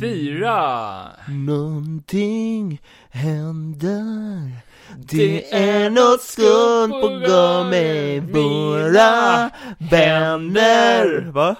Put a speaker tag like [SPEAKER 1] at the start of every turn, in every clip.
[SPEAKER 1] 44!
[SPEAKER 2] Någonting händer Det är något skumt på gång med våra vänner
[SPEAKER 1] Va?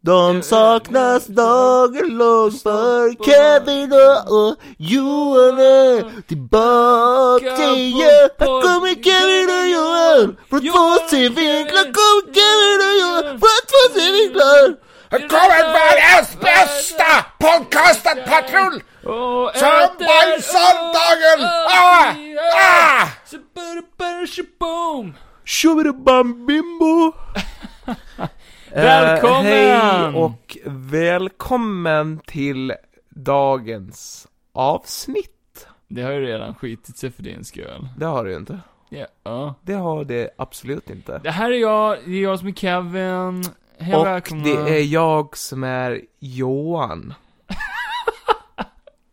[SPEAKER 2] De saknas dagen långt för Kevin och Johan är tillbaka igen Här kommer Kevin och Johan från två synvinklar Kommer Kevin och Johan från två synvinklar Här kommer världens bästa podcasten Patrull
[SPEAKER 1] Och
[SPEAKER 2] Som
[SPEAKER 1] äter
[SPEAKER 2] på söndagen!
[SPEAKER 1] upp
[SPEAKER 2] Ah!
[SPEAKER 1] i öl.
[SPEAKER 2] Ah!
[SPEAKER 1] Så bara, bara, shaboom.
[SPEAKER 3] Tjobbidibambimbo!
[SPEAKER 1] Välkommen!
[SPEAKER 3] Eh, hej och välkommen till dagens avsnitt.
[SPEAKER 1] Det har ju redan skitit sig för din skull.
[SPEAKER 3] Det har du ju inte.
[SPEAKER 1] Ja. ja.
[SPEAKER 3] Det har det absolut inte.
[SPEAKER 1] Det här är jag, det är jag som är Kevin. Hej
[SPEAKER 3] och
[SPEAKER 1] välkomna.
[SPEAKER 3] det är jag som är Johan.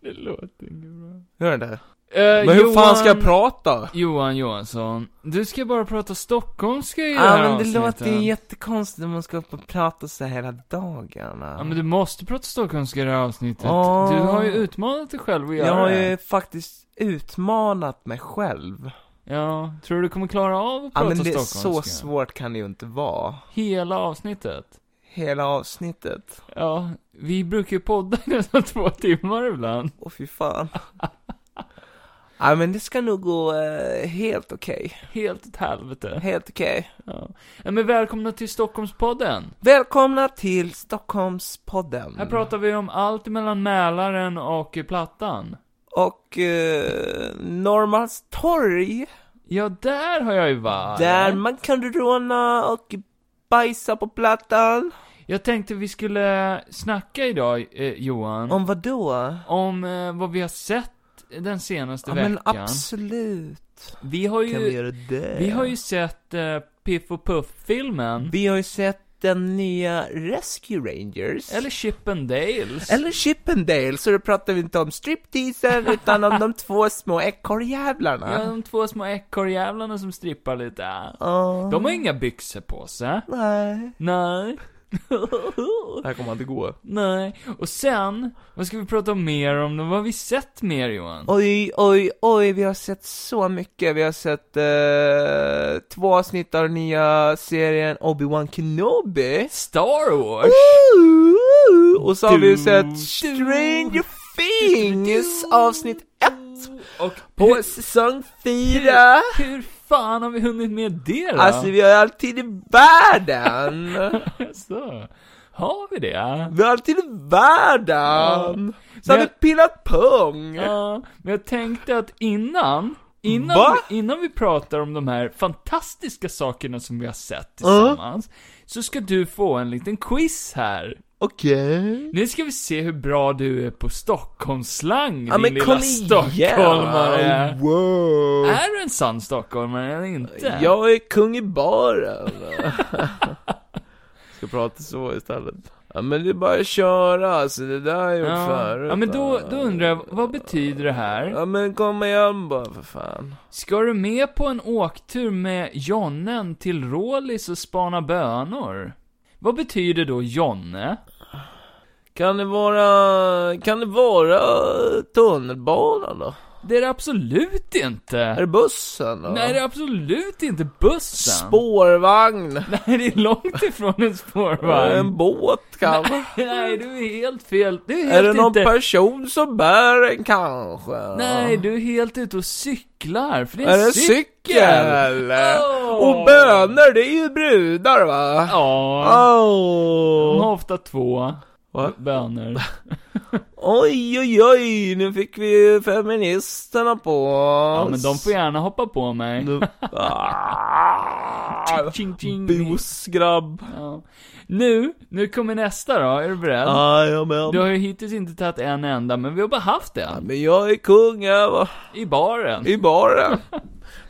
[SPEAKER 1] Det låter inte bra.
[SPEAKER 3] Gör den där.
[SPEAKER 1] Eh,
[SPEAKER 3] Men hur fan ska jag
[SPEAKER 1] Johan-
[SPEAKER 3] prata?
[SPEAKER 1] Johan Johansson, du ska bara prata stockholmska i det
[SPEAKER 3] Ja
[SPEAKER 1] här
[SPEAKER 3] men det låter
[SPEAKER 1] avsnittet.
[SPEAKER 3] ju jättekonstigt när man ska upp och prata så här hela dagarna.
[SPEAKER 1] Ja men du måste prata stockholmska i det här avsnittet.
[SPEAKER 3] Åh.
[SPEAKER 1] Du har ju utmanat dig själv att göra
[SPEAKER 3] jag har
[SPEAKER 1] det.
[SPEAKER 3] ju faktiskt utmanat mig själv.
[SPEAKER 1] Ja, tror du du kommer klara av att
[SPEAKER 3] Ja
[SPEAKER 1] prata
[SPEAKER 3] men det är så
[SPEAKER 1] stockholmska?
[SPEAKER 3] svårt kan det ju inte vara.
[SPEAKER 1] Hela avsnittet.
[SPEAKER 3] Hela avsnittet.
[SPEAKER 1] Ja, vi brukar ju podda i nästan två timmar ibland.
[SPEAKER 3] Åh fy fan. Ja men det ska nog gå eh, helt okej.
[SPEAKER 1] Helt åt helvete.
[SPEAKER 3] Helt okej.
[SPEAKER 1] Ja. Ja, men välkomna till Stockholmspodden.
[SPEAKER 3] Välkomna till Stockholmspodden.
[SPEAKER 1] Här pratar vi om allt mellan Mälaren och Plattan.
[SPEAKER 3] Och eh, Norrmalmstorg.
[SPEAKER 1] Ja, där har jag ju varit.
[SPEAKER 3] Där man kan råna och bajsa på plattan.
[SPEAKER 1] Jag tänkte vi skulle snacka idag, eh, Johan, om,
[SPEAKER 3] Om vad då?
[SPEAKER 1] eh, vad vi har sett den senaste
[SPEAKER 3] Ja men
[SPEAKER 1] veckan.
[SPEAKER 3] absolut.
[SPEAKER 1] Vi har
[SPEAKER 3] Kan vi
[SPEAKER 1] ju,
[SPEAKER 3] göra det?
[SPEAKER 1] vi har ju sett eh, Piff och Puff-filmen.
[SPEAKER 3] vi har ju sett den nya Rescue Rangers.
[SPEAKER 1] Eller Chip and Dales.
[SPEAKER 3] Eller Chippendale, så då pratar vi inte om stripteasen utan om de två små ekorrjävlarna.
[SPEAKER 1] Ja, de två små ekorrjävlarna som strippar lite.
[SPEAKER 3] Ja.
[SPEAKER 1] De har inga byxor på sig.
[SPEAKER 3] Nej.
[SPEAKER 1] Nej.
[SPEAKER 3] Det här kommer inte gå.
[SPEAKER 1] Nej. Och sen, vad ska vi prata mer om då? Vad har vi sett mer Johan?
[SPEAKER 3] Oj, oj, oj, vi har sett så mycket. Vi har sett eh, två avsnitt av den nya serien Obi-Wan Kenobi.
[SPEAKER 1] Star Wars!
[SPEAKER 3] Och så har vi sett Stranger Things avsnitt 1
[SPEAKER 1] Och
[SPEAKER 3] på
[SPEAKER 1] hur,
[SPEAKER 3] säsong 4.
[SPEAKER 1] hur fan har vi hunnit med det då?
[SPEAKER 3] Alltså vi har alltid i världen.
[SPEAKER 1] Så. Har vi det?
[SPEAKER 3] Vi har alltid i världen. Så har vi
[SPEAKER 1] Men-
[SPEAKER 3] pillat pung.
[SPEAKER 1] Ja, men jag tänkte att innan, innan
[SPEAKER 3] Va?
[SPEAKER 1] vi, innan vi pratar om de här fantastiska sakerna som vi har sett tillsammans, så ska du få en liten quiz här.
[SPEAKER 3] Okej.
[SPEAKER 1] Nu ska vi se hur bra du är på Stockholmsslang,
[SPEAKER 3] Ja
[SPEAKER 1] din
[SPEAKER 3] men
[SPEAKER 1] lilla
[SPEAKER 3] kom igen.
[SPEAKER 1] stockholmare.
[SPEAKER 3] Wow.
[SPEAKER 1] Är du en sann stockholmare eller inte?
[SPEAKER 3] Jag är kung i baren. Ska prata så istället. Ja men det är bara att köra, alltså det där har jag gjort
[SPEAKER 1] ja.
[SPEAKER 3] förut. alltså.
[SPEAKER 1] ja, men då, då undrar jag, vad betyder det här?
[SPEAKER 3] Ja men kom igen bara för fan.
[SPEAKER 1] Ska du med på en åktur med jonnen till Rålis och spana bönor? Vad betyder då jonne?
[SPEAKER 3] Kan det vara, kan det vara tunnelbanan då?
[SPEAKER 1] Det är det absolut
[SPEAKER 3] Är
[SPEAKER 1] inte!
[SPEAKER 3] det bussen då?
[SPEAKER 1] Nej, det är absolut inte bussen!
[SPEAKER 3] Spårvagn?
[SPEAKER 1] Nej, det är långt ifrån en spårvagn.
[SPEAKER 3] En båt kanske?
[SPEAKER 1] Nej, du är helt fel. Du är helt
[SPEAKER 3] Är det någon
[SPEAKER 1] inte...
[SPEAKER 3] person som bär den kanske?
[SPEAKER 1] Nej, du är helt ute och cyklar, för det är,
[SPEAKER 3] Är det en
[SPEAKER 1] cykel!
[SPEAKER 3] cykel eller?
[SPEAKER 1] Åh.
[SPEAKER 3] Och bönor, det är ju brudar va? Ah.
[SPEAKER 1] Ja, de
[SPEAKER 3] Åh.
[SPEAKER 1] har ofta två
[SPEAKER 3] Va?
[SPEAKER 1] bönor.
[SPEAKER 3] Oj, oj, oj, nu fick vi ju feministerna på oss.
[SPEAKER 1] Ja, men de får gärna hoppa på mig.
[SPEAKER 3] Nu- Ah.
[SPEAKER 1] Ching, ching.
[SPEAKER 3] Busgrabb.
[SPEAKER 1] Ja. Nu, nu kommer nästa då, är du beredd? Du
[SPEAKER 3] Jajamän.
[SPEAKER 1] har ju hittills inte tagit en enda, men vi har bara haft en.
[SPEAKER 3] Men jag är kung här va,
[SPEAKER 1] I baren.
[SPEAKER 3] i baren.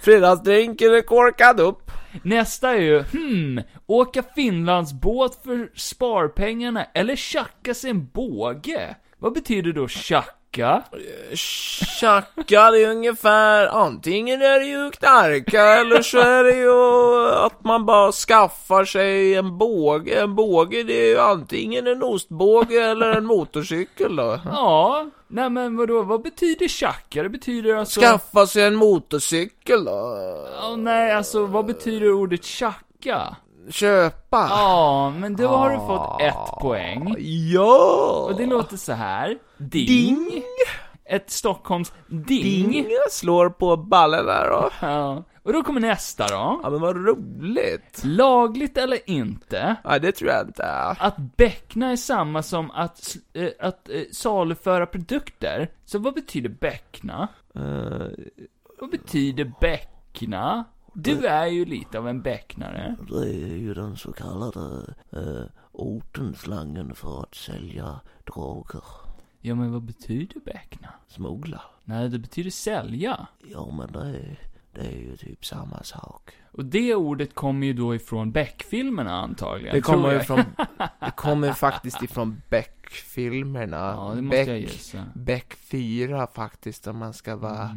[SPEAKER 3] Fredagsdrinken är korkad upp.
[SPEAKER 1] Nästa är ju, hmm, åka Finlandsbåt för sparpengarna eller tjacka sig en båge? Vad betyder då tjacka? Chaka?
[SPEAKER 3] Tjacka, det är ungefär, antingen är det ju knarka eller så är det ju att man bara skaffar sig en båge. En båge det är ju antingen en ostbåge eller en motorcykel då.
[SPEAKER 1] Ja, nej men vadå, vad betyder chaka? Det betyder alltså...
[SPEAKER 3] Skaffa sig en motorcykel då.
[SPEAKER 1] Ja, nej, alltså vad betyder ordet chaka?
[SPEAKER 3] Köpa.
[SPEAKER 1] Ja, men då har du fått ett poäng.
[SPEAKER 3] Ja!
[SPEAKER 1] Och det låter så här. Ding. Ett Stockholms ding.
[SPEAKER 3] Ding slår på ballarna då.
[SPEAKER 1] Ja. Och då kommer nästa då.
[SPEAKER 3] Ja men vad roligt.
[SPEAKER 1] Lagligt eller inte,
[SPEAKER 3] Nej det tror jag inte.
[SPEAKER 1] att bäckna är samma som att, s- eh, att eh, saluföra produkter. Så vad betyder bäckna?
[SPEAKER 3] Eh,
[SPEAKER 1] Vad betyder bäckna? Du är ju lite av en bäcknare.
[SPEAKER 2] Det är ju den så kallade eh, ortenslangen för att sälja droger.
[SPEAKER 1] Ja, men vad betyder bäckna?
[SPEAKER 2] Smuggla.
[SPEAKER 1] Nej, det betyder sälja.
[SPEAKER 2] Ja men det, det är ju typ samma sak.
[SPEAKER 1] Och det ordet kommer ju då ifrån Beck-filmerna antagligen.
[SPEAKER 3] det
[SPEAKER 1] tror
[SPEAKER 3] kommer ju
[SPEAKER 1] jag.
[SPEAKER 3] från, det kommer faktiskt ifrån Beck-filmerna.
[SPEAKER 1] Ja, det måste jag
[SPEAKER 3] Beck,
[SPEAKER 1] gissa.
[SPEAKER 3] Beck 4 faktiskt om man ska vara,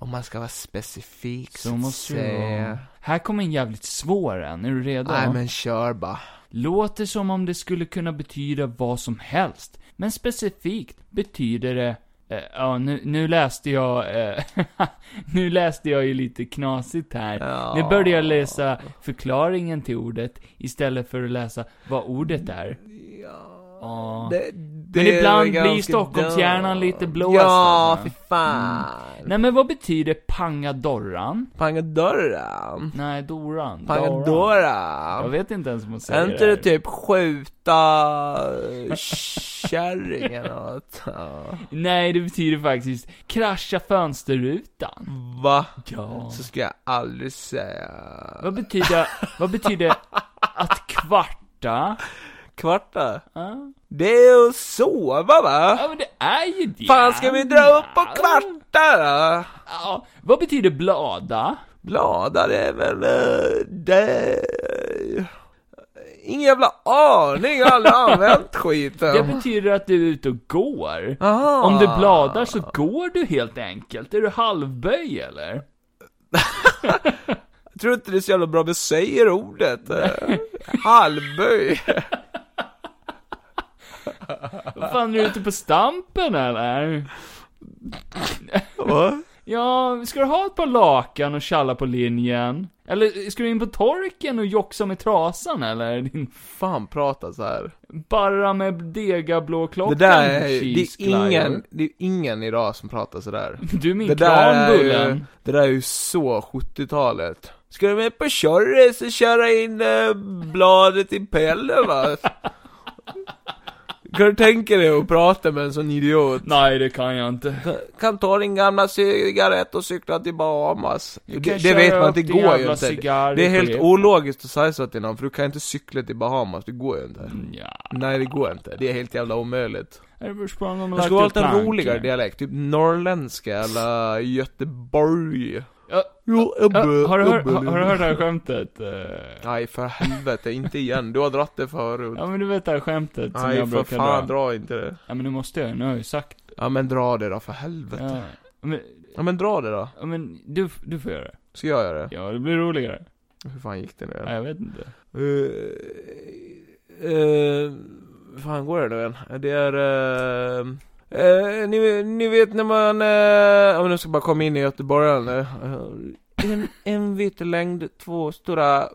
[SPEAKER 3] om man ska vara specifik
[SPEAKER 1] Mm. Så måste det
[SPEAKER 3] säga.
[SPEAKER 1] vara. Här kommer en jävligt svår en, är du redo?
[SPEAKER 3] Nej men kör bara.
[SPEAKER 1] Låter som om det skulle kunna betyda vad som helst, men specifikt betyder det eh, Ja, nu, nu läste jag, eh, nu läste jag ju lite knasigt här. Nu började jag läsa förklaringen till ordet istället för att läsa vad ordet är. Ja.
[SPEAKER 3] Det,
[SPEAKER 1] Men
[SPEAKER 3] det
[SPEAKER 1] ibland
[SPEAKER 3] är
[SPEAKER 1] blir
[SPEAKER 3] ganska
[SPEAKER 1] Stockholmshjärnan
[SPEAKER 3] dumt.
[SPEAKER 1] lite blåst, Mm.
[SPEAKER 3] Ja,
[SPEAKER 1] alltså.
[SPEAKER 3] fy fan.
[SPEAKER 1] Nej men vad betyder pangadorran?
[SPEAKER 3] Pangadora.
[SPEAKER 1] Nej, doran. Doran. Jag
[SPEAKER 3] Pangadora.
[SPEAKER 1] vet inte ens vad man säger.
[SPEAKER 3] Är inte det
[SPEAKER 1] här.
[SPEAKER 3] typ skjuta kärringen och något? Ja.
[SPEAKER 1] Nej, det betyder faktiskt krascha fönsterrutan.
[SPEAKER 3] Va?
[SPEAKER 1] Ja.
[SPEAKER 3] Så ska jag aldrig säga.
[SPEAKER 1] Vad betyder, vad betyder att kvarta?
[SPEAKER 3] Kvarta?
[SPEAKER 1] Ja,
[SPEAKER 3] Det är ju att sova va?
[SPEAKER 1] Ja, men det är ju det.
[SPEAKER 3] Fan ska vi dra upp och kvarta då?
[SPEAKER 1] Ja. Vad betyder blada?
[SPEAKER 3] Blada det är väl... eh, Det... Ingen jävla aning, jag har aldrig använt
[SPEAKER 1] Det
[SPEAKER 3] skiten.
[SPEAKER 1] betyder att du är ute och går.
[SPEAKER 3] Aha.
[SPEAKER 1] Om du bladar så går du helt enkelt. Är du halvböj eller?
[SPEAKER 3] Jag tror inte det är så jävla bra vi säger ordet. eh. Halvböj.
[SPEAKER 1] Vad fan, är du ute på stampen eller?
[SPEAKER 3] Va?
[SPEAKER 1] Ja, ska du ha ett par lakan och tjalla på linjen? Eller ska du in på torken och joxa med trasan eller? Din
[SPEAKER 3] Fan prata så här.
[SPEAKER 1] barra med degablå klockan
[SPEAKER 3] Det där är ju, det är
[SPEAKER 1] cheeseclyer.
[SPEAKER 3] ingen, det är ingen idag som pratar sådär.
[SPEAKER 1] Du min
[SPEAKER 3] Det där, är ju,
[SPEAKER 1] kranbullen.
[SPEAKER 3] det där är ju så 70-talet. Ska du med på Tjorris och köra in eh, bladet i pällen va? Kan du tänka dig att prata med en sån idiot?
[SPEAKER 1] Nej, det kan jag inte.
[SPEAKER 3] Kan ta din gamla cigarett och cykla till Bahamas.
[SPEAKER 1] Du
[SPEAKER 3] Det,
[SPEAKER 1] kan
[SPEAKER 3] det
[SPEAKER 1] köra
[SPEAKER 3] vet man
[SPEAKER 1] upp
[SPEAKER 3] att det
[SPEAKER 1] din
[SPEAKER 3] går ju
[SPEAKER 1] jävla
[SPEAKER 3] inte.
[SPEAKER 1] cigarr
[SPEAKER 3] Det är
[SPEAKER 1] i
[SPEAKER 3] helt
[SPEAKER 1] skeden.
[SPEAKER 3] ologiskt att säga så till någon, för du kan inte cykla till Bahamas, det går ju inte.
[SPEAKER 1] Ja,
[SPEAKER 3] Nej det går inte, det är helt jävla omöjligt.
[SPEAKER 1] det beror på om de har
[SPEAKER 3] Jag skulle
[SPEAKER 1] lagt
[SPEAKER 3] valt
[SPEAKER 1] ut
[SPEAKER 3] en
[SPEAKER 1] planken.
[SPEAKER 3] roligare dialekt, typ norrländska eller Göteborg.
[SPEAKER 1] Ja,
[SPEAKER 3] Jo, Ebbe,
[SPEAKER 1] ja, har, du hört,
[SPEAKER 3] Ebbe,
[SPEAKER 1] har, har du hört det här skämtet? Eh,
[SPEAKER 3] Nej för helvete, inte igen. Du har dratt det förut.
[SPEAKER 1] Ja men du vet det här skämtet som
[SPEAKER 3] Nej
[SPEAKER 1] jag
[SPEAKER 3] för
[SPEAKER 1] brukar
[SPEAKER 3] fan,
[SPEAKER 1] dra.
[SPEAKER 3] dra inte det.
[SPEAKER 1] Ja men nu måste jag, nu har jag ju sagt det.
[SPEAKER 3] Ja men dra det då, för helvete. Ja,
[SPEAKER 1] Ja. Men,
[SPEAKER 3] men dra det då.
[SPEAKER 1] ja, men du, du får göra det.
[SPEAKER 3] Så gör jag det.
[SPEAKER 1] Ja, det blir roligare.
[SPEAKER 3] Hur fan gick det nu
[SPEAKER 1] Ja,
[SPEAKER 3] igen?
[SPEAKER 1] jag vet inte.
[SPEAKER 3] Eh, eh, Hur fan går det nu igen? Det är... eh, eh, ni, ni vet när man... eh, Ja men nu ska jag bara komma in i göteborgaren nu. Eh, en, en vitelängd, två stora eh,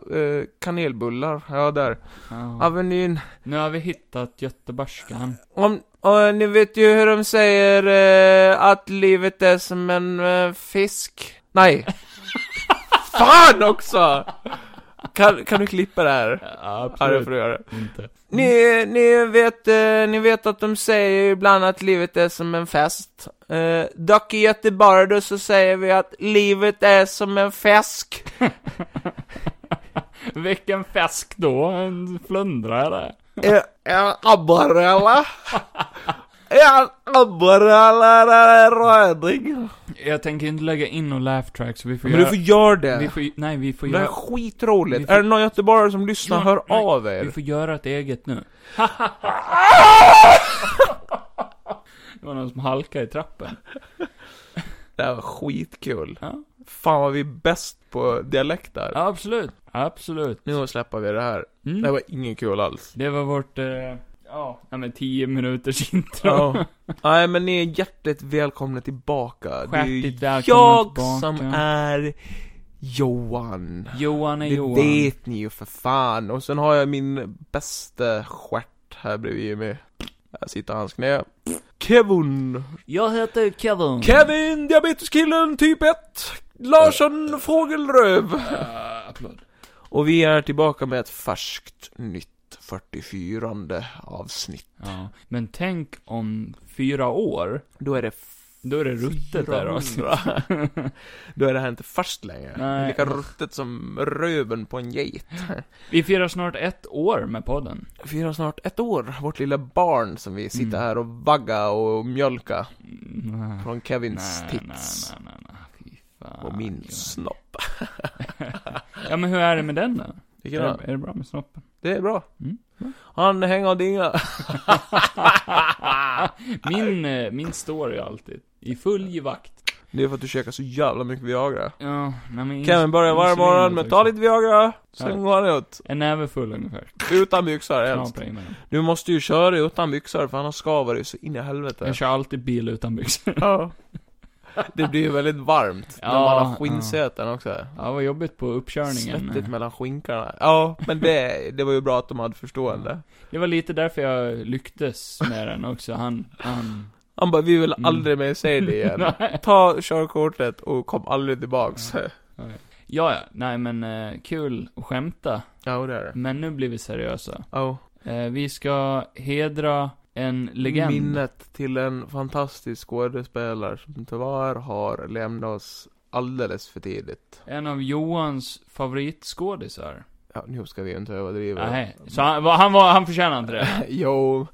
[SPEAKER 3] kanelbullar. Ja, där.
[SPEAKER 1] Ja.
[SPEAKER 3] Avenyn.
[SPEAKER 1] Nu har vi hittat göteborgskan.
[SPEAKER 3] Om, och ni vet ju hur de säger eh, att livet är som en eh, fisk. Nej. Fan också! Kan, kan du klippa det här?
[SPEAKER 1] Ja,
[SPEAKER 3] Ja, det
[SPEAKER 1] absolut
[SPEAKER 3] får du göra.
[SPEAKER 1] inte.
[SPEAKER 3] Ni, ni, vet, eh, ni vet att de säger ibland att livet är som en fest. Eh, dock i Göteborg då så säger vi att livet är som en fisk.
[SPEAKER 1] Vilken fisk då? En flundra eller?
[SPEAKER 3] En en abborre En abborre eller en röding?
[SPEAKER 1] Jag tänker inte lägga in någon laugh track så vi får
[SPEAKER 3] Men du
[SPEAKER 1] göra...
[SPEAKER 3] får göra det.
[SPEAKER 1] Vi får, nej, vi får
[SPEAKER 3] Det här är
[SPEAKER 1] göra...
[SPEAKER 3] skitroligt.
[SPEAKER 1] Vi får-
[SPEAKER 3] Är det någon göteborgare som lyssnar,
[SPEAKER 1] Ja,
[SPEAKER 3] hör
[SPEAKER 1] nej,
[SPEAKER 3] av
[SPEAKER 1] Vi
[SPEAKER 3] er.
[SPEAKER 1] får göra ett eget nu. det var någon de som halkar i trappen.
[SPEAKER 3] Det här var skitkul.
[SPEAKER 1] Ja,
[SPEAKER 3] Fan vad vi är bäst på dialekter.
[SPEAKER 1] ja absolut. Absolut.
[SPEAKER 3] Nu släpper vi det här. Det här
[SPEAKER 1] Mm.
[SPEAKER 3] var inget kul alls.
[SPEAKER 1] Det var vårt, eh, ja, ja men 10 minuters intro.
[SPEAKER 3] Ja. Nej men ni är hjärtligt välkomna tillbaka. Det är ju
[SPEAKER 1] Hjärtligt välkomna
[SPEAKER 3] jag
[SPEAKER 1] tillbaka.
[SPEAKER 3] som är Johan.
[SPEAKER 1] Johan är
[SPEAKER 3] Det
[SPEAKER 1] Johan.
[SPEAKER 3] vet ni ju för fan. Och sen har jag min bästa stjärt här bredvid mig. Här sitter hans knä. Kevin.
[SPEAKER 1] Jag heter Kevin.
[SPEAKER 3] Kevin, diabeteskillen typ 1. Larsson Fågelröv.
[SPEAKER 1] Eh, applåd.
[SPEAKER 3] Och vi är tillbaka med ett färskt nytt 44 avsnitt.
[SPEAKER 1] Ja, men tänk om fyra år,
[SPEAKER 3] Då är det
[SPEAKER 1] då är det ruttet där avsnittet.
[SPEAKER 3] 400. Då är det här inte färskt längre. Det är
[SPEAKER 1] Nej.
[SPEAKER 3] lika ruttet som röven på en geit.
[SPEAKER 1] Vi firar snart ett år med podden.
[SPEAKER 3] Firar snart ett år, vårt lilla barn som vi sitter
[SPEAKER 1] Mm.
[SPEAKER 3] här och vagga och mjölka
[SPEAKER 1] Mm.
[SPEAKER 3] från Kevins
[SPEAKER 1] Nej,
[SPEAKER 3] tits.
[SPEAKER 1] Nej, nej, nej, nej, fy fan.
[SPEAKER 3] Och min snopp.
[SPEAKER 1] Ja men hur är det med den då?
[SPEAKER 3] Vilken
[SPEAKER 1] Är
[SPEAKER 3] då?
[SPEAKER 1] det, är det bra med snoppen?
[SPEAKER 3] Det är bra.
[SPEAKER 1] Mm.
[SPEAKER 3] Han hänger och dinga.
[SPEAKER 1] min, eh, min står ju alltid. I full givakt.
[SPEAKER 3] Det är för att du käkar så jävla mycket Viagra.
[SPEAKER 1] Ja, nej men...
[SPEAKER 3] Kevin börjar varje
[SPEAKER 1] insulin
[SPEAKER 3] morgon med
[SPEAKER 1] också.
[SPEAKER 3] ta lite Viagra, sen
[SPEAKER 1] Härligt.
[SPEAKER 3] går han ut.
[SPEAKER 1] En näve full ungefär.
[SPEAKER 3] Utan byxor helst.
[SPEAKER 1] Knapra i mig den.
[SPEAKER 3] Du måste ju köra utan byxor för annars skaver det ju så in i helvete.
[SPEAKER 1] Jag kör alltid bil utan byxor.
[SPEAKER 3] Ja. Det blir ju väldigt varmt när
[SPEAKER 1] Ja,
[SPEAKER 3] man har
[SPEAKER 1] ja.
[SPEAKER 3] skinnsäten också.
[SPEAKER 1] Ja, vad jobbigt på uppkörningen.
[SPEAKER 3] Svettigt mellan skinkarna. Ja, men det, det var ju bra att de hade förstående.
[SPEAKER 1] Det var lite därför jag lycktes med den också. Han, han...
[SPEAKER 3] Han bara, vi vill
[SPEAKER 1] Mm.
[SPEAKER 3] aldrig mer se det igen.
[SPEAKER 1] nej.
[SPEAKER 3] Ta körkortet och kom aldrig tillbaks.
[SPEAKER 1] Ja, ja. Nej men, eh, kul att skämta.
[SPEAKER 3] Ja, det är det.
[SPEAKER 1] Men nu blir vi seriösa.
[SPEAKER 3] Ja.
[SPEAKER 1] Eh, vi ska hedra en legend.
[SPEAKER 3] Minnet till en fantastisk skådespelare som tyvärr har lämnat oss alldeles för tidigt.
[SPEAKER 1] En av Johans favoritskådisar.
[SPEAKER 3] Ja, nu ska vi ju inte överdriva.
[SPEAKER 1] Nej, så han, var- han var, han förtjänar inte det.
[SPEAKER 3] Jo,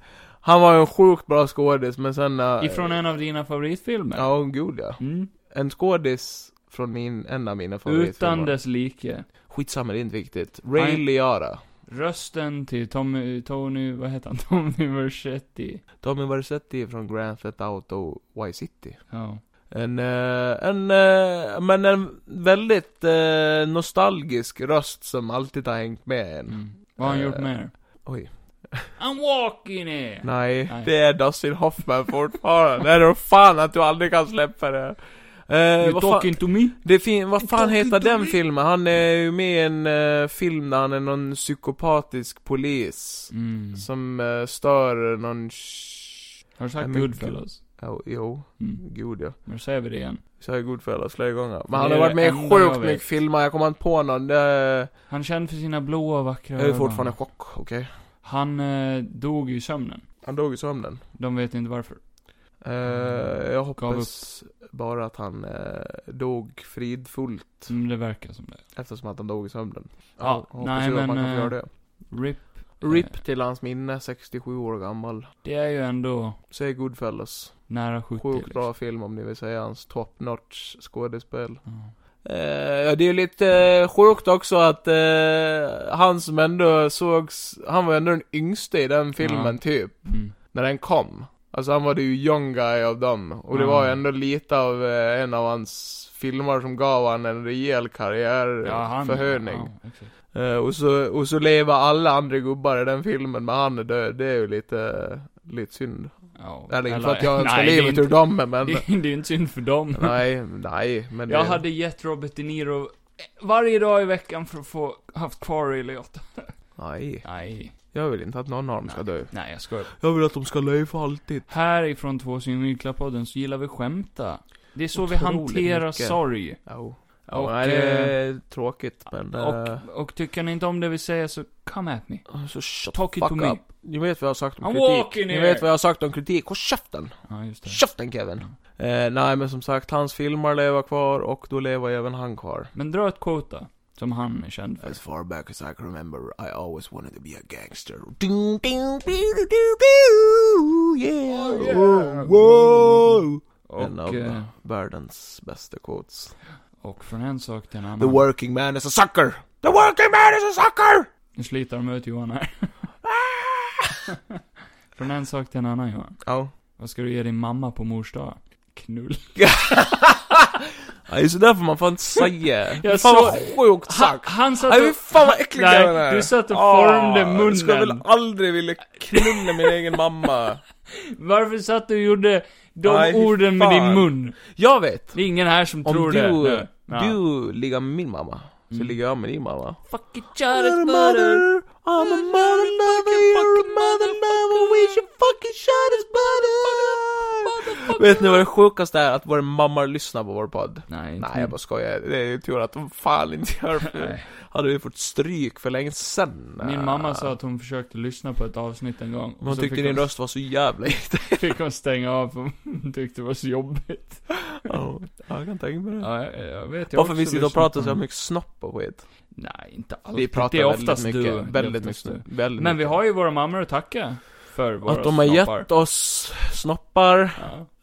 [SPEAKER 3] han var ju en sjukt bra skådis, men sen... eh,
[SPEAKER 1] Ifrån en av dina favoritfilmer.
[SPEAKER 3] Ja, gud ja.
[SPEAKER 1] Mm.
[SPEAKER 3] En skådis från min, en av mina favoritfilmer.
[SPEAKER 1] Utan dess like.
[SPEAKER 3] Skitsamma, det är inte viktigt. Ray
[SPEAKER 1] Nej.
[SPEAKER 3] Liotta.
[SPEAKER 1] Rösten till Tommy, Tony, vad heter han? Tony Versetti.
[SPEAKER 3] Tommy Versetti från Grand Theft Auto Vice City.
[SPEAKER 1] Ja.
[SPEAKER 3] En, eh, en, eh, men en väldigt eh, nostalgisk röst som alltid har hängt med en.
[SPEAKER 1] Mm. Vad har han gjort
[SPEAKER 3] Eh,
[SPEAKER 1] mer?
[SPEAKER 3] Oj.
[SPEAKER 1] I'm walking here!
[SPEAKER 3] Nej,
[SPEAKER 1] Nej.
[SPEAKER 3] det är Dustin Hoffman fortfarande. är det fan att du aldrig kan släppa det. Eh,
[SPEAKER 1] You
[SPEAKER 3] vad fan,
[SPEAKER 1] talking to me?
[SPEAKER 3] det är fin, vad fan
[SPEAKER 1] talking
[SPEAKER 3] heter
[SPEAKER 1] to
[SPEAKER 3] den
[SPEAKER 1] me?
[SPEAKER 3] filmen? Han är ju med i en eh, film där han är någon psykopatisk polis.
[SPEAKER 1] Mm.
[SPEAKER 3] Som eh, stör någon... sh-
[SPEAKER 1] Har du
[SPEAKER 3] Nej,
[SPEAKER 1] sagt
[SPEAKER 3] men
[SPEAKER 1] Goodfellas?
[SPEAKER 3] Jo, jo,
[SPEAKER 1] Mm.
[SPEAKER 3] gud ja.
[SPEAKER 1] Nu säger vi det igen.
[SPEAKER 3] Så jag är Goodfellas flera gånger.
[SPEAKER 1] Det
[SPEAKER 3] Men han har
[SPEAKER 1] är
[SPEAKER 3] varit med
[SPEAKER 1] det
[SPEAKER 3] i
[SPEAKER 1] enda jag
[SPEAKER 3] sjukt
[SPEAKER 1] vet.
[SPEAKER 3] mycket filmer, jag kommer inte på någon. Det är...
[SPEAKER 1] Han är känd för sina blåa vackra
[SPEAKER 3] Jag är fortfarande i chock, okej?
[SPEAKER 1] Han eh, dog ju i sömnen.
[SPEAKER 3] Han dog i sömnen.
[SPEAKER 1] De vet inte varför.
[SPEAKER 3] Eh,
[SPEAKER 1] Mm.
[SPEAKER 3] jag hoppas bara att han eh, dog fridfullt.
[SPEAKER 1] Mm, det verkar som det.
[SPEAKER 3] Eftersom att han dog i sömnen.
[SPEAKER 1] Ja,
[SPEAKER 3] Jag hoppas
[SPEAKER 1] nej,
[SPEAKER 3] ju
[SPEAKER 1] men,
[SPEAKER 3] att man kan få
[SPEAKER 1] eh,
[SPEAKER 3] göra det.
[SPEAKER 1] RIP. Eh,
[SPEAKER 3] RIP till hans minne, 67 år gammal.
[SPEAKER 1] Det är ju ändå
[SPEAKER 3] Säg Goodfellas.
[SPEAKER 1] nära 70
[SPEAKER 3] Sjukt
[SPEAKER 1] liksom.
[SPEAKER 3] bra film om ni vill säga hans top notch skådespel.
[SPEAKER 1] Ja.
[SPEAKER 3] Eh, ja, det är ju lite eh, sjukt också att eh, han som ändå sågs, han var ändå den yngste i den filmen
[SPEAKER 1] Ja.
[SPEAKER 3] typ,
[SPEAKER 1] Mm.
[SPEAKER 3] när den kom. Alltså han var det ju young guy av dem, och det
[SPEAKER 1] Ja.
[SPEAKER 3] var ju ändå lite av eh, en av hans filmer som gav han en rejäl
[SPEAKER 1] Ja,
[SPEAKER 3] eh,
[SPEAKER 1] han...
[SPEAKER 3] karriärförhöjning.
[SPEAKER 1] Ja, exakt.
[SPEAKER 3] Eh, och, så, och så lever alla andra gubbar i den filmen, men han är död, det är ju lite, lite synd.
[SPEAKER 1] Ja,
[SPEAKER 3] Eller inte för att jag önskar
[SPEAKER 1] nej, det är
[SPEAKER 3] livet
[SPEAKER 1] inte-
[SPEAKER 3] ur dem, men...
[SPEAKER 1] Det är det är ju inte synd för dem.
[SPEAKER 3] nej, nej, men det...
[SPEAKER 1] Jag hade gett Robert De Niro eh, varje dag i veckan för att få haft kvar Ray Liotta.
[SPEAKER 3] Nej,
[SPEAKER 1] Nej,
[SPEAKER 3] jag vill inte att någon av dem ska dö.
[SPEAKER 1] nej jag skojar.
[SPEAKER 3] Jag vill att de ska lö för alltid.
[SPEAKER 1] Härifrån Två synvinklar-podden så gillar vi skämta. Det är så
[SPEAKER 3] Otroligt
[SPEAKER 1] vi hanterar
[SPEAKER 3] mycket.
[SPEAKER 1] sorg.
[SPEAKER 3] Ja.
[SPEAKER 1] Och, eh,
[SPEAKER 3] nej, det är tråkigt, men... eh,
[SPEAKER 1] Och, och tycker ni inte om det vi säger så come at me.
[SPEAKER 3] så shut
[SPEAKER 1] Talk it
[SPEAKER 3] fuck
[SPEAKER 1] to
[SPEAKER 3] up.
[SPEAKER 1] me.
[SPEAKER 3] Ni vet vad jag har sagt om
[SPEAKER 1] I'm
[SPEAKER 3] kritik.
[SPEAKER 1] walking
[SPEAKER 3] Ni
[SPEAKER 1] here.
[SPEAKER 3] vet vad jag har sagt om kritik. Håll käften!
[SPEAKER 1] Ja, just det.
[SPEAKER 3] Käften Kevin! Eh, nej men som sagt, hans filmer lever kvar och då lever även han kvar.
[SPEAKER 1] Men dra ett quote då, som han är känd för.
[SPEAKER 2] As far back as I can remember, I always wanted to be a gangster. Doo, doo, doo, doo, doo, yeah.
[SPEAKER 1] Oh, yeah.
[SPEAKER 2] Oh, whoa.
[SPEAKER 3] en av
[SPEAKER 1] Och, eh,
[SPEAKER 3] världens bästa quotes.
[SPEAKER 1] och från en sak till en
[SPEAKER 2] The
[SPEAKER 1] annan.
[SPEAKER 2] working man is a sucker. The working man is a sucker.
[SPEAKER 1] Nu sliter de ut Johan här. från en sak till en annan Johan.
[SPEAKER 3] Ja.
[SPEAKER 1] Vad ska du ge din mamma på mors dag? Knull.
[SPEAKER 3] Nej, så där får man fan inte säga.
[SPEAKER 1] Jag
[SPEAKER 3] fan vad
[SPEAKER 1] såg-
[SPEAKER 3] sjukt
[SPEAKER 1] Han,
[SPEAKER 3] sagt.
[SPEAKER 1] han satt
[SPEAKER 3] Nej fy
[SPEAKER 1] och...
[SPEAKER 3] fan vad äcklig
[SPEAKER 1] Nej,
[SPEAKER 3] den är.
[SPEAKER 1] du satt och
[SPEAKER 3] Ah,
[SPEAKER 1] formade
[SPEAKER 3] Jag skulle väl
[SPEAKER 1] munnen.
[SPEAKER 3] aldrig vilja knulla min egen mamma.
[SPEAKER 1] Varför satt du och gjorde de
[SPEAKER 3] Nej, fy
[SPEAKER 1] orden med din
[SPEAKER 3] fan.
[SPEAKER 1] mun?
[SPEAKER 3] Jag vet.
[SPEAKER 1] Det är ingen här som
[SPEAKER 3] Om
[SPEAKER 1] tror
[SPEAKER 3] du,
[SPEAKER 1] det. nu. Ja.
[SPEAKER 3] du ligger med min mamma, så ligger jag med din mamma.
[SPEAKER 1] Fucking
[SPEAKER 3] I'm Mm. a mother, I'm a mother lover, you're a mother lover, we should fucking shut his butter. Vet ni vad det sjukaste är? Att våra mammor lyssnar på vår podd.
[SPEAKER 1] Nej, inte
[SPEAKER 3] Nej jag bara skojar, det är ju tur att de fan inte gör för det.
[SPEAKER 1] Mm. Nej.
[SPEAKER 3] Hade vi fått stryk för länge sen.
[SPEAKER 1] Min mamma sa att hon försökte lyssna på ett avsnitt en gång. och
[SPEAKER 3] Hon
[SPEAKER 1] så
[SPEAKER 3] tyckte
[SPEAKER 1] fick
[SPEAKER 3] din
[SPEAKER 1] hon,
[SPEAKER 3] röst var så jävla
[SPEAKER 1] Fick hon stänga av för hon tyckte det var så jobbigt.
[SPEAKER 3] Ja, jag kan tänka mig det.
[SPEAKER 1] Ja, jag, jag vet. Jag
[SPEAKER 3] Varför
[SPEAKER 1] har också
[SPEAKER 3] vi sitter och
[SPEAKER 1] lyssnat
[SPEAKER 3] pratar
[SPEAKER 1] på
[SPEAKER 3] så
[SPEAKER 1] den.
[SPEAKER 3] mycket snopp och skit?
[SPEAKER 1] Nej, inte alls.
[SPEAKER 3] Vi pratar
[SPEAKER 1] det är
[SPEAKER 3] väldigt
[SPEAKER 1] oftast
[SPEAKER 3] mycket,
[SPEAKER 1] du. Det är
[SPEAKER 3] väldigt mycket
[SPEAKER 1] oftast
[SPEAKER 3] snopp.
[SPEAKER 1] du.
[SPEAKER 3] Väldigt
[SPEAKER 1] Men vi
[SPEAKER 3] mycket.
[SPEAKER 1] har ju våra mammor att tacka för våra
[SPEAKER 3] Att de har
[SPEAKER 1] snoppar.
[SPEAKER 3] gett oss snoppar.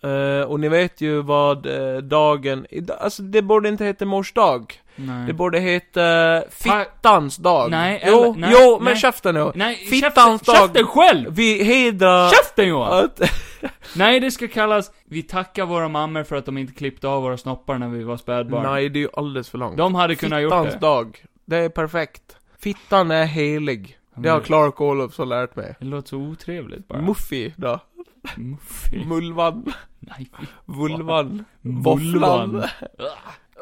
[SPEAKER 1] Ja.
[SPEAKER 3] Eh, och ni vet ju vad eh, dagen, idag, alltså det borde inte heta mors dag.
[SPEAKER 1] Nej.
[SPEAKER 3] Det borde heta fittans dag.
[SPEAKER 1] Mm. Nej,
[SPEAKER 3] jo,
[SPEAKER 1] eller- nej,
[SPEAKER 3] jo, men
[SPEAKER 1] nej.
[SPEAKER 3] käften nu.
[SPEAKER 1] Nej,
[SPEAKER 3] Fittans
[SPEAKER 1] käften,
[SPEAKER 3] dag.
[SPEAKER 1] käften själv!
[SPEAKER 3] Vi hedrar...
[SPEAKER 1] Käften Johan!
[SPEAKER 3] Att,
[SPEAKER 1] Nej, det ska kallas Vi tackar våra mammor för att de inte klippte av våra snoppar när vi var spädbarn.
[SPEAKER 3] nej, det är ju alldeles för långt.
[SPEAKER 1] De hade kunnat gjort
[SPEAKER 3] Fittans
[SPEAKER 1] det.
[SPEAKER 3] dag. Det är perfekt. Fittan är helig. Det har Clark Olofsson lärt mig.
[SPEAKER 1] Det låter så otrevligt Mm. bara.
[SPEAKER 3] Muffy då.
[SPEAKER 1] Muffig.
[SPEAKER 3] Mulvan.
[SPEAKER 1] Nej, fy.
[SPEAKER 3] Vulvan.
[SPEAKER 1] Mulvan.
[SPEAKER 3] Våfflan.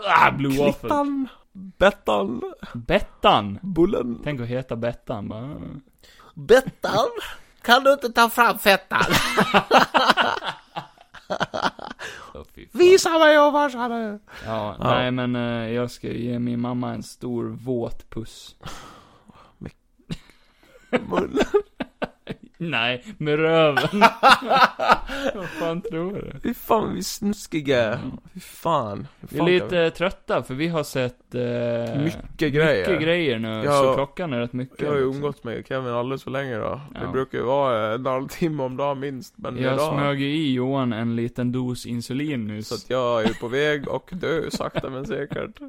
[SPEAKER 1] Ah, Blue Waffle.
[SPEAKER 3] Klittan. Bettan.
[SPEAKER 1] Bettan.
[SPEAKER 3] Bullen.
[SPEAKER 1] Tänk att heta Bettan bara.
[SPEAKER 2] Bettan, kan du inte ta fram fettan?
[SPEAKER 1] Åh, fy fan.
[SPEAKER 3] Visa mig oh, ovarsare.
[SPEAKER 1] Ja,
[SPEAKER 3] Ja.
[SPEAKER 1] nej men eh, jag ska ge min mamma en stor våt puss.
[SPEAKER 3] Mull.
[SPEAKER 1] Nej, med röven. Vad fan tror du?
[SPEAKER 3] Fy fan vad vi är snuskiga.
[SPEAKER 1] Mm.
[SPEAKER 3] Fy fan. Fy
[SPEAKER 1] Vi är
[SPEAKER 3] fan,
[SPEAKER 1] lite trötta för vi har sett eh,
[SPEAKER 3] Kevin. mycket grejer.
[SPEAKER 1] mycket grejer nu,
[SPEAKER 3] Ja.
[SPEAKER 1] så klockan är rätt mycket.
[SPEAKER 3] Jag har ju
[SPEAKER 1] liksom.
[SPEAKER 3] umgått med Kevin alldeles för länge då. Det
[SPEAKER 1] Ja.
[SPEAKER 3] brukar ju vara eh, en halvtimme om dagen minst. Men
[SPEAKER 1] Jag
[SPEAKER 3] idag.
[SPEAKER 1] smög ju i Johan en liten dos insulin nyss.
[SPEAKER 3] Så att jag är ju på väg och dö sakta men säkert.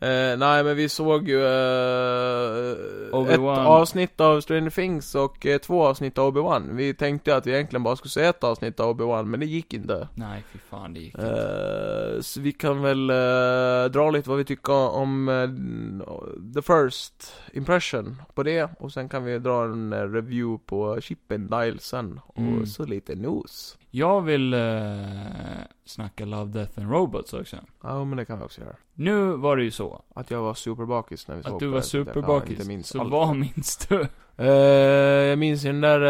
[SPEAKER 3] Eh, nej men vi såg ju eh, ett
[SPEAKER 1] Obi-Wan.
[SPEAKER 3] avsnitt av Stranger Things och eh, två avsnitt av Obi-Wan. Vi tänkte att vi egentligen bara skulle se ett avsnitt av Obi-Wan men det gick inte.
[SPEAKER 1] Nej, fy fan det gick inte.
[SPEAKER 3] Eh, så vi kan väl eh, dra lite vad vi tycker om eh, the first impression på det och sen kan vi dra en eh, review på Chip and Dale sen och
[SPEAKER 1] Mm.
[SPEAKER 3] så lite news.
[SPEAKER 1] Jag vill eh, snacka Love, Death and Robots också.
[SPEAKER 3] Ja men det kan vi också göra.
[SPEAKER 1] Nu var det ju så
[SPEAKER 3] Att jag var superbakis när vi såg
[SPEAKER 1] att du
[SPEAKER 3] på
[SPEAKER 1] var
[SPEAKER 3] det. Ja,
[SPEAKER 1] superbakis.
[SPEAKER 3] inte minns
[SPEAKER 1] så
[SPEAKER 3] allt.
[SPEAKER 1] vad minns du?
[SPEAKER 3] Eh, jag minns ju den där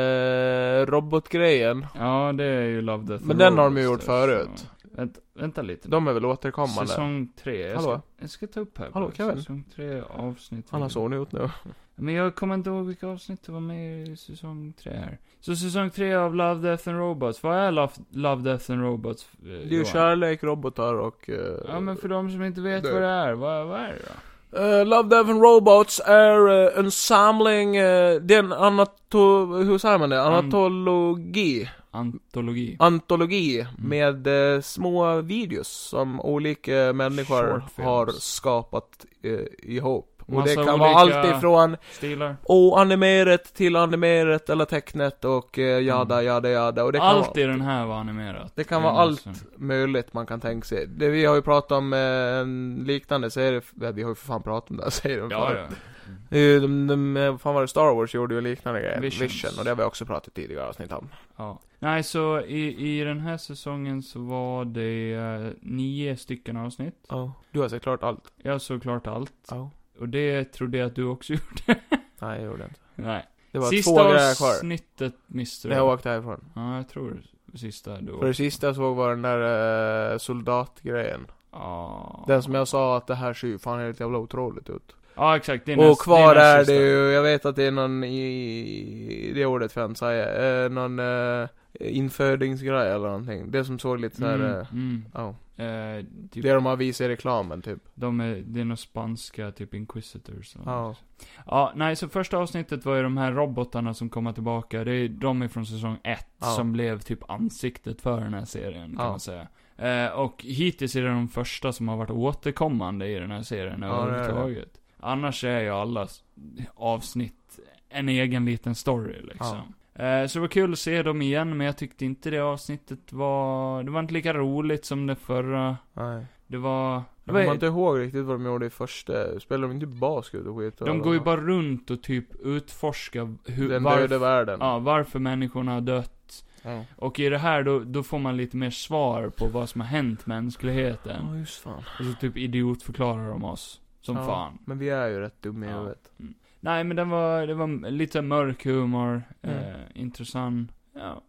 [SPEAKER 3] eh, robotgrejen.
[SPEAKER 1] Ja, det är ju Love, Death
[SPEAKER 3] Men
[SPEAKER 1] and
[SPEAKER 3] den har de
[SPEAKER 1] Robots
[SPEAKER 3] ju gjort
[SPEAKER 1] där,
[SPEAKER 3] förut.
[SPEAKER 1] så- Vänta, vänta lite. nu.
[SPEAKER 3] De är väl återkommande?
[SPEAKER 1] Säsong 3. Jag ska,
[SPEAKER 3] Hallå?
[SPEAKER 1] jag ska ta upp här.
[SPEAKER 3] Hallå,
[SPEAKER 1] bara.
[SPEAKER 3] Kevin?
[SPEAKER 1] Säsong 3, avsnitt.
[SPEAKER 3] Han har sån ut nu.
[SPEAKER 1] Men jag kommer inte ihåg vilka avsnitt det var med i säsong 3 här. Så säsong 3 av Love, Death and Robots. Vad är Love, Love Death and Robots? eh,
[SPEAKER 3] Det är ju
[SPEAKER 1] Johan?
[SPEAKER 3] kärlek, robotar och... eh,
[SPEAKER 1] Ja, men för de som inte vet
[SPEAKER 3] Det-
[SPEAKER 1] vad det är, vad, vad är det då?
[SPEAKER 3] Eh, Love, Death and Robots är eh, en samling, eh, det är en anato... Hur säger man
[SPEAKER 1] Mm.
[SPEAKER 3] det? Anatologi.
[SPEAKER 1] Antologi.
[SPEAKER 3] Antologi
[SPEAKER 1] Mm.
[SPEAKER 3] med eh, små videos som olika människor
[SPEAKER 1] Short films.
[SPEAKER 3] har skapat eh, ihop. Och
[SPEAKER 1] Massa
[SPEAKER 3] det kan vara
[SPEAKER 1] olika-
[SPEAKER 3] allt ifrån
[SPEAKER 1] Stilar.
[SPEAKER 3] och animeret till animeret eller tecknet och eh, jada,
[SPEAKER 1] Mm.
[SPEAKER 3] jada, jada. Och det kan
[SPEAKER 1] Allt
[SPEAKER 3] vara,
[SPEAKER 1] i Mm. den här var animerat.
[SPEAKER 3] det kan
[SPEAKER 1] är
[SPEAKER 3] vara
[SPEAKER 1] någon
[SPEAKER 3] allt
[SPEAKER 1] som-
[SPEAKER 3] möjligt man kan tänka sig. Det, vi har ju pratat om eh, en liknande serie, ja, vi har ju för fan pratat om det här serien
[SPEAKER 1] Ja,
[SPEAKER 3] förut.
[SPEAKER 1] ja.
[SPEAKER 3] Det är ju De, de, eh, vad fan var det, Star Wars gjorde ju liknande grejer.
[SPEAKER 1] Visions.
[SPEAKER 3] Vision. och det har vi också pratat tidigare avsnitt om.
[SPEAKER 1] ja. Nej, så i, i den här säsongen så var det eh, nio stycken avsnitt.
[SPEAKER 3] Du har sett klart allt?
[SPEAKER 1] Jag såg klart allt.
[SPEAKER 3] Ja.
[SPEAKER 1] Och det trodde jag att du också gjorde.
[SPEAKER 3] Nej, jag gjorde inte.
[SPEAKER 1] Nej.
[SPEAKER 3] Det var
[SPEAKER 1] sista
[SPEAKER 3] två grejer kvar.
[SPEAKER 1] avsnittet missade
[SPEAKER 3] När jag åkte härifrån.
[SPEAKER 1] Ja, jag tror sista då.
[SPEAKER 3] För det sista jag såg var den där eh, soldatgrejen.
[SPEAKER 1] Ja.
[SPEAKER 3] Den som jag sa att det här ser ju fan helt jävla otroligt ut.
[SPEAKER 1] Ja, exakt. Det är
[SPEAKER 3] Och
[SPEAKER 1] näst,
[SPEAKER 3] kvar
[SPEAKER 1] det är,
[SPEAKER 3] är
[SPEAKER 1] näst
[SPEAKER 3] det
[SPEAKER 1] sista.
[SPEAKER 3] ju, jag vet att det är någon i, det ordet får jag inte säga, eh, någon eh, infödingsgrej eller någonting. Det som såg lite såhär,
[SPEAKER 1] Mm,
[SPEAKER 3] eh,
[SPEAKER 1] mm.
[SPEAKER 3] ja.
[SPEAKER 1] Eh, typ,
[SPEAKER 3] Det de har visat i reklamen typ.
[SPEAKER 1] de är, det är nog spanska, typ inquisitors. eller
[SPEAKER 3] Ja.
[SPEAKER 1] något. Ja, nej, så första avsnittet var ju de här robotarna som kommer tillbaka. Det är de ifrån säsong 1
[SPEAKER 3] Ja.
[SPEAKER 1] som blev typ ansiktet för den här serien, kan
[SPEAKER 3] Ja.
[SPEAKER 1] man säga. Eh, och hittills är det de första som har varit återkommande i den här serien
[SPEAKER 3] Ja, det är det.
[SPEAKER 1] överhuvudtaget. Annars är ju alla s- avsnitt en egen liten story liksom. Eh, Så det var kul att se dem igen, men jag tyckte inte det avsnittet var... Det var inte lika roligt som det förra.
[SPEAKER 3] Nej.
[SPEAKER 1] Det var... Det
[SPEAKER 3] Jag kommer
[SPEAKER 1] var
[SPEAKER 3] inte ihåg riktigt vad de gjorde i första, spelade de inte basket och skit?
[SPEAKER 1] de går ju bara runt och typ utforskar hur,
[SPEAKER 3] Den
[SPEAKER 1] varför,
[SPEAKER 3] döda världen.
[SPEAKER 1] ja, varför människorna har dött.
[SPEAKER 3] Ja.
[SPEAKER 1] Och i det här då, då får man lite mer svar på vad som har hänt mänskligheten.
[SPEAKER 3] Ja, just fan.
[SPEAKER 1] Och så typ idiotförklarar de oss. Som
[SPEAKER 3] Ja.
[SPEAKER 1] fan.
[SPEAKER 3] Men vi är ju rätt dumma i
[SPEAKER 1] Ja.
[SPEAKER 3] huvudet.
[SPEAKER 1] Nej men den var, det var lite mörk humor, eh,
[SPEAKER 3] Mm.
[SPEAKER 1] intressant. Ja,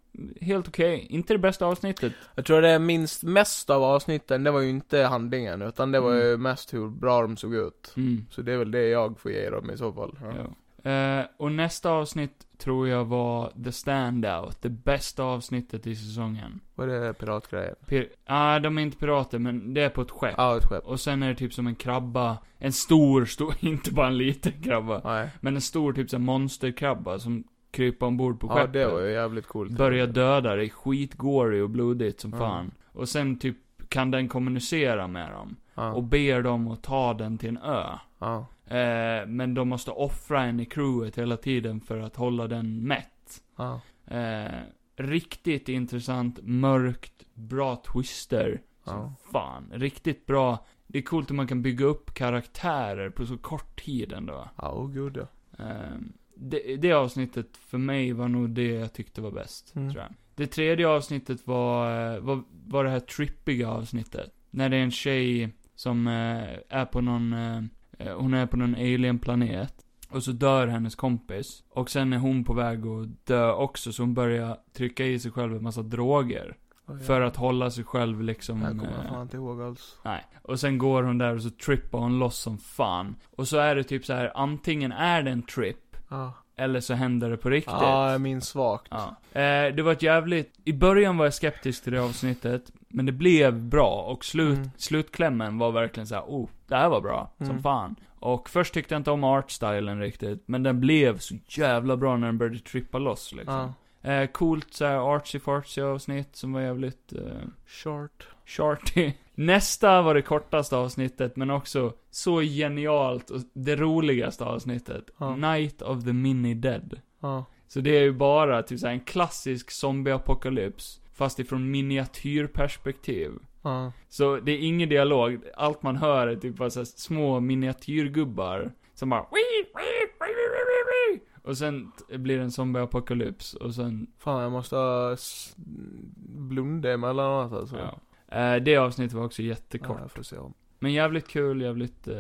[SPEAKER 1] helt okej. Inte det bästa avsnittet.
[SPEAKER 3] Jag tror det minst, mest av avsnitten, det var ju inte handlingen, utan det var ju
[SPEAKER 1] Mm.
[SPEAKER 3] mest hur bra de såg ut.
[SPEAKER 1] Mm.
[SPEAKER 3] Så det är väl det jag får ge dem i så fall. Ja.
[SPEAKER 1] Ja. Eh, och nästa avsnitt tror jag var The Standout, det bästa avsnittet i säsongen.
[SPEAKER 3] Vad är det piratgrejen?
[SPEAKER 1] Pir- ah, de är inte pirater, men det är på ett skepp.
[SPEAKER 3] Ja, ett skepp.
[SPEAKER 1] Och sen är det typ som en krabba, en stor, stor, inte bara en liten krabba.
[SPEAKER 3] Nej.
[SPEAKER 1] Men en stor typ sån monsterkrabba som kryper ombord på
[SPEAKER 3] Ja,
[SPEAKER 1] skeppet.
[SPEAKER 3] det var ju jävligt coolt.
[SPEAKER 1] Börjar döda dig, skitgory och blodigt som
[SPEAKER 3] Ja.
[SPEAKER 1] fan. Och sen typ kan den kommunicera med dem. Och
[SPEAKER 3] Ja.
[SPEAKER 1] ber dem att ta den till en ö.
[SPEAKER 3] Ja.
[SPEAKER 1] Eh, men de måste offra en i crewet hela tiden för att hålla den mätt.
[SPEAKER 3] Ja.
[SPEAKER 1] Eh, riktigt intressant, mörkt, bra twister.
[SPEAKER 3] Ja.
[SPEAKER 1] Som fan, riktigt bra. Det är coolt att man kan bygga upp karaktärer på så kort tid ändå.
[SPEAKER 3] Ja, åh gud ja.
[SPEAKER 1] Eh, det, det avsnittet för mig var nog det jag tyckte var bäst,
[SPEAKER 3] Mm.
[SPEAKER 1] tror jag. Det tredje avsnittet var, eh, var, var det här trippiga avsnittet. När det är en tjej som eh, är på någon, eh, eh, hon är på någon alien-planet. Och så dör hennes kompis. Och sen är hon på väg att dö också, så hon börjar trycka i sig själv en massa droger.
[SPEAKER 3] Oj,
[SPEAKER 1] För
[SPEAKER 3] ja.
[SPEAKER 1] att hålla sig själv
[SPEAKER 3] Det
[SPEAKER 1] liksom...
[SPEAKER 3] här kommer jag
[SPEAKER 1] eh,
[SPEAKER 3] fan inte ihåg alls.
[SPEAKER 1] Nej. Och sen går hon där och så trippar hon loss som fan. Och så är det typ så här, antingen är det en trip,
[SPEAKER 3] Ja.
[SPEAKER 1] eller så händer det på riktigt.
[SPEAKER 3] Ja, jag minns svagt.
[SPEAKER 1] Ja. Eh, det var ett jävligt... I början var jag skeptisk till det avsnittet, men det blev bra. Och slut,
[SPEAKER 3] Mm.
[SPEAKER 1] slutklämmen var verkligen så här: oh, det här var bra. Som
[SPEAKER 3] Mm.
[SPEAKER 1] fan. Och först tyckte jag inte om artstylen riktigt, men den blev så jävla bra när den började trippa loss liksom.
[SPEAKER 3] Ja.
[SPEAKER 1] Eh, coolt såhär artsy-fartsy avsnitt som var jävligt... Eh,
[SPEAKER 3] Short.
[SPEAKER 1] Shorty. Nästa var det kortaste avsnittet, men också så genialt och det roligaste avsnittet.
[SPEAKER 3] Ja.
[SPEAKER 1] Night of the Mini Dead.
[SPEAKER 3] Ja.
[SPEAKER 1] Så det är ju bara typ såhär en klassisk zombieapokalyps, fast ifrån miniatyrperspektiv.
[SPEAKER 3] Ja.
[SPEAKER 1] Så det är ingen dialog, allt man hör är typ bara såhär små miniatyrgubbar som bara och sen t- blir det en zombieapokalyps och sen,
[SPEAKER 3] Fan, jag måste ha s- blunda emellanåt alltså.
[SPEAKER 1] ja. Eh, Det avsnittet var också
[SPEAKER 3] Ja,
[SPEAKER 1] jättekort.
[SPEAKER 3] jag får se om.
[SPEAKER 1] Men jävligt kul, jävligt... Eh,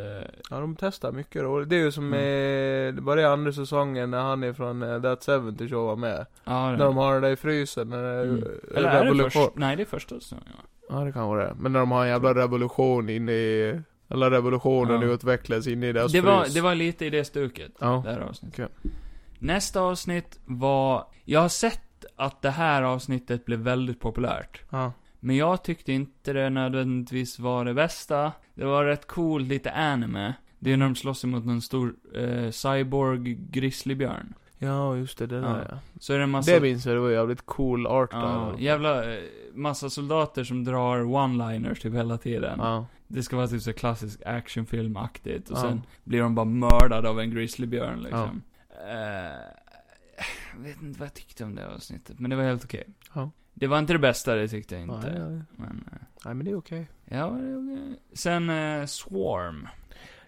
[SPEAKER 3] Ja, de testar mycket roligt. Det är ju som
[SPEAKER 1] Mm.
[SPEAKER 3] eh, var det andra säsongen när han är från eh, That 70 Show var med.
[SPEAKER 1] ja,
[SPEAKER 3] När de har det där i frysen, när det är
[SPEAKER 1] Mm.
[SPEAKER 3] eh,
[SPEAKER 1] Eller är det
[SPEAKER 3] revolution.
[SPEAKER 1] först? Nej, det är första säsongen va?
[SPEAKER 3] Ja, det kan vara det. Men när de har en jävla revolution inne i, eller revolutionen
[SPEAKER 1] Ja.
[SPEAKER 3] utvecklas inne i deras
[SPEAKER 1] Det var,
[SPEAKER 3] frys.
[SPEAKER 1] det var lite i det stuket.
[SPEAKER 3] Ja.
[SPEAKER 1] Det här avsnittet.
[SPEAKER 3] Okej.
[SPEAKER 1] Nästa avsnitt var... Jag har sett att det här avsnittet blev väldigt populärt.
[SPEAKER 3] Ja.
[SPEAKER 1] Men jag tyckte inte det nödvändigtvis var det bästa. Det var rätt cool, lite anime. Det är när de slåss emot någon stor eh, cyborg grizzlybjörn.
[SPEAKER 3] ja, just det. Det där ja.
[SPEAKER 1] Så är det en massa...
[SPEAKER 3] Det minns jag, det var jävligt cool art
[SPEAKER 1] Alltså- ja,
[SPEAKER 3] där.
[SPEAKER 1] jävla eh, massa soldater som drar one-liners typ hela tiden.
[SPEAKER 3] Ja.
[SPEAKER 1] Det ska vara typ så klassisk actionfilmaktigt och
[SPEAKER 3] Ja.
[SPEAKER 1] sen blir de bara mördade av en grizzlybjörn liksom. Eh, jag vet inte vad jag tyckte om det avsnittet, men det var helt okej.
[SPEAKER 3] Ja.
[SPEAKER 1] Det var inte det bästa, det tyckte jag inte.
[SPEAKER 3] Nej, nej.
[SPEAKER 1] Men, eh,
[SPEAKER 3] nej, men det är okej.
[SPEAKER 1] ja, det var okej. Sen eh, Swarm.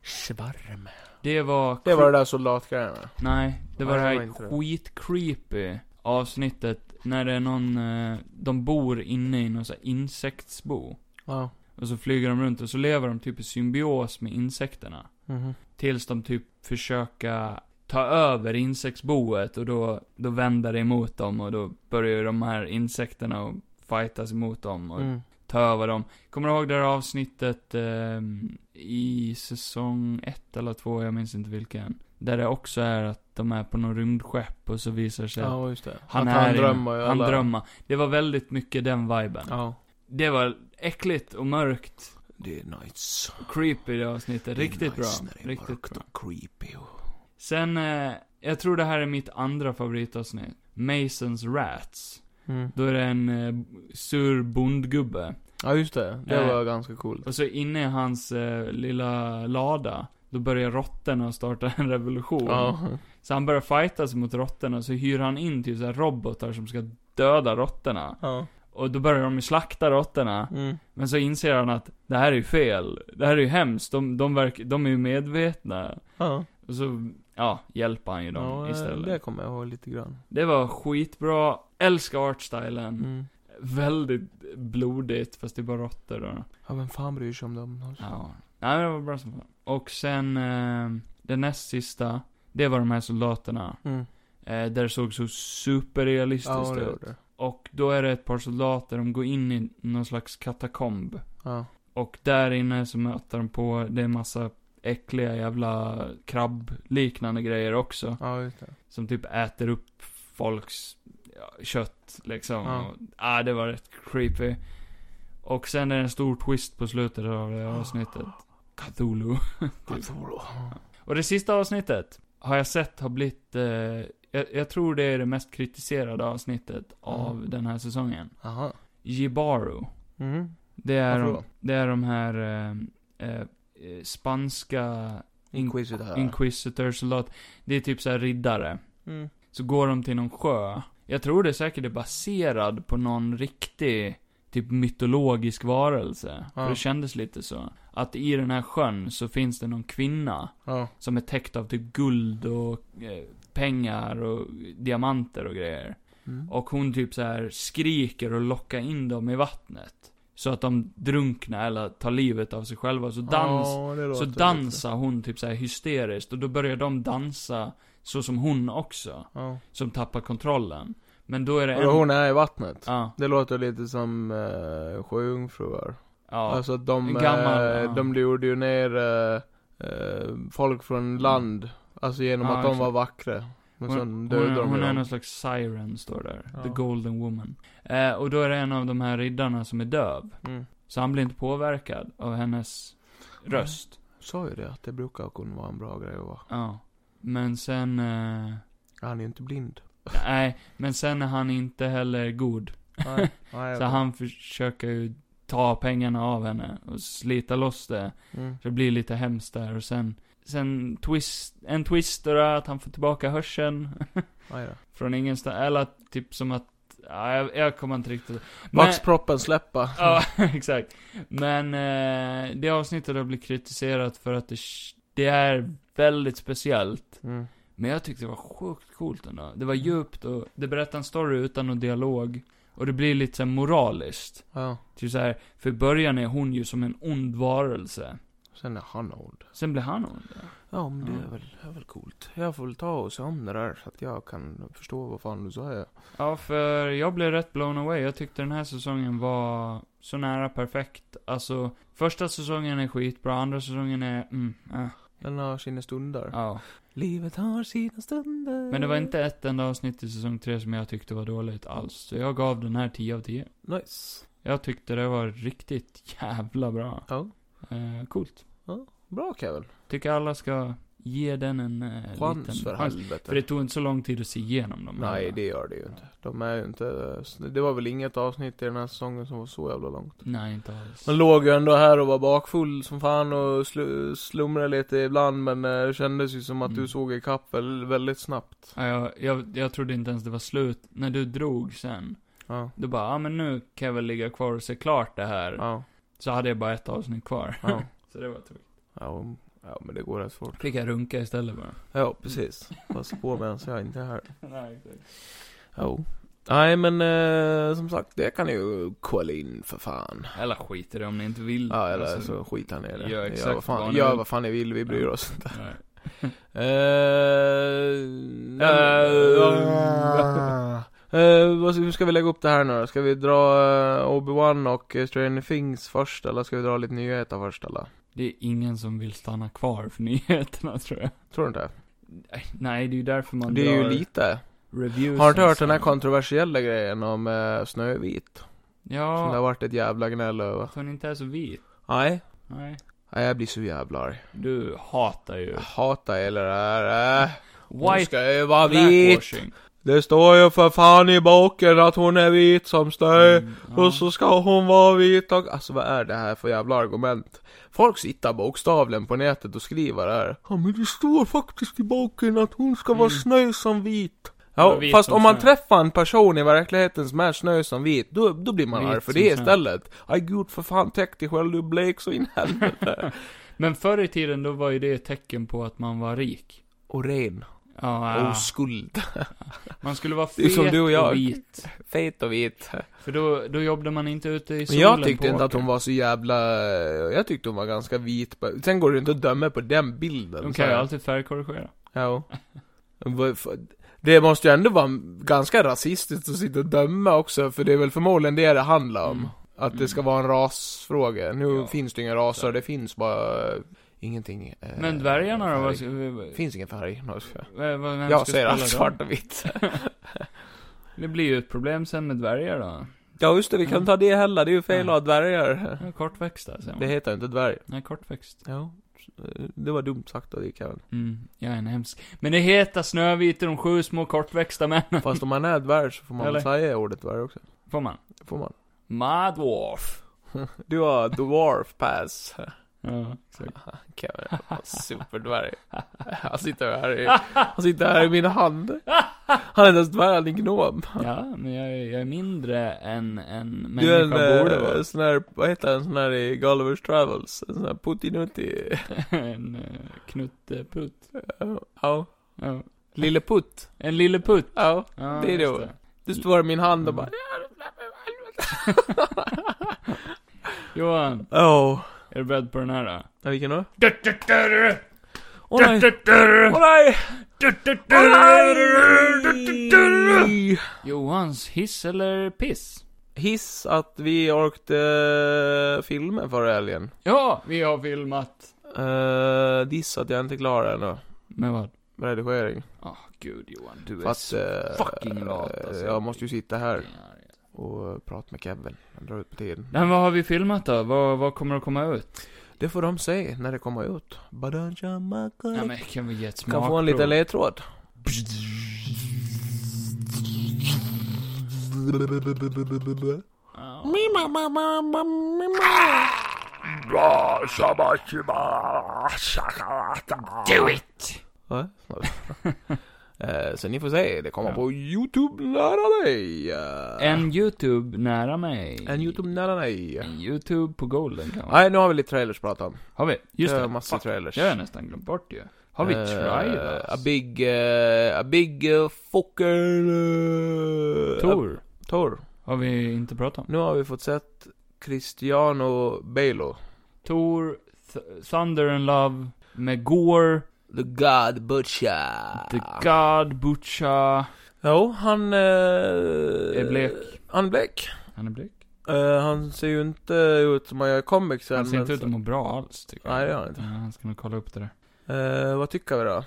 [SPEAKER 3] Svarm.
[SPEAKER 1] Det var...
[SPEAKER 3] Det var det där soldatgrejerna.
[SPEAKER 1] Nej, det var
[SPEAKER 3] Nej,
[SPEAKER 1] det
[SPEAKER 3] det var
[SPEAKER 1] här
[SPEAKER 3] inte det.
[SPEAKER 1] skitcreepy avsnittet när det är någon, eh, de bor inne i någon sån här insektsbo.
[SPEAKER 3] Ja.
[SPEAKER 1] Och så flyger de runt och så lever de typ i symbios med insekterna.
[SPEAKER 3] Mhm.
[SPEAKER 1] Tills de typ försöka ta över insektsboet och då, då vänder det emot dem och då börjar ju de här insekterna och fightas emot dem och
[SPEAKER 3] Mm.
[SPEAKER 1] ta över dem. Kommer du ihåg det här avsnittet ehm, i säsong ett eller två, jag minns inte vilken. Där det också är att de är på någon rymdskepp och så visar det sig att
[SPEAKER 3] Ja, just det.
[SPEAKER 1] han
[SPEAKER 3] Att
[SPEAKER 1] är
[SPEAKER 3] han
[SPEAKER 1] i-
[SPEAKER 3] drömmer ju
[SPEAKER 1] Han
[SPEAKER 3] alla-
[SPEAKER 1] drömmer. Det var väldigt mycket den viben.
[SPEAKER 3] Ja.
[SPEAKER 1] Det var äckligt och mörkt.
[SPEAKER 3] Det är nice.
[SPEAKER 1] Creepy det avsnittet.
[SPEAKER 3] Det är
[SPEAKER 1] Riktigt bra.
[SPEAKER 3] nice när det är
[SPEAKER 1] Riktigt
[SPEAKER 3] mörkt
[SPEAKER 1] bra.
[SPEAKER 3] och creepy och...
[SPEAKER 1] Sen, eh, jag tror det här är mitt andra favoritavsnitt. Masons Rats.
[SPEAKER 3] Mm.
[SPEAKER 1] Då är det en eh, sur bondgubbe.
[SPEAKER 3] Ja, just det. Det
[SPEAKER 1] Eh.
[SPEAKER 3] var ganska coolt.
[SPEAKER 1] Och så inne i hans eh, lilla lada, då börjar råttorna starta en revolution.
[SPEAKER 3] Ja.
[SPEAKER 1] Så han börjar fightas mot råttorna, så hyr han in typ så här robotar som ska döda råttorna.
[SPEAKER 3] Ja.
[SPEAKER 1] Och då börjar de ju slakta råttorna.
[SPEAKER 3] Mm.
[SPEAKER 1] Men så inser han att det här är ju fel. Det här är ju hemskt. De, de, verk, de är ju medvetna.
[SPEAKER 3] Ja.
[SPEAKER 1] Och så, ja, hjälper han ju dem
[SPEAKER 3] ja,
[SPEAKER 1] istället.
[SPEAKER 3] det
[SPEAKER 1] Det...
[SPEAKER 3] kommer jag ihåg lite grann.
[SPEAKER 1] var skitbra. Älskar artstylen.
[SPEAKER 3] Mm.
[SPEAKER 1] Väldigt blodigt, fast det är bara råttor då.
[SPEAKER 3] Ja, vem fan bryr sig om dem? Alltså.
[SPEAKER 1] Ja. Nej, men det var bra som fan. Och sen, eh, det näst sista, det var de här soldaterna.
[SPEAKER 3] Mm.
[SPEAKER 1] Eh, där det såg så
[SPEAKER 3] Ja,
[SPEAKER 1] superrealistiskt
[SPEAKER 3] det
[SPEAKER 1] ut.
[SPEAKER 3] gjorde det.
[SPEAKER 1] Och då är det ett par soldater, de går in i någon slags katakomb.
[SPEAKER 3] Ja.
[SPEAKER 1] Och där inne så möter de på, det är en massa äckliga jävla krabbliknande grejer också.
[SPEAKER 3] ja, just det.
[SPEAKER 1] Som typ äter upp folks ja, kött liksom.
[SPEAKER 3] Ja.
[SPEAKER 1] Och, ah, det var rätt creepy. Och sen är det en stor twist på slutet av det här avsnittet. Cthulhu. Och det sista avsnittet har jag sett har blivit, eh, jag, jag tror det är det mest kritiserade avsnittet av
[SPEAKER 3] Mm.
[SPEAKER 1] den här säsongen.
[SPEAKER 3] Jaha.
[SPEAKER 1] Jibaru.
[SPEAKER 3] Mm.
[SPEAKER 1] Det är,
[SPEAKER 3] Varför
[SPEAKER 1] de,
[SPEAKER 3] då?
[SPEAKER 1] det är de här eh, eh, eh, spanska
[SPEAKER 3] Inquisitor.
[SPEAKER 1] inquisitors Det är typ så här riddare.
[SPEAKER 3] Mm.
[SPEAKER 1] Så går de till någon sjö. Jag tror det säkert är baserad på någon riktig, typ mytologisk varelse.
[SPEAKER 3] Ja.
[SPEAKER 1] För det kändes lite så. Att i den här sjön så finns det någon kvinna
[SPEAKER 3] Ja.
[SPEAKER 1] som är täckt av typ guld och eh, pengar och diamanter och grejer.
[SPEAKER 3] Mm.
[SPEAKER 1] Och hon typ så här skriker och lockar in dem i vattnet. Så att de drunknar eller tar livet av sig själva. Så, dans,
[SPEAKER 3] Ja, det
[SPEAKER 1] så
[SPEAKER 3] låter lite.
[SPEAKER 1] dansar hon typ så här hysteriskt. Och då börjar de dansa så som hon också.
[SPEAKER 3] Ja.
[SPEAKER 1] Som tappar kontrollen. Men då är det
[SPEAKER 3] Och då hon är i vattnet.
[SPEAKER 1] Ja,
[SPEAKER 3] Det låter lite som eh, sjöjungfruar.
[SPEAKER 1] ja.
[SPEAKER 3] Alltså att de,
[SPEAKER 1] En gammal,
[SPEAKER 3] eh,
[SPEAKER 1] ja.
[SPEAKER 3] de lurade ju ner eh, eh, folk från land. Alltså genom
[SPEAKER 1] Ja,
[SPEAKER 3] att de
[SPEAKER 1] exakt.
[SPEAKER 3] var vackra. Men
[SPEAKER 1] Hon,
[SPEAKER 3] sen dödade
[SPEAKER 1] hon,
[SPEAKER 3] de
[SPEAKER 1] hon
[SPEAKER 3] ju
[SPEAKER 1] är
[SPEAKER 3] dem.
[SPEAKER 1] någon slags siren, står där.
[SPEAKER 3] Ja.
[SPEAKER 1] The Golden Woman. Eh, och då är det en av de här riddarna som är döv.
[SPEAKER 3] Mm.
[SPEAKER 1] Så han blir inte påverkad av hennes röst.
[SPEAKER 3] Sa ju det, att det brukar kunna vara en bra grej att vara.
[SPEAKER 1] Ja. Men sen... Eh,
[SPEAKER 3] Han är ju inte blind.
[SPEAKER 1] Nej, men sen är han inte heller god.
[SPEAKER 3] Nej, nej,
[SPEAKER 1] Så
[SPEAKER 3] okej.
[SPEAKER 1] han försöker ju ta pengarna av henne och slita loss det.
[SPEAKER 3] Mm.
[SPEAKER 1] Så det blir lite hemskt där och sen, sen twist, en twist då att han får tillbaka hörseln.
[SPEAKER 3] Aj då.
[SPEAKER 1] Från ingenstans, eller att typ som att, ja, jag, jag kommer inte riktigt. Men-
[SPEAKER 3] Vaxproppen släppa.
[SPEAKER 1] Ja, exakt. Men eh, det avsnittet har blivit kritiserat för att det, det är väldigt speciellt.
[SPEAKER 3] Mm.
[SPEAKER 1] Men jag tyckte det var sjukt coolt ändå. Det var djupt och det berättar en story utan någon dialog. Och det blir lite så här moraliskt.
[SPEAKER 3] Ja.
[SPEAKER 1] Typ så här, för i början är hon ju som en ond varelse.
[SPEAKER 3] Sen är han ond.
[SPEAKER 1] Sen blir han ond.
[SPEAKER 3] Ja, men det
[SPEAKER 1] Ja.
[SPEAKER 3] är väl, det är väl coolt. Jag får väl ta och se om det där så att jag kan förstå vad fan du säger.
[SPEAKER 1] Ja, för jag blev rätt blown away. Jag tyckte den här säsongen var så nära perfekt. Alltså, första säsongen är skitbra, andra säsongen är, mm, äh,
[SPEAKER 3] Den har sina stunder.
[SPEAKER 1] ja.
[SPEAKER 3] Livet har sina stunder.
[SPEAKER 1] Men det var inte ett enda avsnitt i säsong tre som jag tyckte var dåligt alls. Så jag gav den här 10 av 10.
[SPEAKER 3] Nice.
[SPEAKER 1] Jag tyckte det var riktigt jävla bra.
[SPEAKER 3] Ja.
[SPEAKER 1] Eh, coolt.
[SPEAKER 3] Bra Kevin.
[SPEAKER 1] Tycker alla ska ge den en eh, liten
[SPEAKER 3] Chans för
[SPEAKER 1] chans.
[SPEAKER 3] helvete.
[SPEAKER 1] För det tog inte så lång tid att se igenom dem.
[SPEAKER 3] Nej,
[SPEAKER 1] heller.
[SPEAKER 3] det gör det ju inte. De är ju inte... Det var väl inget avsnitt i den här säsongen som var så jävla långt.
[SPEAKER 1] Nej, inte alls.
[SPEAKER 3] Man låg ju ändå här och var bakfull som fan och slu, slumrade lite ibland men eh, det kändes ju som att
[SPEAKER 1] Mm.
[SPEAKER 3] du såg ikapp väl, väldigt snabbt.
[SPEAKER 1] Ja, jag, jag, jag trodde inte ens det var slut. När du drog sen,
[SPEAKER 3] Ja.
[SPEAKER 1] då bara, ja ah, men nu kan jag väl ligga kvar och se klart det här.
[SPEAKER 3] Ja.
[SPEAKER 1] Så hade jag bara ett avsnitt kvar.
[SPEAKER 3] Ja.
[SPEAKER 1] så det var tråkigt.
[SPEAKER 3] ja. Ja, men det går rätt fort.
[SPEAKER 1] Fick jag runka istället bara.
[SPEAKER 3] Ja, precis. Passa på medan jag inte är här.
[SPEAKER 1] Nej, exakt.
[SPEAKER 3] Ja. Nej, men eh, som sagt, det kan ni ju kolla in för fan.
[SPEAKER 1] Eller skiter det om ni inte vill.
[SPEAKER 3] Ja, eller
[SPEAKER 1] Alltså,
[SPEAKER 3] så skiter han i det.
[SPEAKER 1] gör exakt
[SPEAKER 3] gör vad fan,
[SPEAKER 1] vad
[SPEAKER 3] vad
[SPEAKER 1] ni
[SPEAKER 3] gör
[SPEAKER 1] vill.
[SPEAKER 3] vad fan ni vill, vi bryr
[SPEAKER 1] Ja.
[SPEAKER 3] oss inte.
[SPEAKER 1] nej.
[SPEAKER 3] Eh,
[SPEAKER 1] Eh,
[SPEAKER 3] eh, vad ska- Hur ska vi lägga upp det här nu då? Ska vi dra eh, Obi-Wan och eh, Stranger Things först, eller ska vi dra lite nyheter först, eller?
[SPEAKER 1] Det är ingen som vill stanna kvar för nyheterna, tror jag.
[SPEAKER 3] Tror du inte?
[SPEAKER 1] Nej, det är ju därför man
[SPEAKER 3] Det är ju
[SPEAKER 1] drar
[SPEAKER 3] lite.
[SPEAKER 1] reviews.
[SPEAKER 3] Har du inte
[SPEAKER 1] och
[SPEAKER 3] hört den här
[SPEAKER 1] sånt.
[SPEAKER 3] kontroversiella grejen om eh, Snövit? Som det har
[SPEAKER 1] Ja,
[SPEAKER 3] varit ett jävla gnäll över.
[SPEAKER 1] att hon inte är så vit.
[SPEAKER 3] Nej.
[SPEAKER 1] Nej.
[SPEAKER 3] Nej, jag blir så jävla arg.
[SPEAKER 1] Du hatar ju
[SPEAKER 3] Ah, Jag hatar hela det här. Äh. Hon
[SPEAKER 1] White
[SPEAKER 3] ska ju vara vit.
[SPEAKER 1] blackwashing.
[SPEAKER 3] Det står ju för fan i boken att hon är vit som snö.
[SPEAKER 1] Mm,
[SPEAKER 3] Och så ska hon vara vit och... Alltså vad är det här för jävla argument? Folk sitter bokstavligen på nätet och skriver det här. Ja men det står faktiskt i boken att hon ska vara snö som vit. Ja,
[SPEAKER 1] Vara vit
[SPEAKER 3] fast
[SPEAKER 1] som
[SPEAKER 3] om man
[SPEAKER 1] snö.
[SPEAKER 3] träffar en person i verkligheten som är snö som vit, då, då blir man
[SPEAKER 1] Vit
[SPEAKER 3] arg för
[SPEAKER 1] som
[SPEAKER 3] det
[SPEAKER 1] snö.
[SPEAKER 3] istället. Aj gud för fan, täck dig själv, du är blek så in i helvete.
[SPEAKER 1] Men förr i tiden, då var ju det ett tecken på att man var rik.
[SPEAKER 3] och ren.
[SPEAKER 1] Ja,
[SPEAKER 3] och
[SPEAKER 1] ja.
[SPEAKER 3] Oskuld.
[SPEAKER 1] man skulle vara
[SPEAKER 3] Det är
[SPEAKER 1] fet
[SPEAKER 3] som du och
[SPEAKER 1] och,
[SPEAKER 3] jag.
[SPEAKER 1] vit.
[SPEAKER 3] Fet och vit.
[SPEAKER 1] För då, då jobbade man inte ute i
[SPEAKER 3] Men
[SPEAKER 1] solen
[SPEAKER 3] jag tyckte
[SPEAKER 1] på
[SPEAKER 3] inte att hon
[SPEAKER 1] åkern.
[SPEAKER 3] var så jävla... Jag tyckte hon var ganska vit. Sen går det inte att döma på den bilden.
[SPEAKER 1] De
[SPEAKER 3] så
[SPEAKER 1] kan
[SPEAKER 3] här.
[SPEAKER 1] ju alltid färgkorrigera.
[SPEAKER 3] Ja. Vad för- Det måste ju ändå vara ganska rasistiskt att sitta och döma också, för det är väl förmodligen det det handlar om.
[SPEAKER 1] Mm.
[SPEAKER 3] Att det ska
[SPEAKER 1] Mm.
[SPEAKER 3] vara en rasfråga. Nu
[SPEAKER 1] Ja.
[SPEAKER 3] finns det ju inga raser, det finns bara eh, ingenting. eh,
[SPEAKER 1] Men dvärgarna då?
[SPEAKER 3] färg.
[SPEAKER 1] Vad, vad,
[SPEAKER 3] Finns ingen färg. Nå, ska jag-
[SPEAKER 1] vad, vad, vem
[SPEAKER 3] Jag
[SPEAKER 1] ska
[SPEAKER 3] säger
[SPEAKER 1] spela
[SPEAKER 3] allt
[SPEAKER 1] dem?
[SPEAKER 3] svart och vitt.
[SPEAKER 1] Det blir ju ett problem sen med dvärgar då.
[SPEAKER 3] Ja just det, vi kan
[SPEAKER 1] Mm.
[SPEAKER 3] ta det heller, det är ju fel
[SPEAKER 1] Mm.
[SPEAKER 3] att ha dvärgar.
[SPEAKER 1] Ja, Kortväxta säger man.
[SPEAKER 3] Det heter inte dvärg.
[SPEAKER 1] Nej, kortväxt.
[SPEAKER 3] Ja. Det var dumt sagt av dig Kevin.
[SPEAKER 1] Mm, jag är en hemsk. Men det heter Snövit och de sju små kortväxta männen.
[SPEAKER 3] Fast om man är dvärg så får man väl
[SPEAKER 1] Eller?
[SPEAKER 3] säga ordet dvärg också.
[SPEAKER 1] Får man?
[SPEAKER 3] Får man.
[SPEAKER 1] My dwarf.
[SPEAKER 3] Du har dwarf pass.
[SPEAKER 1] Ja, exakt.
[SPEAKER 3] Kevin, superdvärg. Han sitter här i, han sitter här i min hand. Han är inte ens dvärg, han är gnom.
[SPEAKER 1] Ja, men jag, är- jag är mindre än en
[SPEAKER 3] Du
[SPEAKER 1] människa
[SPEAKER 3] är en
[SPEAKER 1] borde
[SPEAKER 3] eh,
[SPEAKER 1] vara.
[SPEAKER 3] sån här, vad heter han, sån här i Gulliver's Travels? En sån här puttinutti.
[SPEAKER 1] en eh, knutteputt.
[SPEAKER 3] Ja.
[SPEAKER 1] Ja.
[SPEAKER 3] Lille putt.
[SPEAKER 1] En lilleputt.
[SPEAKER 3] Ja.
[SPEAKER 1] Ja,
[SPEAKER 3] Det är
[SPEAKER 1] just
[SPEAKER 3] det. Du står i min hand och bara
[SPEAKER 1] Johan,
[SPEAKER 3] Åh. Oh.
[SPEAKER 1] är du beredd på den här då?
[SPEAKER 3] Ja, vilken då? Åh
[SPEAKER 1] Åh
[SPEAKER 3] nej! Åh nej! Åh
[SPEAKER 1] nej!
[SPEAKER 3] nej!
[SPEAKER 1] Johans hiss eller piss?
[SPEAKER 3] Hiss att vi orkade filmen förra helgen.
[SPEAKER 1] Ja, vi har filmat.
[SPEAKER 3] Uh, diss att jag inte klarar ännu.
[SPEAKER 1] Med vad?
[SPEAKER 3] Med redigering.
[SPEAKER 1] Åh, gud Johan, du är
[SPEAKER 3] Fast,
[SPEAKER 1] så
[SPEAKER 3] eh,
[SPEAKER 1] fucking lat alltså.
[SPEAKER 3] Jag måste ju sitta här
[SPEAKER 1] fucking arg.
[SPEAKER 3] och eh, prata med Kevin. Han drar ut på tiden.
[SPEAKER 1] Men vad har vi filmat då? Vad, vad kommer att komma ut?
[SPEAKER 3] Det får de se när det kommer ut. Badanja Makare.
[SPEAKER 1] Ja, men kan vi ge ett
[SPEAKER 3] Mm. Kan
[SPEAKER 1] smakprov?
[SPEAKER 3] få en liten ledtråd.
[SPEAKER 1] Ja. Do it!
[SPEAKER 3] Va? Eh, Så ni får se, det kommer på Youtube nära dig. Eh,
[SPEAKER 1] En YouTube nära mig.
[SPEAKER 3] En Youtube nära dig.
[SPEAKER 1] En YouTube på golden kan man.
[SPEAKER 3] Nej, nu har vi lite trailers att prata om.
[SPEAKER 1] Har vi? Just
[SPEAKER 3] Eh,
[SPEAKER 1] det.
[SPEAKER 3] Massa
[SPEAKER 1] Fuck,
[SPEAKER 3] trailers.
[SPEAKER 1] det har jag nästan glömt bort ju. Har vi
[SPEAKER 3] Eh,
[SPEAKER 1] trailers?
[SPEAKER 3] A big, eh, a big uh, fucker... Uh,
[SPEAKER 1] Tor?
[SPEAKER 3] Tor.
[SPEAKER 1] Har vi inte pratat om.
[SPEAKER 3] Nu har vi fått sett Cristiano Belo.
[SPEAKER 1] Tor, Th- Thunder and Love, med Gore,
[SPEAKER 3] The God Butcher.
[SPEAKER 1] The God, Butcha.
[SPEAKER 3] Jo, han... eh,
[SPEAKER 1] Är blek.
[SPEAKER 3] Han är blek.
[SPEAKER 1] Han är blek.
[SPEAKER 3] Eh, han ser ju inte ut som han gör i comicsen.
[SPEAKER 1] Han ser inte
[SPEAKER 3] men
[SPEAKER 1] ut
[SPEAKER 3] så-
[SPEAKER 1] att må bra alls, tycker jag.
[SPEAKER 3] Nej, det gör han inte.
[SPEAKER 1] Ja, han ska nog kolla upp det där.
[SPEAKER 3] Eh, vad tycker vi då?